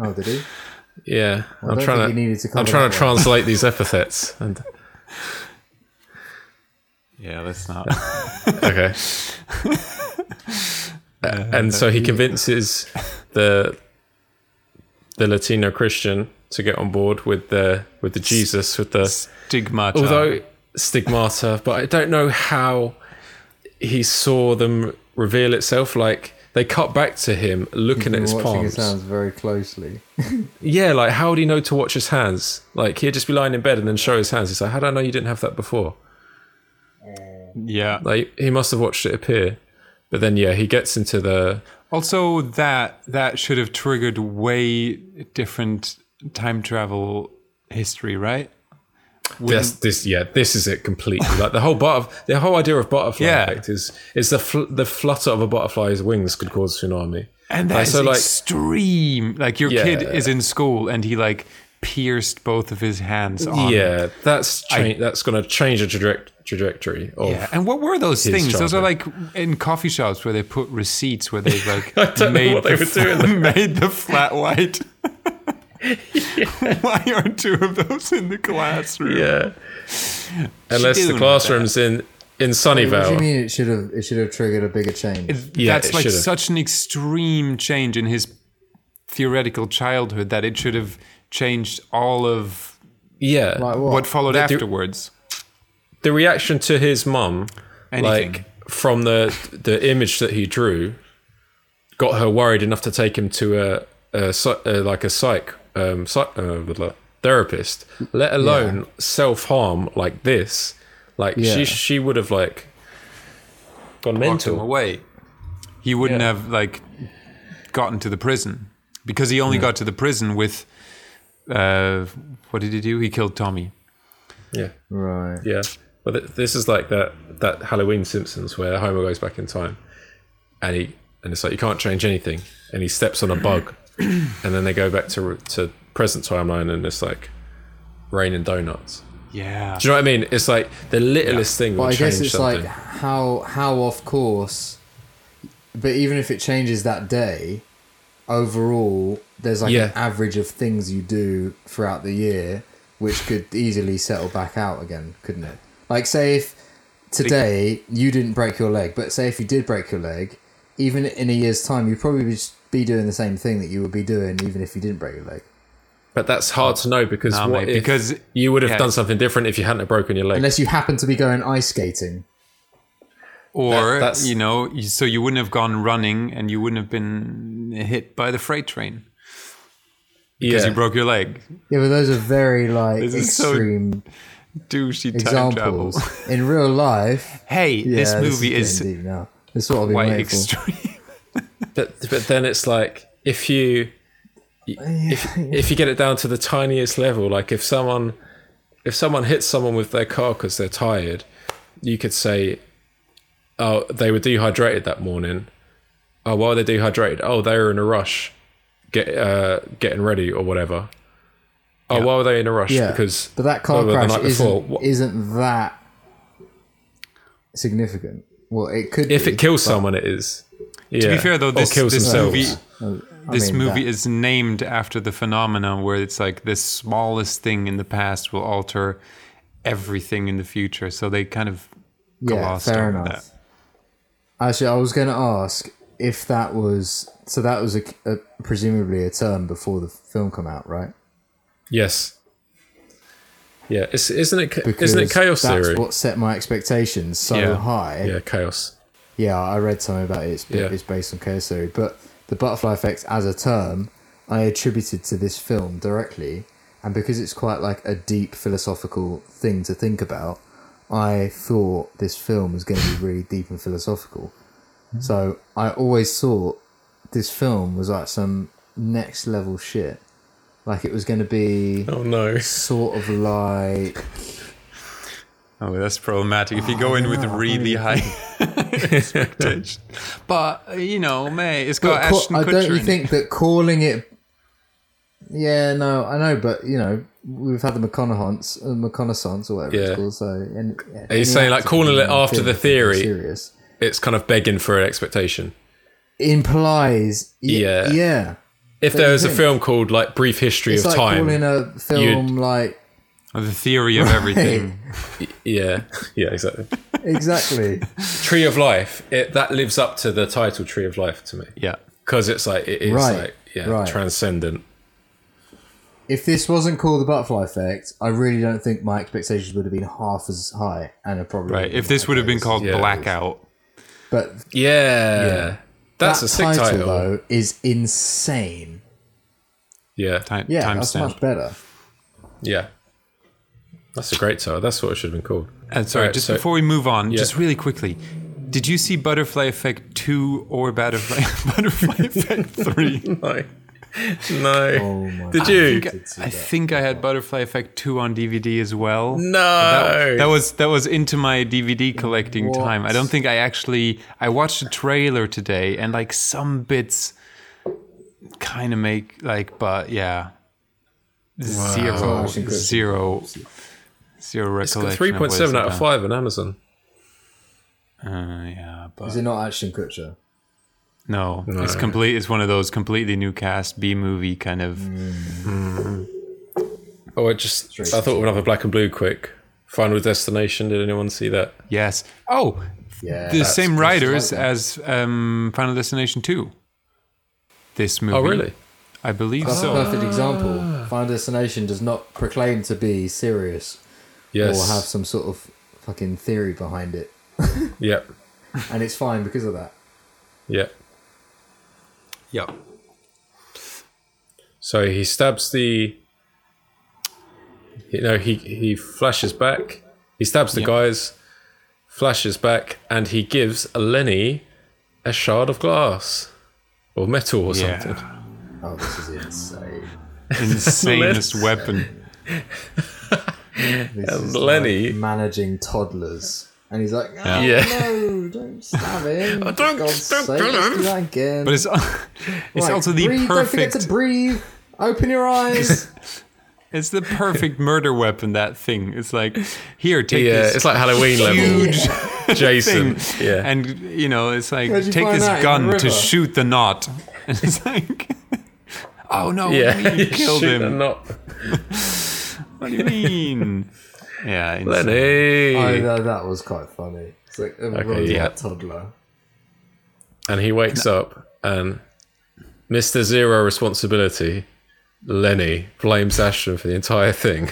S14: Oh, did he?
S4: he? Yeah,
S14: Well, I
S4: I'm
S14: don't
S4: trying
S14: think he needed
S4: to.
S14: to
S4: I'm
S14: cover
S4: trying
S14: that
S4: to
S14: one.
S4: translate these epithets. And
S10: yeah let's not
S4: okay, Uh, and so he convinces the the Latino Christian to get on board with the with the Jesus with the
S10: stigmata.
S4: Although stigmata, but I don't know how he saw them reveal itself. Like they cut back to him looking at
S14: Been
S4: his
S14: watching
S4: palms.
S14: his hands very closely.
S4: Yeah, like how would he know to watch his hands? Like he'd just be lying in bed and then show his hands. He's like, how do I know you didn't have that before?
S10: yeah
S4: Like he must have watched it appear. But then yeah, he gets into the
S10: Also, that that should have triggered way different time travel history, right?
S4: this, this yeah this is it completely like the whole butterf- the whole idea of butterfly
S10: Yeah.
S4: effect is is the fl- the flutter of a butterfly's wings could cause tsunami
S10: And
S4: Like,
S10: that's
S4: so, like-
S10: extreme. Like your
S4: Yeah.
S10: kid is in school and he like pierced both of his hands. On.
S4: yeah that's cha-
S10: Um, I-
S4: that's going to change the traje- trajectory of
S10: Yeah, and what were those
S4: his
S10: things? Those are
S4: childhood.
S10: like in coffee shops where they put receipts where they like
S4: I don't know
S10: made
S4: what they
S10: the
S4: were doing
S10: fla-
S4: there.
S10: made the flat white. Why are two of those in the classroom?
S4: yeah
S10: She
S4: unless
S10: didn't
S4: the
S10: want
S4: classroom's in in
S14: What do you
S4: Sunnyvale
S14: mean it should have? It should have triggered a bigger change.
S4: Yeah,
S10: that's
S4: it
S10: like
S4: should've.
S10: such an extreme change in his theoretical childhood that it should have changed all of
S4: yeah
S10: what, followed
S4: The- the-
S10: afterwards.
S4: the reaction to his mum
S10: Anything.
S4: like from the the image that he drew got her worried enough to take him to a, a, psy- uh like a psych um psych, uh, blah, blah, therapist let alone self-harm like this like
S10: Yeah.
S4: she she would have like gone
S10: Locked him
S4: mental
S10: away. He wouldn't have like gotten to the prison because he only got to the prison with uh, what did he do? He killed Tommy.
S4: yeah
S14: Right.
S4: Yeah, but th- this is like that that Halloween Simpsons where Homer goes back in time, and he and it's like you can't change anything, and he steps on a bug, and then they go back to to present timeline, and it's like rain and donuts.
S10: Yeah.
S4: Do you know what I mean? It's like the littlest thing will
S14: But I
S4: change
S14: guess it's
S4: something.
S14: like how how off course. But even if it changes that day, overall there's like
S4: Yeah.
S14: an average of things you do throughout the year, which could easily settle back out again, couldn't it?
S9: Like, say if today you didn't break your leg, but say if you did break your leg, even in a year's time, you'd probably just be doing the same thing that you would be doing even if you didn't break your leg.
S4: But that's hard to know because
S9: Nah,
S4: what
S9: mate,
S4: if
S9: because-
S4: you would have
S9: yeah.
S4: done something different if you hadn't have broken your leg.
S9: Unless you happen to be going ice skating.
S10: Or
S4: that's-
S10: you know, you- so you wouldn't have gone running, and you wouldn't have been hit by the freight train because
S9: Yeah.
S10: you broke your leg.
S9: Yeah, but those are very like
S10: This is so
S9: extreme
S10: Douchey time travel.
S9: examples. In real life,
S10: Hey, this
S9: Yeah,
S10: movie
S9: getting
S10: is
S9: deep now. This is what I'll be
S10: quite
S9: waiting for.
S10: extreme.
S4: but, but then it's like if you if if you get it down to the tiniest level, like if someone if someone hits someone with their car because they're tired, you could say, "Oh, they were dehydrated that morning. Oh, why are they dehydrated? Oh, they were in a rush, get uh, getting ready or whatever. Oh, why were they in a rush?
S9: Yeah,
S4: because
S9: but that car
S4: they were the
S9: crash
S4: night before.
S9: isn't, isn't that significant. Well, it could
S4: If
S9: be,
S4: it kills
S9: but-
S4: someone, it is.
S10: To
S4: Yeah.
S10: be fair, though,
S4: Or
S10: this,
S4: kills
S10: this
S4: themselves.
S10: movie,
S9: No, I
S10: this
S9: mean
S10: movie
S9: that.
S10: is named after the phenomenon where it's like the smallest thing in the past will alter everything in the future. So they kind of
S9: Yeah,
S10: glossed
S9: fair
S10: over
S9: enough.
S10: that.
S9: Actually, I was going to ask if that was so. That was a, a presumably a term before the film come out, right?
S4: Yes. Yeah, it's, isn't it? ca- Isn't it chaos
S9: that's
S4: theory?
S9: what set my expectations so
S4: Yeah.
S9: high.
S4: Yeah, chaos.
S9: Yeah, I read something about it. It's,
S4: Yeah.
S9: it's based on chaos theory, but the butterfly effect as a term, I attributed to this film directly, and because it's quite like a deep philosophical thing to think about, I thought this film was going to be really deep and philosophical.
S4: Mm-hmm.
S9: So I always thought this film was like some next level shit. Like it was going to be
S4: oh no
S9: sort of like
S10: Oh, that's problematic. If you
S9: Oh,
S10: go
S9: I
S10: in
S9: don't
S10: with
S9: know. I
S10: really high
S9: can't
S10: expectations, but uh, you know, May, it's got
S9: But ca-
S10: Ashton
S9: I
S10: Kutcher.
S9: don't you
S10: in
S9: think
S10: it.
S9: that calling it? Yeah, no, I know, but you know, we've had the McConaughey's, uh, McConaissance or whatever
S4: Yeah.
S9: it's called. So, and,
S4: Are you
S9: any
S4: saying like
S9: actor
S4: calling it
S9: can
S4: after
S9: feel
S4: the
S9: if they're
S4: theory?
S9: serious.
S4: It's kind of begging for an expectation.
S9: implies? y-
S4: Yeah.
S9: yeah.
S4: If
S9: Don't
S4: there
S9: you
S4: was a
S9: think?
S4: film called like Brief History
S9: it's
S4: of
S9: like
S4: Time,
S9: calling a film like
S10: the theory of
S4: Right.
S10: everything.
S4: yeah, yeah, exactly.
S9: exactly.
S4: Tree of Life, it, that lives up to the title Tree of Life to me.
S10: Yeah,
S4: because it's like it is
S9: Right,
S4: like yeah,
S9: right.
S4: transcendent.
S9: if this wasn't called the butterfly effect, I really don't think my expectations would have been half as high, and I probably
S10: Right. If this would have been called Blackout,
S9: But
S4: yeah, that's a sick title.
S9: though. Is insane.
S4: Yeah,
S10: time,
S9: Yeah, that's much better.
S4: Yeah, that's a great title. That's what it should have been called.
S10: And Uh, sorry,
S4: Alright,
S10: just
S4: so-
S10: before we move on,
S4: Yeah.
S10: just really quickly, did you see Butterfly Effect two or Butterfly Butterfly Effect three?
S4: no, no.
S9: Oh
S4: Did
S10: I
S4: you?
S10: Think, I think I had Butterfly Effect two on DVD as well.
S4: No.
S10: that, that was that was into my DVD collecting
S4: What?
S10: time. I don't think I actually I watched the trailer today and like some bits kind of make like, but yeah,
S4: Wow.
S10: zero, zero, zero
S4: It's
S10: recollection.
S4: got
S10: of what
S4: three point seven
S10: it's
S4: out of
S10: about.
S4: five on Amazon.
S10: Uh, yeah, but
S9: Is it not Ashton Kutcher?
S10: no,
S4: No.
S10: it's complete. It's one of those completely new cast B movie kind of.
S4: Mm. Oh, I just I thought we'd have a black and blue quick. Final Destination. Did anyone see that?
S10: Yes. Oh,
S9: Yeah,
S10: the
S4: that's-
S10: same
S4: that's
S10: writers
S4: like
S10: as um, Final Destination Two. This movie.
S4: Oh, really? Oh.
S10: I believe
S9: That's
S10: so.
S9: a perfect example. Final Destination does not proclaim to be serious,
S4: Yes.
S9: or have some sort of fucking theory behind it,
S4: Yep.
S9: and it's fine because of that.
S4: Yep.
S10: Yep.
S4: So he stabs the. You know he he flashes back. He stabs the guys, flashes back, and he gives Lenny a shard of glass or metal or
S10: Yeah.
S4: something.
S9: Oh, this is insane.
S10: Insanest weapon.
S9: This
S4: And
S9: is
S4: Lenny-
S9: like managing toddlers, and he's like, oh,
S4: Yeah.
S9: no, don't stab him!
S4: Don't-
S9: For God's
S4: don't
S9: sake,
S4: kill
S9: let's do
S4: him."
S9: that again.
S10: But it's it's
S9: Right,
S10: also the
S9: breathe, Don't forget
S10: perfect.
S9: to breathe. Open your eyes.
S10: It's the perfect murder weapon. That thing. It's like here, take
S4: Yeah,
S10: this.
S4: it's like Halloween level.
S10: huge
S4: Jason,
S10: thing.
S4: yeah.
S10: And you know, it's like
S4: Where'd you
S10: take
S4: find
S10: this
S4: that? In the
S10: gun to
S4: river?
S10: shoot the knot. And it's like, oh no, what do you mean you killed
S4: shoot
S10: him.
S4: and not.
S10: What do you mean? Yeah,
S4: Lenny.
S14: Oh, no, that was quite funny. It's like a
S4: Okay, yeah.
S14: toddler.
S4: And he wakes up and Mr. Zero Responsibility, Lenny, blames Ashton for the entire thing.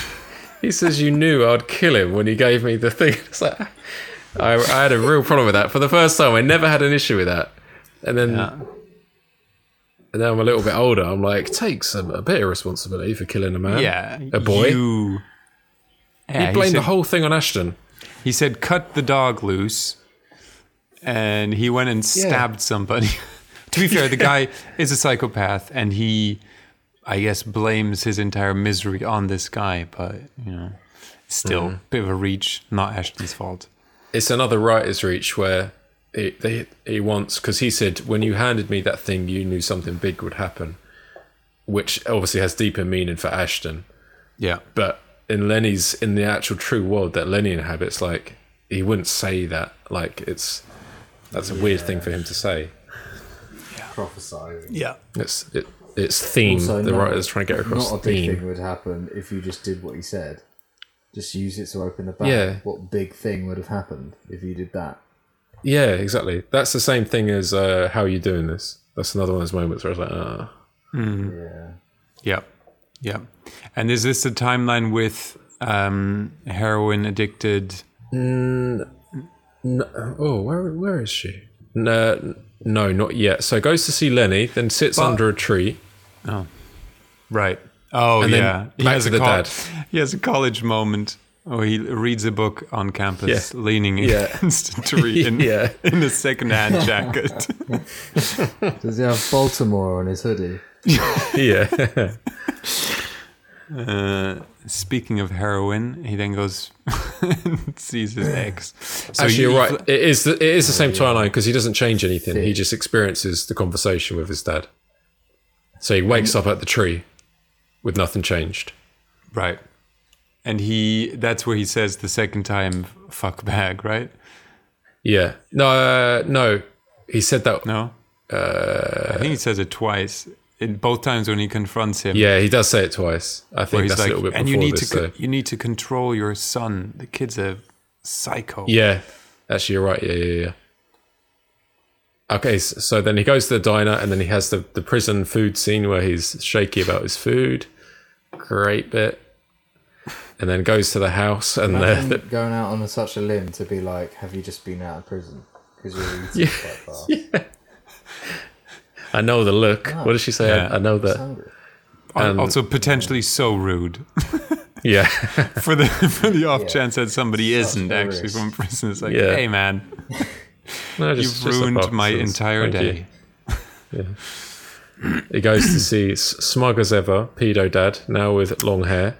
S4: he says, You knew I'd kill him when you gave me the thing. It's like, I, I had a real problem with that. For the first time, I never had an issue with that. And then. And now I'm a little bit older. I'm like, take some a bit of responsibility for killing a man,
S10: Yeah,
S4: a boy.
S10: you- Yeah,
S4: he blamed
S10: said-
S4: the whole thing on Ashton.
S10: He said, "Cut the dog loose," and he went and stabbed somebody. to be fair, the guy is a psychopath, and he, I guess, blames his entire misery on this guy. But you know, still
S4: Mhm.
S10: bit of a reach. Not Ashton's fault.
S4: it's another writer's reach where he, they, he wants because he said when you handed me that thing you knew something big would happen which obviously has deeper meaning for ashton
S10: yeah
S4: but in lenny's in the actual true world that lenny inhabits like he wouldn't say that like it's that's a weird thing for him to say
S14: Prophesying.
S10: Yeah.
S4: it's it, it's theme
S14: Also,
S4: the
S14: no-
S4: writer's trying to get across
S14: Not a big
S4: theme
S14: thing would happen if you just did what he said. Just use it to open the bag.
S4: Yeah.
S14: What big thing would have happened if you did that?
S4: yeah exactly that's the same thing as uh, how are you doing this that's another one of those moments where i was like ah
S14: Yeah.
S10: Yep. Yep. And is this the timeline with um, heroin addicted?
S4: Mm, no, oh, where where is she? No, no, not yet. So goes to see Lenny, then sits
S10: But-
S4: under a tree.
S10: Oh, right. Oh
S4: And then
S10: yeah,
S4: back to the
S10: col-
S4: dad.
S10: He has a college moment. Oh, he reads a book on campus,
S4: Yeah.
S10: leaning
S4: Yeah.
S10: against a tree in,
S4: Yeah.
S10: in a second-hand jacket.
S14: Does he have Baltimore on his hoodie?
S4: yeah.
S10: Uh, speaking of heroin, he then goes and sees his ex.
S4: Actually,
S10: he-
S4: you're right. It is the, it is the same timeline because he doesn't change anything. He just experiences the conversation with his dad. So he wakes up at the tree with nothing changed.
S10: Right. And he that's where he says the second time fuck bag, right?
S4: Yeah. No, uh, no. He said that.
S10: No.
S4: Uh,
S10: I think he says it twice. In both times when he confronts him.
S4: yeah, he does say it twice. I
S10: where
S4: think that's a little bit
S10: and
S4: before
S10: you need
S4: this. uh,
S10: to
S4: though.
S10: con- you need to control your son. The kid's a psycho.
S4: Yeah, actually, you're right. Yeah, yeah, yeah. Okay, s- so then he goes to the diner and then he has the, the prison food scene where he's shaky about his food. Great bit. And then goes to the house and
S14: Imagine
S4: the,
S14: going out on such a limb to be like, have you just been out of prison? Because you're eating
S4: Yeah.
S14: quite fast.
S4: I know the look. what does she say?
S10: Yeah.
S4: I, I know
S14: He's
S4: the.
S14: hungry.
S10: Al-
S4: And-
S10: also potentially so rude
S4: Yeah.
S10: for the for the off chance that somebody isn't
S14: a
S10: actually
S14: risk.
S10: from prison. It's like,
S4: Yeah.
S10: hey man,
S4: No,
S10: you've
S4: a
S10: ruined
S4: box
S10: my
S4: and-
S10: entire
S4: thank you.
S10: day.
S4: He goes to see s- smug as ever, pedo dad, now with long hair.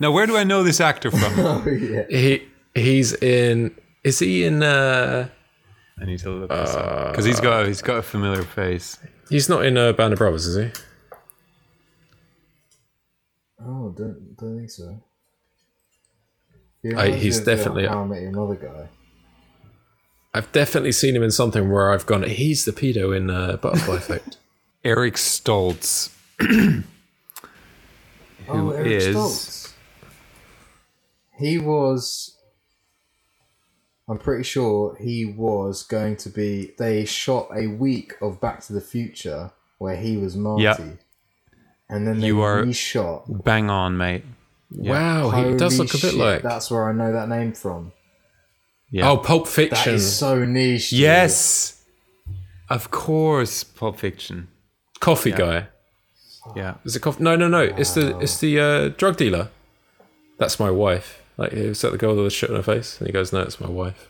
S10: Now where do I know this actor from?
S14: Oh, yeah.
S4: He he's in. Is he in? uh
S10: I need to look this up because he's got he's got a familiar face.
S4: He's not in uh, Band of Brothers, is he?
S14: Oh, don't, don't think so. He
S4: I-
S14: reminds
S4: he's
S14: me of the
S4: definitely-
S14: How I Met Your Mother guy.
S4: I've definitely seen him in something where I've gone, he's the pedo in uh, Butterfly Effect.
S10: Eric Stoltz.
S14: oh, Eric
S10: is-
S14: Stoltz. He was. I'm pretty sure he was going to be. They shot a week of Back to the Future where he was Marty,
S10: Yeah.
S14: and then they
S10: You are-
S14: reshot.
S10: Bang on, mate.
S4: Wow, he does
S14: Holy
S4: look a bit
S14: shit,
S4: like.
S14: That's where I know that name from.
S10: Yeah.
S4: Oh, Pulp
S14: That
S4: Fiction.
S14: is so niche. dude.
S10: Yes. Of course, Pulp Fiction.
S4: coffee guy.
S10: Yeah.
S4: Is it coffee? No, no, no. It's the it's the uh, drug dealer. That's my wife. Like, is that the girl with the shit on her face? And he goes, no, it's my wife.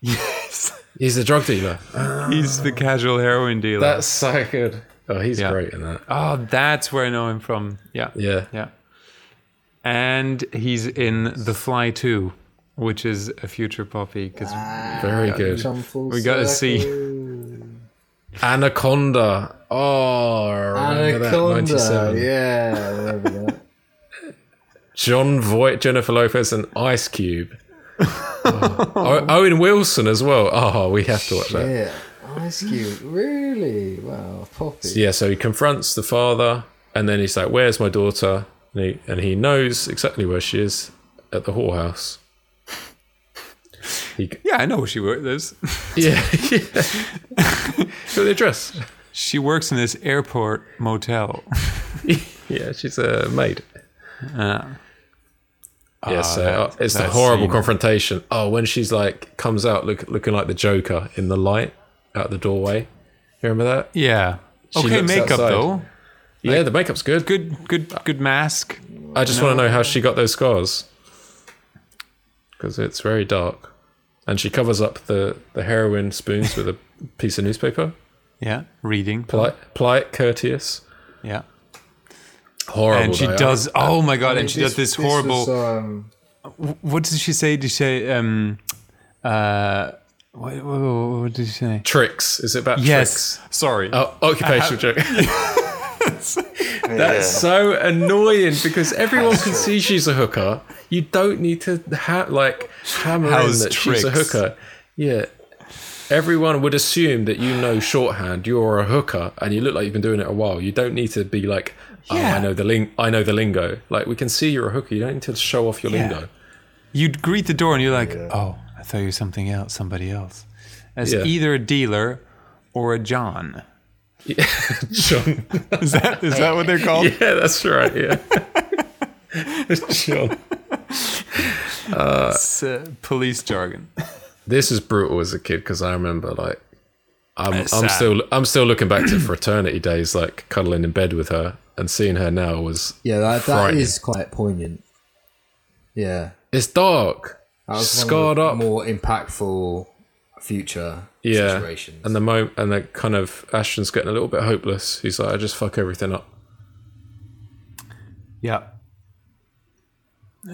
S10: Yes.
S4: He's the drug dealer.
S10: He's the casual heroin dealer.
S4: That's so good. Oh, he's
S10: Yeah.
S4: great in that.
S10: oh, that's where I know him from. Yeah.
S4: Yeah.
S10: Yeah. And he's in The Fly 2, which is a future Poppy because
S4: Very good.
S14: Come full
S10: we got to see.
S14: circle.
S4: Anaconda. Oh, I remember that,
S14: Anaconda.
S4: 97.
S14: Yeah, I remember that.
S4: John Voight, Jennifer Lopez, and Ice Cube. Oh. O- Owen Wilson as well. Oh, we have to watch that.
S14: Yeah, Ice Cube. Really? Wow, Poppy.
S4: Yeah, so he confronts the father, and then he's like, "Where's my daughter?" and he, and he knows exactly where she is at the whorehouse. He,
S10: Yeah, I know where she works. There's
S4: yeah, yeah. Got the address.
S10: She works in this airport motel.
S4: yeah, she's a maid.
S10: Uh,
S4: yeah, so uh, it's the
S10: Ah, that
S4: horrible
S10: scene.
S4: confrontation. Oh, when she's like comes out look, looking like the Joker in the light out the doorway. You remember that?
S10: Yeah.
S4: She
S10: okay,
S4: looks
S10: makeup
S4: outside.
S10: though.
S4: yeah, the makeup's good.
S10: Good, good, good mask.
S4: I just
S10: No.
S4: want to know how she got those scars because it's very dark, and she covers up the the heroin spoons with a piece of newspaper.
S10: Yeah, reading.
S4: Polite, polite, courteous,
S10: Yeah.
S4: horrible.
S10: and she
S4: though.
S10: does. oh my god!
S14: Wait,
S10: And she does this
S14: was,
S10: horrible.
S14: um,
S10: wh- what did she say? Did she say? Um, uh, what, what, what, what did she say?
S4: tricks. Is it about
S10: Yes.
S4: tricks?
S10: Sorry.
S4: Oh, occupational
S10: I
S4: joke. That's so annoying because everyone can see she's a hooker. You don't need to ha- like hammer in
S10: How's
S4: that she's a
S10: tricks?
S4: hooker. Yeah. Everyone would assume that you know shorthand, you're a hooker, and you look like you've been doing it a while. You don't need to be like, oh,
S10: Yeah.
S4: I know the ling- I know the lingo. Like we can see you're a hooker. You don't need to show off your
S10: Yeah.
S4: lingo.
S10: You'd greet the door and you're like, "Oh, I thought you were something else, somebody else." As
S4: Yeah.
S10: either a dealer or a John.
S4: John.
S10: Is that is that what they're called?
S4: Yeah, that's right. Yeah. John. Uh,
S10: It's, uh, police jargon.
S4: this is brutal as a kid because I remember like I'm
S10: It's
S4: I'm
S10: sad.
S4: still I'm still looking back to fraternity days, like cuddling in bed with her and seeing her now was
S9: Yeah, that, that
S4: frightening.
S9: is quite poignant. Yeah.
S4: It's dark.
S9: That was
S4: Scarred
S9: one
S4: up.
S9: of the more impactful future
S4: Yeah,
S9: situations.
S4: and the moment and the kind of Ashton's getting a little bit hopeless. He's like, I just fuck everything up.
S10: Yeah.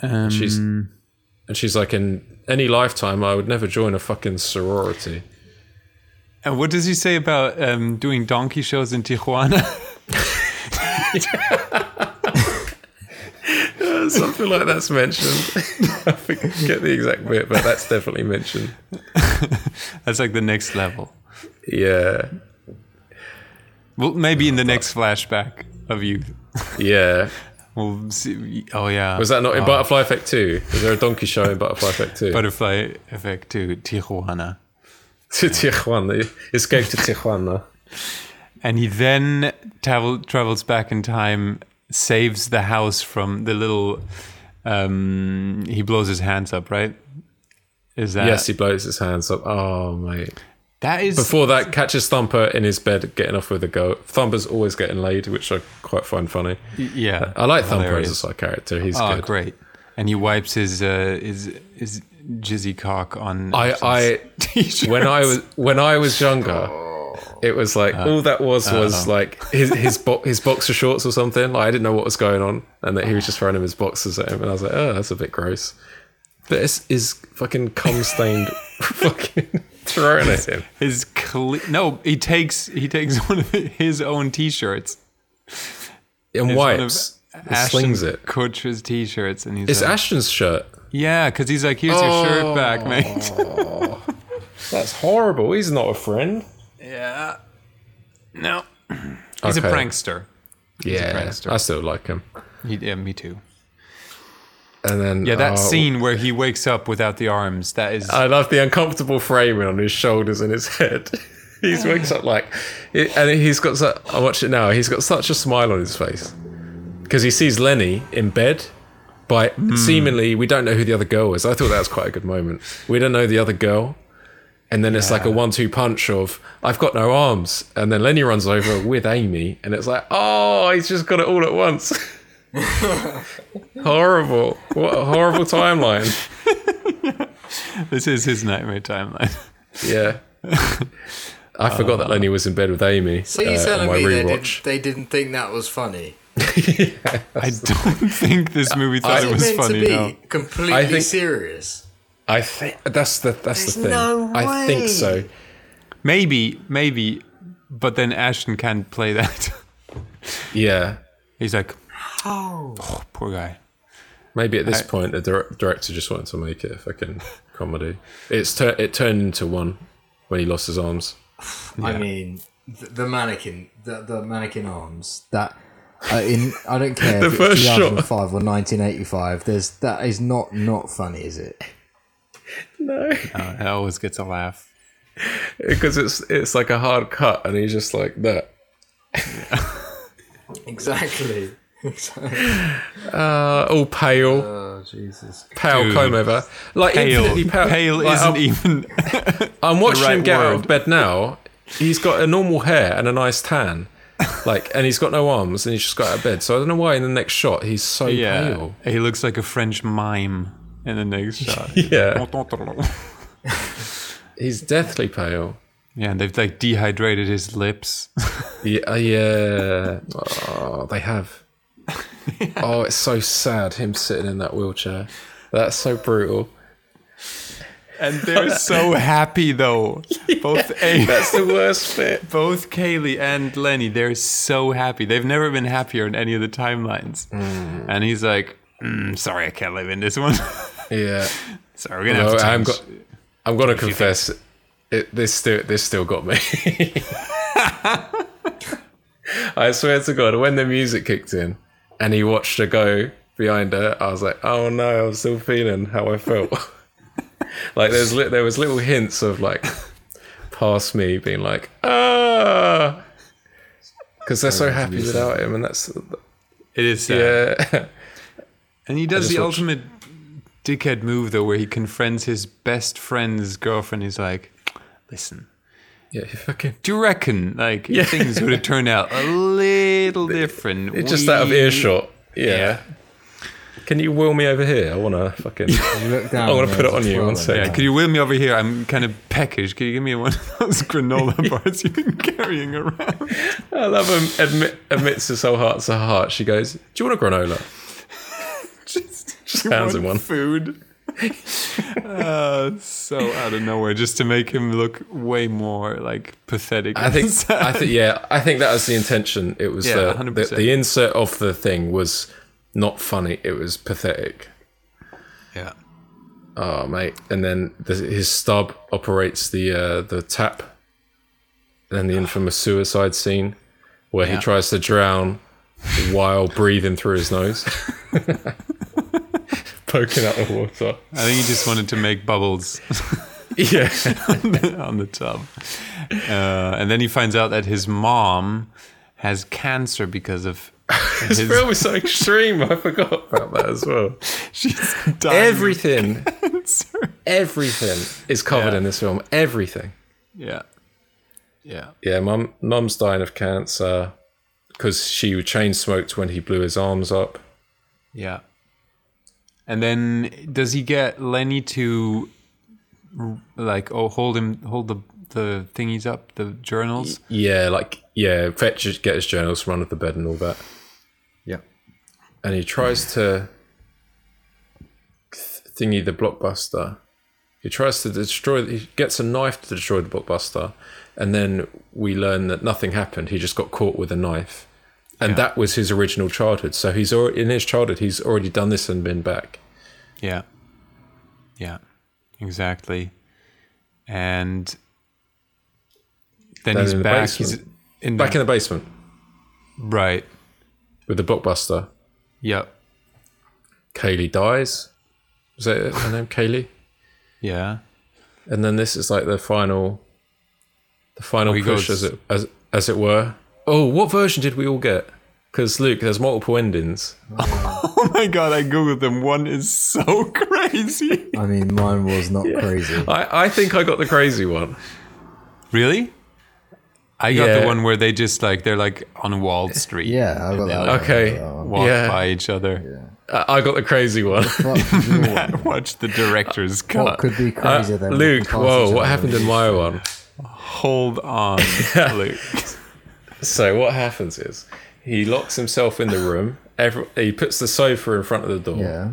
S10: Um,
S4: And she's and she's like, in any lifetime, I would never join a fucking sorority.
S10: And what does he say about um, doing donkey shows in Tijuana?
S4: Something like that's mentioned. I forget the exact bit, but that's definitely mentioned.
S10: That's like the next level.
S4: Yeah.
S10: Well, maybe in the next flashback of youth.
S4: Yeah.
S10: We'll see. Oh yeah.
S4: Was that not in
S10: Oh,
S4: Butterfly Effect 2? Was there a donkey show in Butterfly Effect 2?
S10: Butterfly effect to Tijuana?
S4: to Tijuana. Escape to Tijuana.
S10: And he then travel, travels back in time, saves the house from the little. Um, he blows his hands up, right? Is that
S4: yes, he blows his hands up. Oh, mate.
S10: that is
S4: Before that, catches Thumper in his bed getting off with a girl. Thumper's always getting laid, which I quite find funny.
S10: yeah?
S4: I like Thumper as
S10: hilarious.
S4: a side character. He's
S10: oh,
S4: good.
S10: great! And he wipes his uh, his his jizzy cock on.
S4: I, I
S10: T-shirts.
S4: when I was when I was younger, it was like
S10: Uh,
S4: all that was was like his his bo- his boxer shorts or something. Like I didn't know what was going on, and that he was just throwing him his boxers at him, and I was like, oh, that's a bit gross. But it's his fucking cum stained fucking throwing at him.
S10: his cle- no, he takes he takes one of his own T-shirts.
S4: And
S10: It's one of
S4: wipes, He
S10: Ashton
S4: slings it.
S10: Kutcher's T-shirts, and he's
S4: It's
S10: like,
S4: Ashton's shirt.
S10: yeah, because he's like, here's your shirt
S4: Oh.
S10: back, mate.
S4: That's horrible. He's not a friend.
S10: yeah, no, he's
S4: Okay.
S10: a prankster. a
S4: Yeah,
S10: prankster.
S4: I still like him.
S10: He, yeah, me too.
S4: And then
S10: Yeah, that
S4: oh, Uh,
S10: scene where he wakes up without the arms. That is
S4: I love the uncomfortable framing on his shoulders and his head. he wakes up like, and he's got. Su- I watch it now. He's got such a smile on his face because he sees Lenny in bed. By seemingly, we don't know who the other girl is. I thought that was quite a good moment. We don't know the other girl, and then it's like a one-two punch of "I've got no arms," and then Lenny runs over with Amy, and it's like, "Oh, he's just got it all at once." horrible! What a horrible timeline.
S10: this is his nightmare timeline.
S4: Yeah. I forgot that Lenny was in bed with Amy
S9: so you're
S4: uh, on
S9: telling
S4: my
S9: me they, did,
S4: rewatch.
S9: they didn't think that was funny?
S10: I don't think this movie thought it
S9: It's
S10: was
S9: meant
S10: funny.
S9: to be
S10: No.
S9: completely
S4: I think-
S9: serious.
S4: I think that's the that's the thing.
S9: no
S4: I think
S9: way.
S4: so.
S10: Maybe, maybe, but then Ashton can't play that.
S4: Yeah.
S10: He's like, oh, poor guy.
S4: Maybe at this point the dir- director just wanted to make it a fucking comedy. It's tur- it turned into one when he lost his arms.
S9: I mean, the, the mannequin, the, the mannequin arms. That Uh, in I don't care
S4: The
S9: if
S4: first
S9: it's
S4: shot.
S9: 2005 or 1985. There's that is not not funny, is it?
S4: No.
S10: Uh, it always gets a laugh.
S4: Because it's it's like a hard cut, and he's just like that.
S9: Exactly.
S4: Uh, all pale.
S9: Oh Jesus!
S4: Pale
S10: Dude.
S4: comb over. Like
S10: Pale.
S4: infinitely pale.
S10: Pale
S4: Like,
S10: isn't
S4: um, I'm-
S10: even.
S4: I'm watching
S10: right
S4: him get out of
S10: word.
S4: bed now. He's got a normal hair and a nice tan. Like, and he's got no arms, and he's just got out of bed. So I don't know why in the next shot he's so
S10: yeah,
S4: pale.
S10: he looks like a French mime in the next shot.
S4: Yeah. He's deathly pale.
S10: yeah, and they've like dehydrated his lips.
S4: Yeah, uh, yeah. Oh, they have. Oh, it's so sad him sitting in that wheelchair. That's so brutal.
S10: and they're so happy though. Both A-
S4: That's the worst bit.
S10: both Kaylee and Lenny, they're so happy. They've never been happier in any of the timelines. And he's like, mm, "Sorry, I can't live in this one.
S4: Yeah.
S10: sorry, we're gonna have to
S4: I'm,
S10: change."
S4: go- I'm gonna confess, it, this still this still got me. I swear to God, when the music kicked in and he watched her go behind her, I was like, oh no, I'm still feeling how I felt. like there's li- there was little hints of like past me being like ah, because they're so happy without him, and that's
S10: it is sad.
S4: yeah.
S10: And he does
S4: just
S10: the
S4: watched-
S10: ultimate dickhead move though, where he confronts his best friend's girlfriend. He's like, "Listen,
S4: Yeah, you fucking
S10: do you reckon like
S4: Yeah.
S10: things would have turned out a little different?
S4: It's just out of
S10: We-
S4: earshot. Yeah. Can you wheel me over here? I want to fucking.
S9: Look
S4: I
S9: down.
S4: want to
S9: there,
S4: put it on
S9: it's a
S4: you. One
S9: twirl.
S10: Yeah,
S4: second.
S10: could you wheel me over here? I'm kind of peckish. Could you give me one of those granola bars you've been carrying around?
S4: I love him. Admit, admits his whole heart to heart. She goes, "Do you want a granola?"
S10: Just, just
S4: hands him one.
S10: food. uh, so out of nowhere, just to make him look way more like pathetic.
S4: I think.
S10: and sad.
S4: I think. Yeah. I think that was the intention. It was
S10: Yeah,
S4: the, the
S10: 100%.
S4: the insert of the thing was not funny. It was pathetic.
S10: yeah.
S4: Oh mate! And then the, his stub operates the uh, the tap, and then the infamous suicide scene, where he
S10: Yeah.
S4: tries to drown while breathing through his nose, poking out the water.
S10: I think he just wanted to make bubbles
S4: Yeah,
S10: on the, on the tub. Uh, and then he finds out that his mom has cancer because of
S4: this
S10: his,
S4: film is so extreme. I forgot about that as well.
S10: she's dying.
S4: Everything, everything is covered
S10: Yeah.
S4: in this film. Everything.
S10: Yeah. Yeah.
S4: Yeah, mum, mum's dying of cancer because she chain smoked when he blew his arms up.
S10: Yeah. And then does he get Lenny to like oh hold him hold the the thingies up the journals?
S4: Yeah, like yeah, fetch his, get his journals from under the bed and all that.
S14: Yeah.
S4: And he tries to thingy the blockbuster. He tries to destroy. He gets a knife to destroy the blockbuster, and then we learn that nothing happened. He just got caught with a knife, and that was his original childhood. So he's already in his childhood. He's already done this and been back.
S10: Yeah. Yeah. Exactly. And then
S4: Then
S10: he's
S4: in the
S10: back. He's
S4: basement.
S10: in
S4: Back in the basement
S10: right.
S4: with the blockbuster.
S10: Yep.
S4: Kaylee dies. Is that it? her name? Kaylee.
S10: Yeah.
S4: and then this is like the final the final
S10: Oh, he
S4: push
S10: goes-
S4: as it as, as it were oh what version did we all get because luke there's multiple endings
S10: Oh my god! I googled them. One is so crazy.
S9: I mean, mine was not crazy.
S4: i i think i got the crazy one
S10: Really? I got
S4: Yeah.
S10: the one where they just like they're like on Wall Street.
S14: Yeah, I got that. one.
S4: okay
S10: walk
S4: yeah
S10: by each other.
S4: I, I got the crazy one
S10: Matt watched the director's cut.
S14: What could be
S4: Uh,
S14: crazier than
S4: luke
S14: passing
S4: whoa
S14: someone?
S4: what happened in my one
S10: Hold on, Luke.
S4: so what happens is he locks himself in the room every, he puts the sofa in front of the door
S14: Yeah.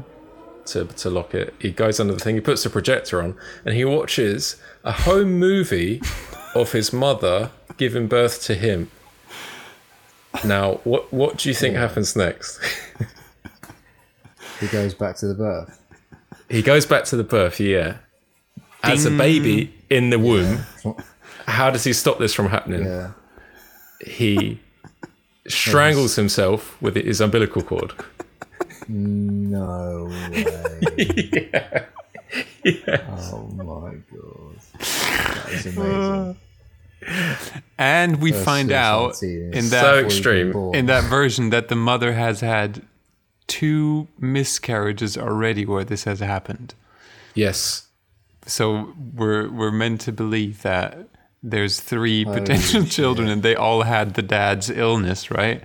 S4: to, to lock it. He goes under the thing, he puts the projector on, and he watches a home movie of his mother giving birth to him. Now, what what do you think happens next?
S14: He goes back to the birth.
S4: He goes back to the birth, yeah. As a baby in the womb. How does he stop this from happening?
S14: Yeah.
S4: He strangles himself with his umbilical cord.
S14: No way. yeah. Oh my god. That is amazing.
S10: And we
S14: That's
S10: find
S14: so
S10: out
S14: fancy,
S10: in
S14: yeah.
S10: that
S14: So extreme.
S10: in that version that the mother has had two miscarriages already where this has happened.
S4: Yes.
S10: So we're we're meant to believe that there's three
S4: Holy
S10: potential children and they all had the dad's illness, right?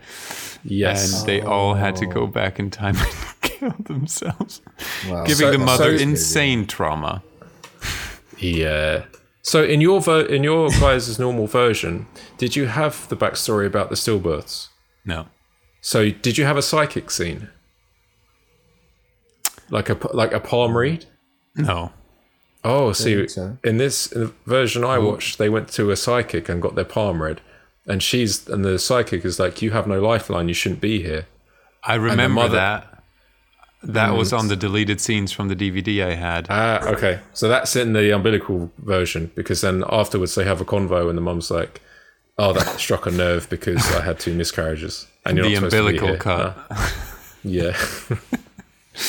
S4: Yes.
S10: And they all had to go back in time and kill themselves.
S4: Oh. Wow.
S10: Giving
S4: So-
S10: the mother
S4: so-
S10: insane trauma.
S4: Yeah. So in your ver- in your guys' normal version, did you have the backstory about the stillbirths?
S10: No.
S4: So did you have a psychic scene? Like a p- like a palm read?
S10: No.
S4: Oh, see,
S10: Mm. think so. Mm.
S4: in this version I watched, they went to a psychic and got their palm read, and she's and the psychic is like, "You have no lifeline. You shouldn't be here."
S10: I
S4: And the
S10: remember
S4: mother-
S10: that. That was
S4: Mm.
S10: on the deleted scenes from the DVD I had.
S4: Ah, okay. So that's in the umbilical version because then afterwards they have a convo and the mum's like, "Oh, that struck a nerve because I had two miscarriages." And you're
S10: The
S4: not supposed to be
S10: umbilical
S4: here."
S10: cut.
S4: Nah. Yeah.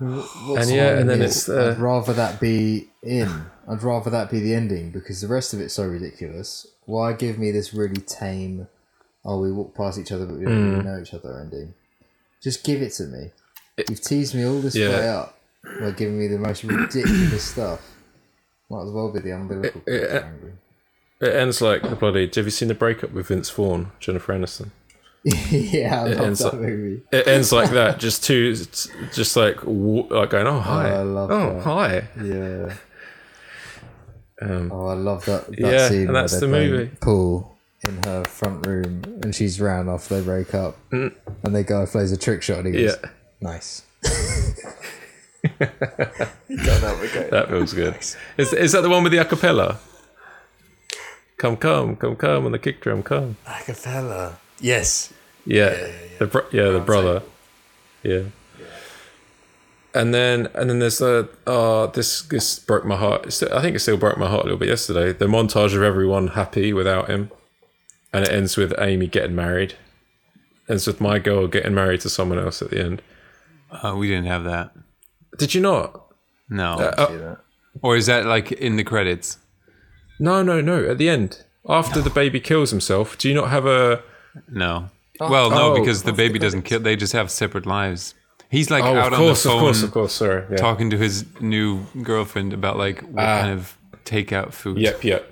S14: What's
S4: And yeah, and then
S14: horrible is
S4: it's, uh,
S14: I'd rather that be in. I'd rather that be the ending because the rest of it's so ridiculous. Why give me this really tame? Oh, we walk past each other, but we don't really
S4: Mm.
S14: know each other. Ending. Just give it to me. You've teased me all this
S4: Yeah.
S14: way up by giving me the most ridiculous stuff. Might as well be the umbilical. cord
S4: it-
S14: triangle.
S4: It ends like the bloody. Have you seen the breakup with Vince Vaughn, Jennifer Aniston?
S14: yeah, I
S4: It
S14: love
S4: ends
S14: that
S4: like,
S14: movie.
S4: It ends like that. Just two, just like wa- like going, oh hi,
S14: I love
S4: oh
S14: that.
S4: hi,
S14: yeah.
S4: Um,
S14: oh, I love that. that
S4: yeah,
S14: scene
S4: and
S14: where
S4: that's
S14: they're
S4: the
S14: playing
S4: movie.
S14: Pool in her front room, and she's round after they break up,
S4: Mm.
S14: and the guy plays a trick shot, and he goes,
S4: Yeah.
S14: "Nice."
S4: that feels good. Is, is that the one with the acapella? Come, come, come, come on the kick drum, come.
S9: Acapella. Yes.
S4: Yeah, the bro- yeah the brother, yeah. And then and then there's the uh this this broke my heart. It's- I think it still broke my heart a little bit yesterday. The montage of everyone happy without him, and it ends with Amy getting married. Ends with my girl getting married to someone else at the end.
S10: Uh, we didn't have that.
S4: Did you not?
S10: No.
S4: Uh, oh.
S10: Or is that like in the credits?
S4: No, no, no. At the end, after the baby kills himself, do you not have a?
S10: No.
S4: Oh.
S10: well, no,
S4: Oh.
S10: because the baby doesn't kill. They just have separate lives. He's like
S4: Oh, of
S10: out
S4: course, of
S10: on the phone,
S4: course, of course, sorry, yeah.
S10: talking to his new girlfriend about like what
S4: Ah.
S10: kind of takeout food.
S4: Yep, yep.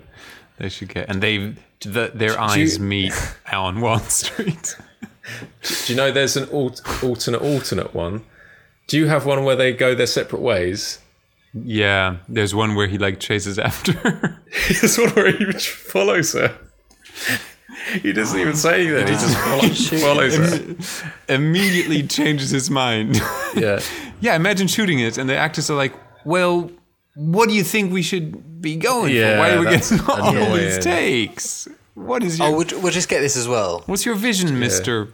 S10: They should get, and they the, their
S4: you-
S10: eyes meet on Wall Street.
S4: Do you know there's an alt- alternate alternate one? Do you have one where they go their separate ways?
S10: Yeah, there's one where he like chases after. her.
S4: there's one where he follows her. He doesn't even say anything. He just follow- follows her.
S10: Imme- Immediately changes his mind.
S4: Yeah.
S10: yeah, imagine shooting it, and the actors are like, "Well, what do you think we should be going for?
S4: Yeah,
S10: Why are we
S4: that's
S10: getting all
S4: annoying.
S10: these takes? What is your?
S9: Oh, we'll, we'll just get this as well.
S10: What's your vision, Mister?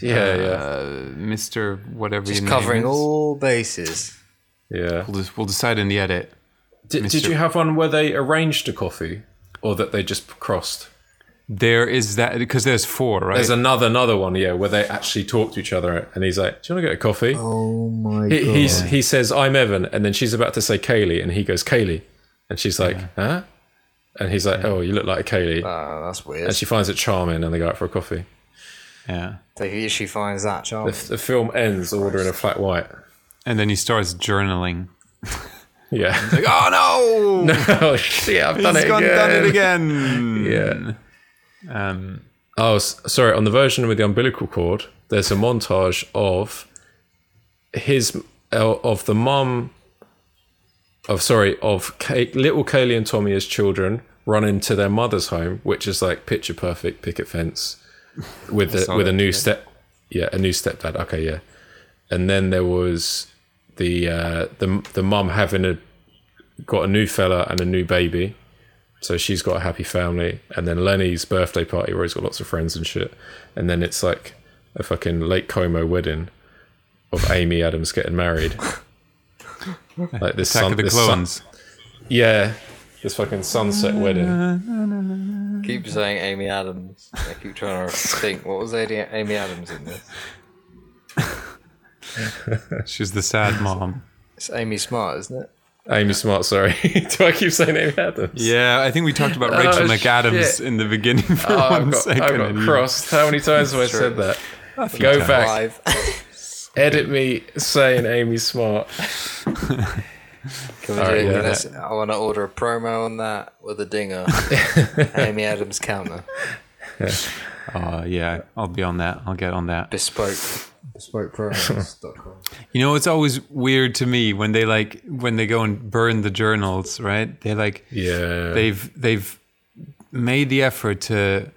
S4: Yeah, Uh,
S10: Mister. Whatever.
S9: Just
S10: your
S9: covering
S10: name is.
S9: all bases.
S4: Yeah.
S10: We'll, just, we'll decide in the edit.
S4: Did, did
S10: Mr.
S4: you have one where they arranged a coffee, or that they just crossed?
S10: There is that because there's four, right?
S4: There's another another one, yeah, where they actually talk to each other, and he's like, "Do you want to get a coffee?"
S14: Oh my
S4: he,
S14: god!
S4: he's, he says, I'm Evan. And then she's about to say Kaylee. And he goes, Kaylee. And she's like, huh? And he's like, oh, you look like Kaylee.
S9: Oh, that's weird.
S4: and she finds it charming and they go out for a coffee.
S10: yeah.
S9: They- she finds that
S4: The,
S9: charming.
S4: the film ends all ordering a flat white.
S10: And then he starts journaling.
S4: Yeah.
S10: Like, oh no!
S4: oh, shit, I've done
S10: He's
S4: it
S10: gone
S4: again.
S10: done it again. Yeah. Um,
S4: Oh, s- sorry. On the version with the umbilical cord, there's a montage of his uh, of the mum of sorry of Kay, little Kaylee and Tommy as children run into their mother's home, which is like picture perfect picket fence with
S10: I
S4: a,
S10: saw
S4: with a
S10: that,
S4: new
S10: yeah.
S4: step yeah a new stepdad. Okay, yeah. And then there was the uh, the the mum having a got a new fella and a new baby. So she's got a happy family, and then Lenny's birthday party where he's got lots of friends and shit, and then it's like a fucking Lake Como wedding of Amy Adams getting married. like this
S10: Attack
S4: sun,
S10: of the
S4: this sun-
S10: Clones.
S4: yeah, this fucking sunset wedding.
S5: Keep
S14: Keep
S5: saying Amy Adams. I keep trying to think. What was Amy Amy Adams in this?
S10: She's the sad mom.
S5: It's Amy Smart, isn't it?
S4: Amy Smart, sorry. Do I keep saying Amy Adams?
S10: Yeah, I think we talked about
S4: Oh,
S10: Rachel McAdams
S4: shit.
S10: in the beginning for
S4: Oh, I've
S10: one
S4: got- I've
S10: second
S4: got
S10: and you-
S4: crossed. How many times have I said that?
S10: A few
S4: Go
S10: times.
S4: back. Edit me saying Amy Smart.
S5: Can we
S4: Alright,
S5: do
S4: yeah.
S5: let's- I want to order a promo on that with a dinger. Amy Adams counter.
S10: Uh, yeah, I'll be on that. I'll get on that.
S5: Bespoke.
S9: Bespokeprograms.com.
S10: You know, it's always weird to me when they like when they go and burn the journals, right? They like
S4: Yeah.
S10: They've they've made the effort to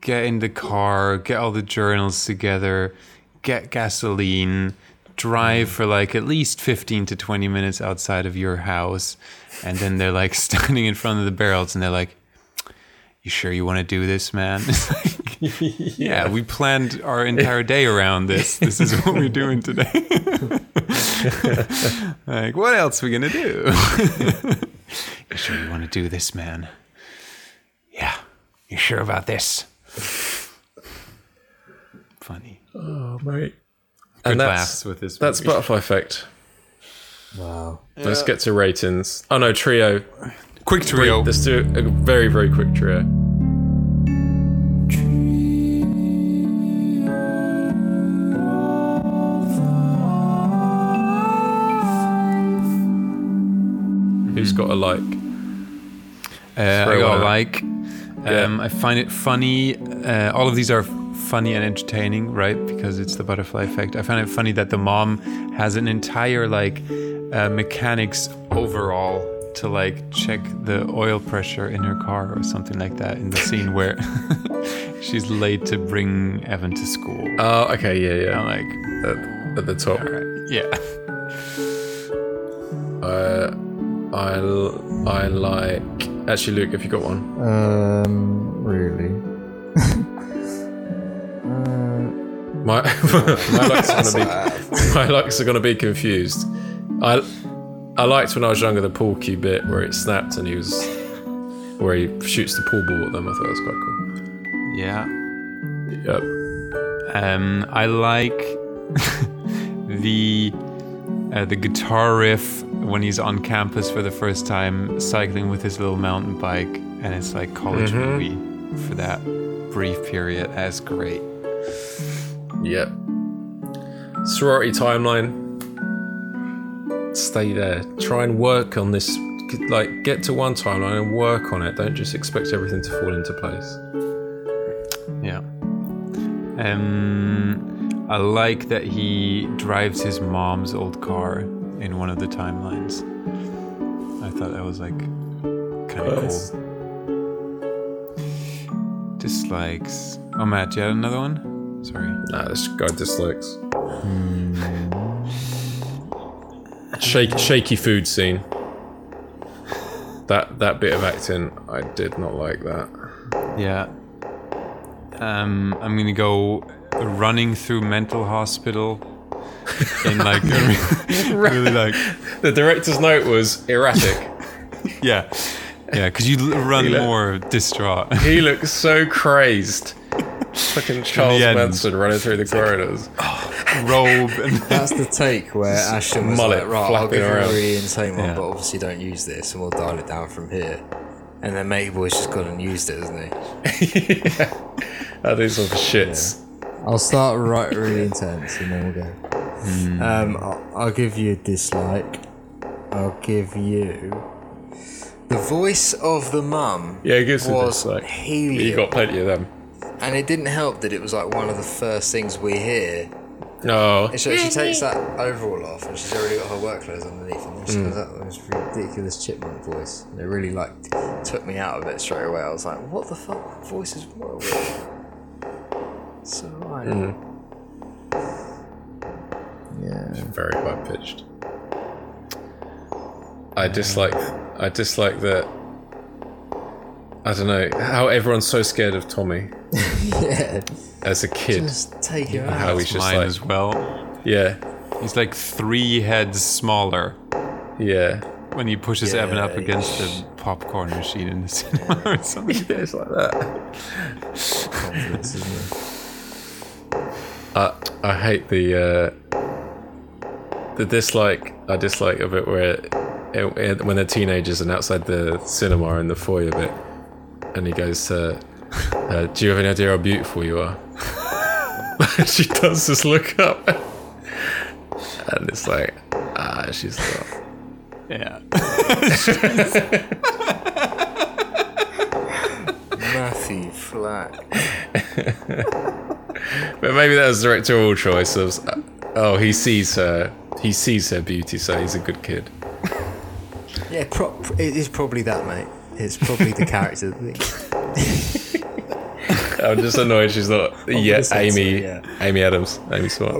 S10: get in the car, get all the journals together, get gasoline, drive for like at least 15 to 20 minutes outside of your house, and then they're like standing in front of the barrels and they're like you sure you want to do this, man? It's like, yeah, we planned our entire day around this. This is what we're doing today. like, what else are we gonna do? you sure you want to do this, man? Yeah, you sure about this? Funny.
S4: Oh, mate.
S10: Good
S4: and
S10: laughs
S4: that's,
S10: with this.
S4: that's
S10: movie.
S4: Butterfly Effect.
S9: Wow.
S4: Let's get to ratings. Oh no, trio.
S10: Quick trio.
S4: Let's do a very, very quick trio. Who's got a like?
S10: Uh, I
S4: Throw
S10: got
S4: one
S10: a
S4: out.
S10: like. Um, I find it funny. Uh, all of these are funny and entertaining, right? Because it's the butterfly effect. I find it funny that the mom has an entire like uh, mechanics overall to like check the oil pressure in her car or something like that in the scene where she's late to bring Evan to school.
S4: Oh, okay, yeah, yeah.
S10: I'm like,
S4: at, at the top.
S10: yeah.
S4: Uh, I, l- I like. Actually, Luke, have you got one?
S14: Um, really?
S4: My my likes are gonna be my likes are gonna be confused. I I liked when I was younger the pool cue bit where it snapped and he was where he shoots the pool ball at them. I thought that was quite cool.
S10: Yeah.
S4: Yep.
S10: Um, I like the uh, the guitar riff when he's on campus for the first time, cycling with his little mountain bike, and it's like college
S4: Mhm.
S10: movie for that brief period. That's great.
S4: Yep. Sorority timeline. Stay there. Try and work on this. Get- Like, get to one timeline and work on it. Don't just expect everything to fall into place.
S10: Yeah. Um, I like that he drives his mom's old car in one of the timelines. I thought that was like kind of
S4: Nice.
S10: cool. Dislikes. Oh, Matt, do you have another one? Sorry.
S4: Nah, this guy dislikes. Shake, shaky food scene. That that bit of acting, I did not like that.
S10: Yeah. Um, I'm gonna go running through mental hospital in like a re- really like
S4: The director's note was erratic.
S10: yeah yeah because you l- run
S4: He look-
S10: more distraught.
S4: he looks so crazed. Fucking Charles
S10: end.
S4: Manson running through the corridors.
S10: robe. And
S9: That's the take where Ashton was
S4: mullet
S9: like, right, I'll
S4: flapping
S9: give you
S4: around."
S9: a really insane one,
S10: Yeah.
S9: but obviously don't use this, and we'll dial it down from here. And then Matey Boy's just gone and used it, hasn't he?
S4: That is some shits.
S9: I'll start right really intense, and then we'll go.
S4: Hmm.
S9: Um, I'll, I'll give you a dislike. I'll give you. The voice of the mum
S4: Yeah, it gives a
S9: was
S4: dislike. You
S9: helium,
S4: got plenty of them.
S9: and it didn't help that it was like one of the first things we hear
S4: No.
S9: And so she takes that overall off, and she's already got her work clothes underneath, and then she comes out with this ridiculous chipmunk voice. And it really like took me out of it straight away. I was like, "What the fuck? What voice is what?" are we-" So right.
S14: Yeah.
S4: very high pitched. I dislike. I dislike that. I don't know how everyone's so scared of Tommy
S9: yeah,
S4: as a kid.
S9: just take him out.
S4: how
S10: That's
S4: he's just
S10: mine
S4: like,
S10: as well.
S4: yeah,
S10: He's like three heads smaller.
S4: yeah.
S10: when he pushes
S4: Yeah,
S10: Evan up
S4: yeah.
S10: against the popcorn machine in the cinema or something. it's like that.
S4: I I hate the uh, the dislike. I dislike of it where it, it- when they're teenagers and outside the cinema in the foyer bit, and he goes, uh, uh, "Do you have any idea how beautiful you are?" And she does just look up, and it's like, ah, she's not.
S10: Yeah.
S5: Matthew Flack.
S4: But maybe that was directorial choice. Of, oh, he sees her. He sees her beauty, so he's a good kid.
S9: Yeah, pro- it is probably that, mate. It's probably the character thing.
S4: I'm just annoyed she's not
S9: gonna
S4: yet
S9: say so,
S4: Amy
S9: yeah. Oh,
S4: Amy Adams. Amy Swart.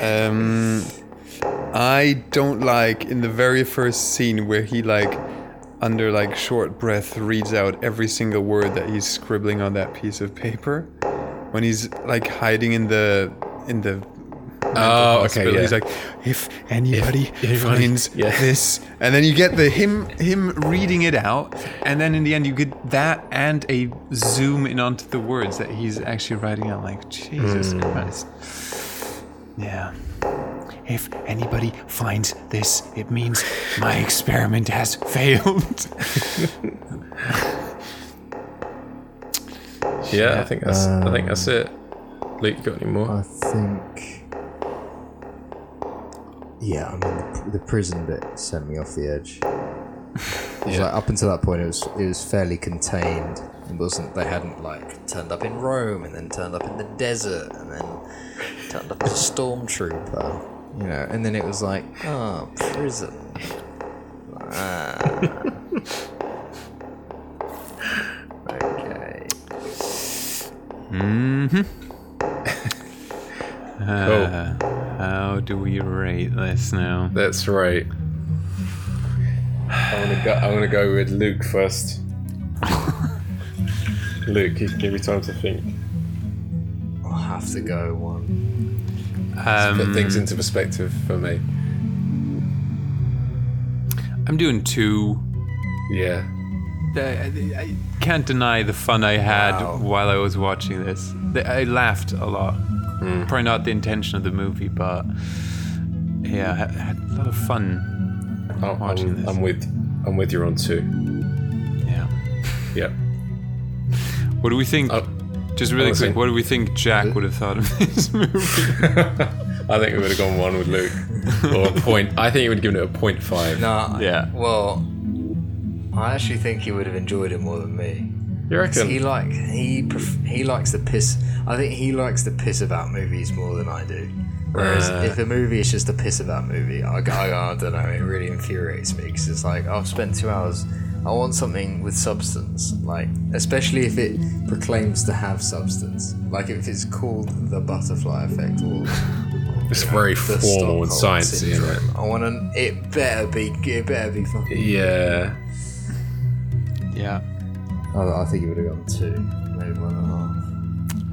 S10: Um, I don't like in the very first scene where he like under like short breath reads out every single word that he's scribbling on that piece of paper when he's like hiding in the in the mental
S4: Oh, okay,
S10: hospital.
S4: yeah.
S10: He's like, Ah, if anybody
S4: anybody-
S10: finds
S4: yeah.
S10: this, and then you get the him him reading it out, and then in the end you get that and a zoom in onto the words that he's actually writing out. Like Jesus
S4: Mm.
S10: Christ. Yeah. If anybody finds this, it means my experiment has failed.
S4: Yeah, I think that's I think that's it. Luke, you got any more?
S9: I think. Yeah, I mean the, the prison bit sent me off the edge. It was like, up until that point, it was it was fairly contained. It wasn't. They hadn't like turned up in Rome and then turned up in the desert and then turned up as a stormtrooper. You know, and then it was like, ah, prison. Ah. okay.
S10: mm-hmm.
S4: Cool.
S10: how do we rate this now?
S4: That's right. I'm gonna go. I'm gonna go with Luke first. Luke, you can give me time to think.
S9: I'll have to go one.
S4: Put things
S10: Um,
S4: into perspective for me.
S10: I'm doing two.
S4: Yeah.
S10: I, I- I can't deny the fun I had while I was watching this. The- I laughed a lot. Probably not the intention of the movie, but yeah, I had- I had a lot of fun
S4: I'm,
S10: watching
S4: I'm,
S10: this.
S4: I'm with. I'm with you on two.
S10: Yeah. Uh,
S4: Yeah.
S10: What do we think? just really
S4: I was
S10: quick,
S4: saying-
S10: what do we think Jack would have thought of this movie?
S4: I think we would have gone one with Luke, or a point. I think you would have given it a point five.
S9: Nah.
S10: Yeah.
S9: Well, I actually think he would have enjoyed it more than me.
S4: You
S9: 'Cause
S4: reckon?
S9: He like he pref- he likes the piss. I think he likes the piss about movies more than I do. Whereas
S4: Uh.
S9: if a movie is just a piss about movie, I, go- I, go, I don't know. It really infuriates me because it's like I've spent two hours. I want something with substance, like especially if it proclaims to have substance. Like if it's called the butterfly effect or
S4: It's very
S9: the
S4: formal and
S9: Stockholm
S4: sciencey, isn't it?
S9: syndrome. I want to. It better be. It better be fun.
S4: Yeah.
S10: Yeah.
S9: I, I think it would have gone two, maybe one and a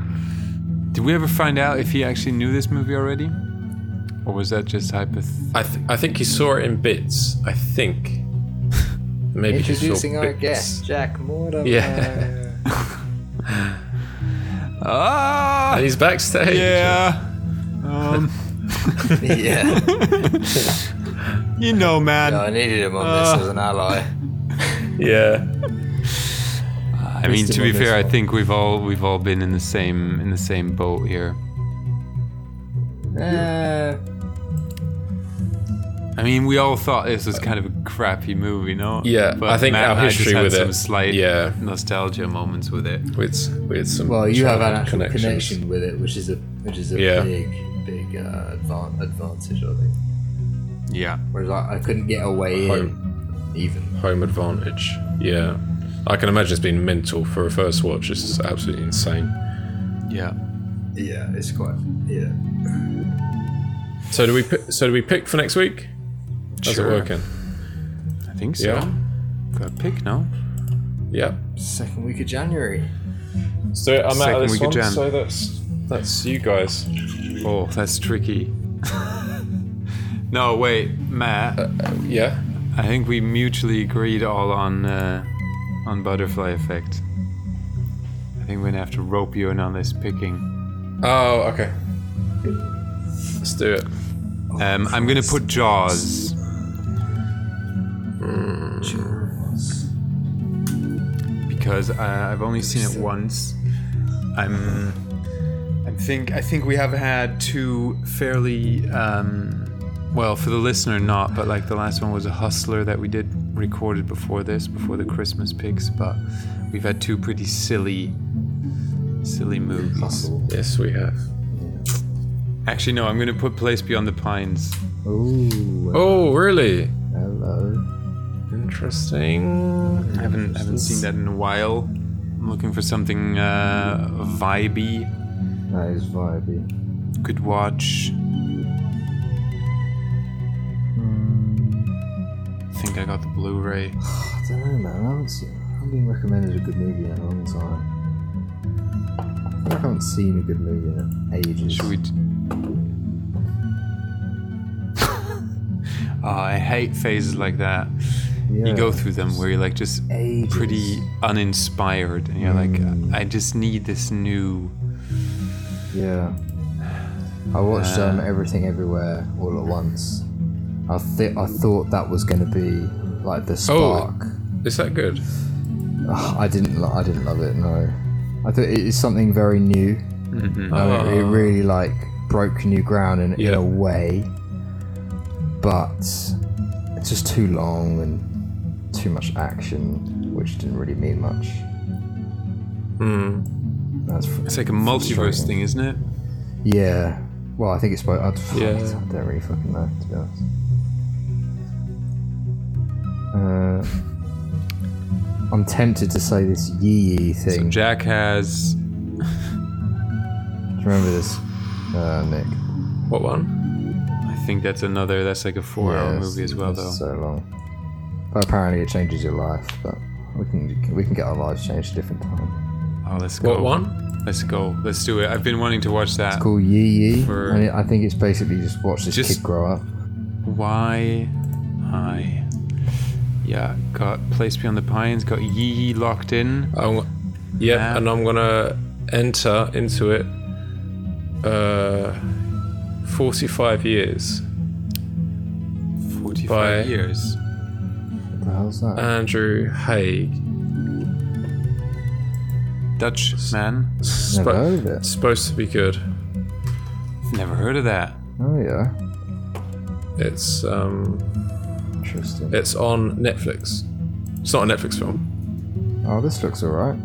S9: half.
S10: Did we ever find out if he actually knew this movie already? Or was that just hypoth?
S4: I, th- I think he saw it in bits. I think. Maybe he saw
S9: Introducing our
S4: bits.
S9: guest, Jack Mortimer.
S4: Yeah.
S10: Ah!
S4: And he's backstage.
S10: Yeah. Um,
S9: yeah.
S10: you know, man.
S9: No, I needed him on
S10: Uh.
S4: Ah.
S9: this as an ally.
S4: Yeah.
S10: I mean, to be fair, I think we've all we've all been in the same in the same boat here.
S9: Uh,
S10: I mean, we all thought this was kind of a crappy movie, no?
S4: Yeah, I think
S10: Matt
S4: our
S10: and I just
S4: history
S10: had
S4: with
S10: some
S4: it-
S10: slight
S4: yeah.
S10: nostalgia moments with it.
S4: With with some.
S9: well, you have an
S4: childhood
S9: actual
S4: connections.
S9: connection with it, which is a which is a
S4: Yeah.
S9: big big uh, advan- advantage, I think.
S10: Yeah.
S9: Whereas I, I couldn't get away in even.
S4: Home advantage. Yeah. I can imagine it's been mental for a first watch. This is absolutely insane.
S10: Yeah.
S9: Yeah, it's quite. Yeah.
S4: So do we? Pick, so do we pick for next week? How's
S10: Sure.
S4: it working?
S10: I think so.
S4: Yeah.
S10: Got a pick now.
S4: Yeah.
S9: Second week of January.
S4: So I'm out
S10: Second
S4: of this
S10: week of
S4: one.
S10: Jan.
S4: So that's that's you guys.
S10: Oh, that's tricky. No, wait,
S4: Uh.
S10: Matt.
S4: yeah.
S10: I think we mutually agreed all on uh, on butterfly effect. I think we're gonna have to rope you in on this picking.
S4: Oh, okay. Let's do it.
S10: Um, I'm gonna put Jaws. Because I, I've only seen it once. I'm. I think I think we have had two fairly. Um, well, for the listener, not, but like the last one was a hustler that we did recorded before this, before the Christmas picks. But we've had two pretty silly, silly movies.
S4: Yes, we have.
S10: Actually, no. I'm gonna put Place Beyond the Pines.
S14: Ooh.
S4: Oh, really?
S14: Hello.
S4: Interesting.
S10: I haven't haven't seen that in a while. I'm looking for something uh, vibey.
S14: That is vibey.
S10: Could watch. I think I got the Blu-ray.
S14: I don't know, man. I haven't seen. I haven't been recommended a good movie in a long time. I haven't seen a good movie in ages. Should
S10: we? Oh, I hate phases like that. You go through them where you're like just pretty uninspired, and you're like, I just need this new.
S14: Yeah. I watched
S10: Uh,
S14: um, Everything Everywhere all at once. I th- I thought that was going to be like the
S4: Oh.
S14: spark.
S4: Is that good?
S14: Ugh, I didn't lo- I didn't love it. No, I thought it is something very new.
S10: Oh,
S4: Mhm.
S14: Uh, it, it
S4: Ah.
S14: really like broke new ground in, in
S4: Yeah.
S14: a way, but it's just too long and too much action, which didn't really mean much.
S4: Hmm.
S14: That's fr-
S10: It's like a multiverse
S14: frustrating.
S10: thing, isn't it?
S14: Yeah. Well, I think it's. By, I,
S10: Yeah.
S14: yeah. I don't really fucking know, to be honest. Uh, I'm tempted to say this yee yee thing.
S10: So Jack has.
S14: Do you remember this, uh, Nick?
S4: What one?
S10: I think that's another. That's like a four-hour movie as well, though.
S14: So long. But apparently, it changes your life. But we can we can get our lives changed a different time.
S10: Oh, let's go.
S14: What
S10: one? Let's go. Let's do it. I've been wanting to watch that.
S14: It's called yee yee,
S10: For-
S14: and it, I think it's basically just watch this
S10: Just-
S14: kid grow up.
S10: Why? I. Yeah, got Place Beyond the Pines, got Yee Yee locked in.
S4: Oh, yeah, and I'm gonna enter into it. Uh, 45 years.
S10: 45
S4: years.
S14: What the hell's that?
S4: Andrew Haig.
S10: Dutch man.
S14: Never heard of it.
S4: Supposed to be good.
S10: Never heard of that.
S14: Oh yeah.
S4: It's um.
S14: Interesting.
S4: It's on Netflix. It's not a Netflix film.
S14: Oh, this looks alright.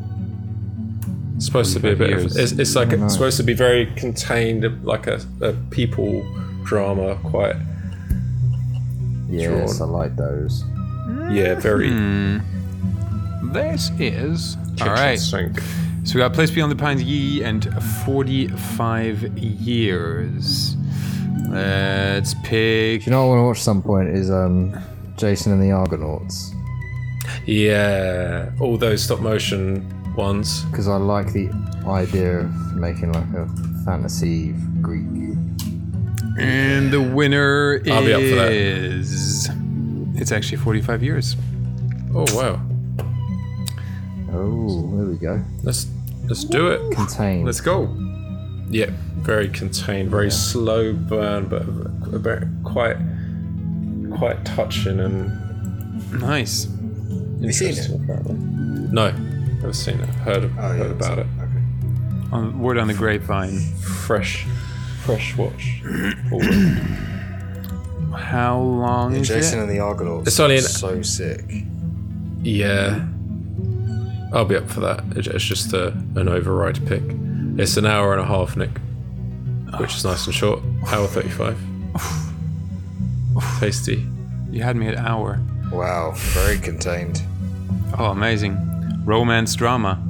S4: It's supposed to be a bit. Of,
S14: years.
S4: it's, it's like
S14: Oh, nice.
S4: it's supposed to be very contained, like a, a people drama. Quite.
S14: Yes, I like those.
S4: Yeah, very.
S10: This is.
S4: Kitchen
S10: Hmm. All right.
S4: sink.
S10: So we got Place Beyond the Pines Yee and 45 years. Let's pick.
S14: Do you know what I want to watch at some point is um, Jason and the Argonauts
S4: Yeah, all those stop motion ones.
S14: because I like the idea of making like a fantasy Greek.
S10: And the winner
S14: I'll be up for that.
S10: is. It's actually 45 years.
S4: Oh wow.
S14: Oh, there we go.
S4: Let's let's do it.
S14: Contained.
S4: Let's go. Yeah, very contained, very slow burn, but a bit- quite quite touching and
S10: Nice.
S4: Have you seen it? Apparently. No, never seen it. Heard,
S10: Oh,
S4: heard about it.
S10: On, word on the grapevine.
S4: Fresh, fresh watch.
S10: How long
S5: Yeah,
S10: is
S5: Jason
S10: it?
S5: and the Argonauts.
S4: It's only an-
S5: so sick.
S4: Yeah, I'll be up for that. It- It's just a, an override pick. It's an hour and a half, Nick, which is nice and short. Hour thirty-five. Tasty.
S10: You had me at hour.
S5: Wow, very contained.
S10: Oh, amazing. Romance drama.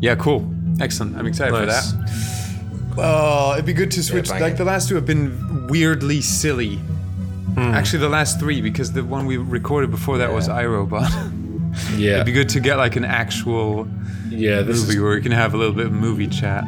S10: Yeah, cool. Excellent. I'm excited
S4: Nice.
S10: for that. Oh, it'd be good to switch.
S5: bang
S10: like
S5: it.
S10: the last two have been weirdly silly.
S4: Hmm.
S10: Actually, the last three because the one we recorded before that was iRobot.
S4: Yeah.
S10: it'd be good to get like an actual
S4: Yeah, this
S10: movie
S4: is-
S10: where we can have a little bit of movie chat.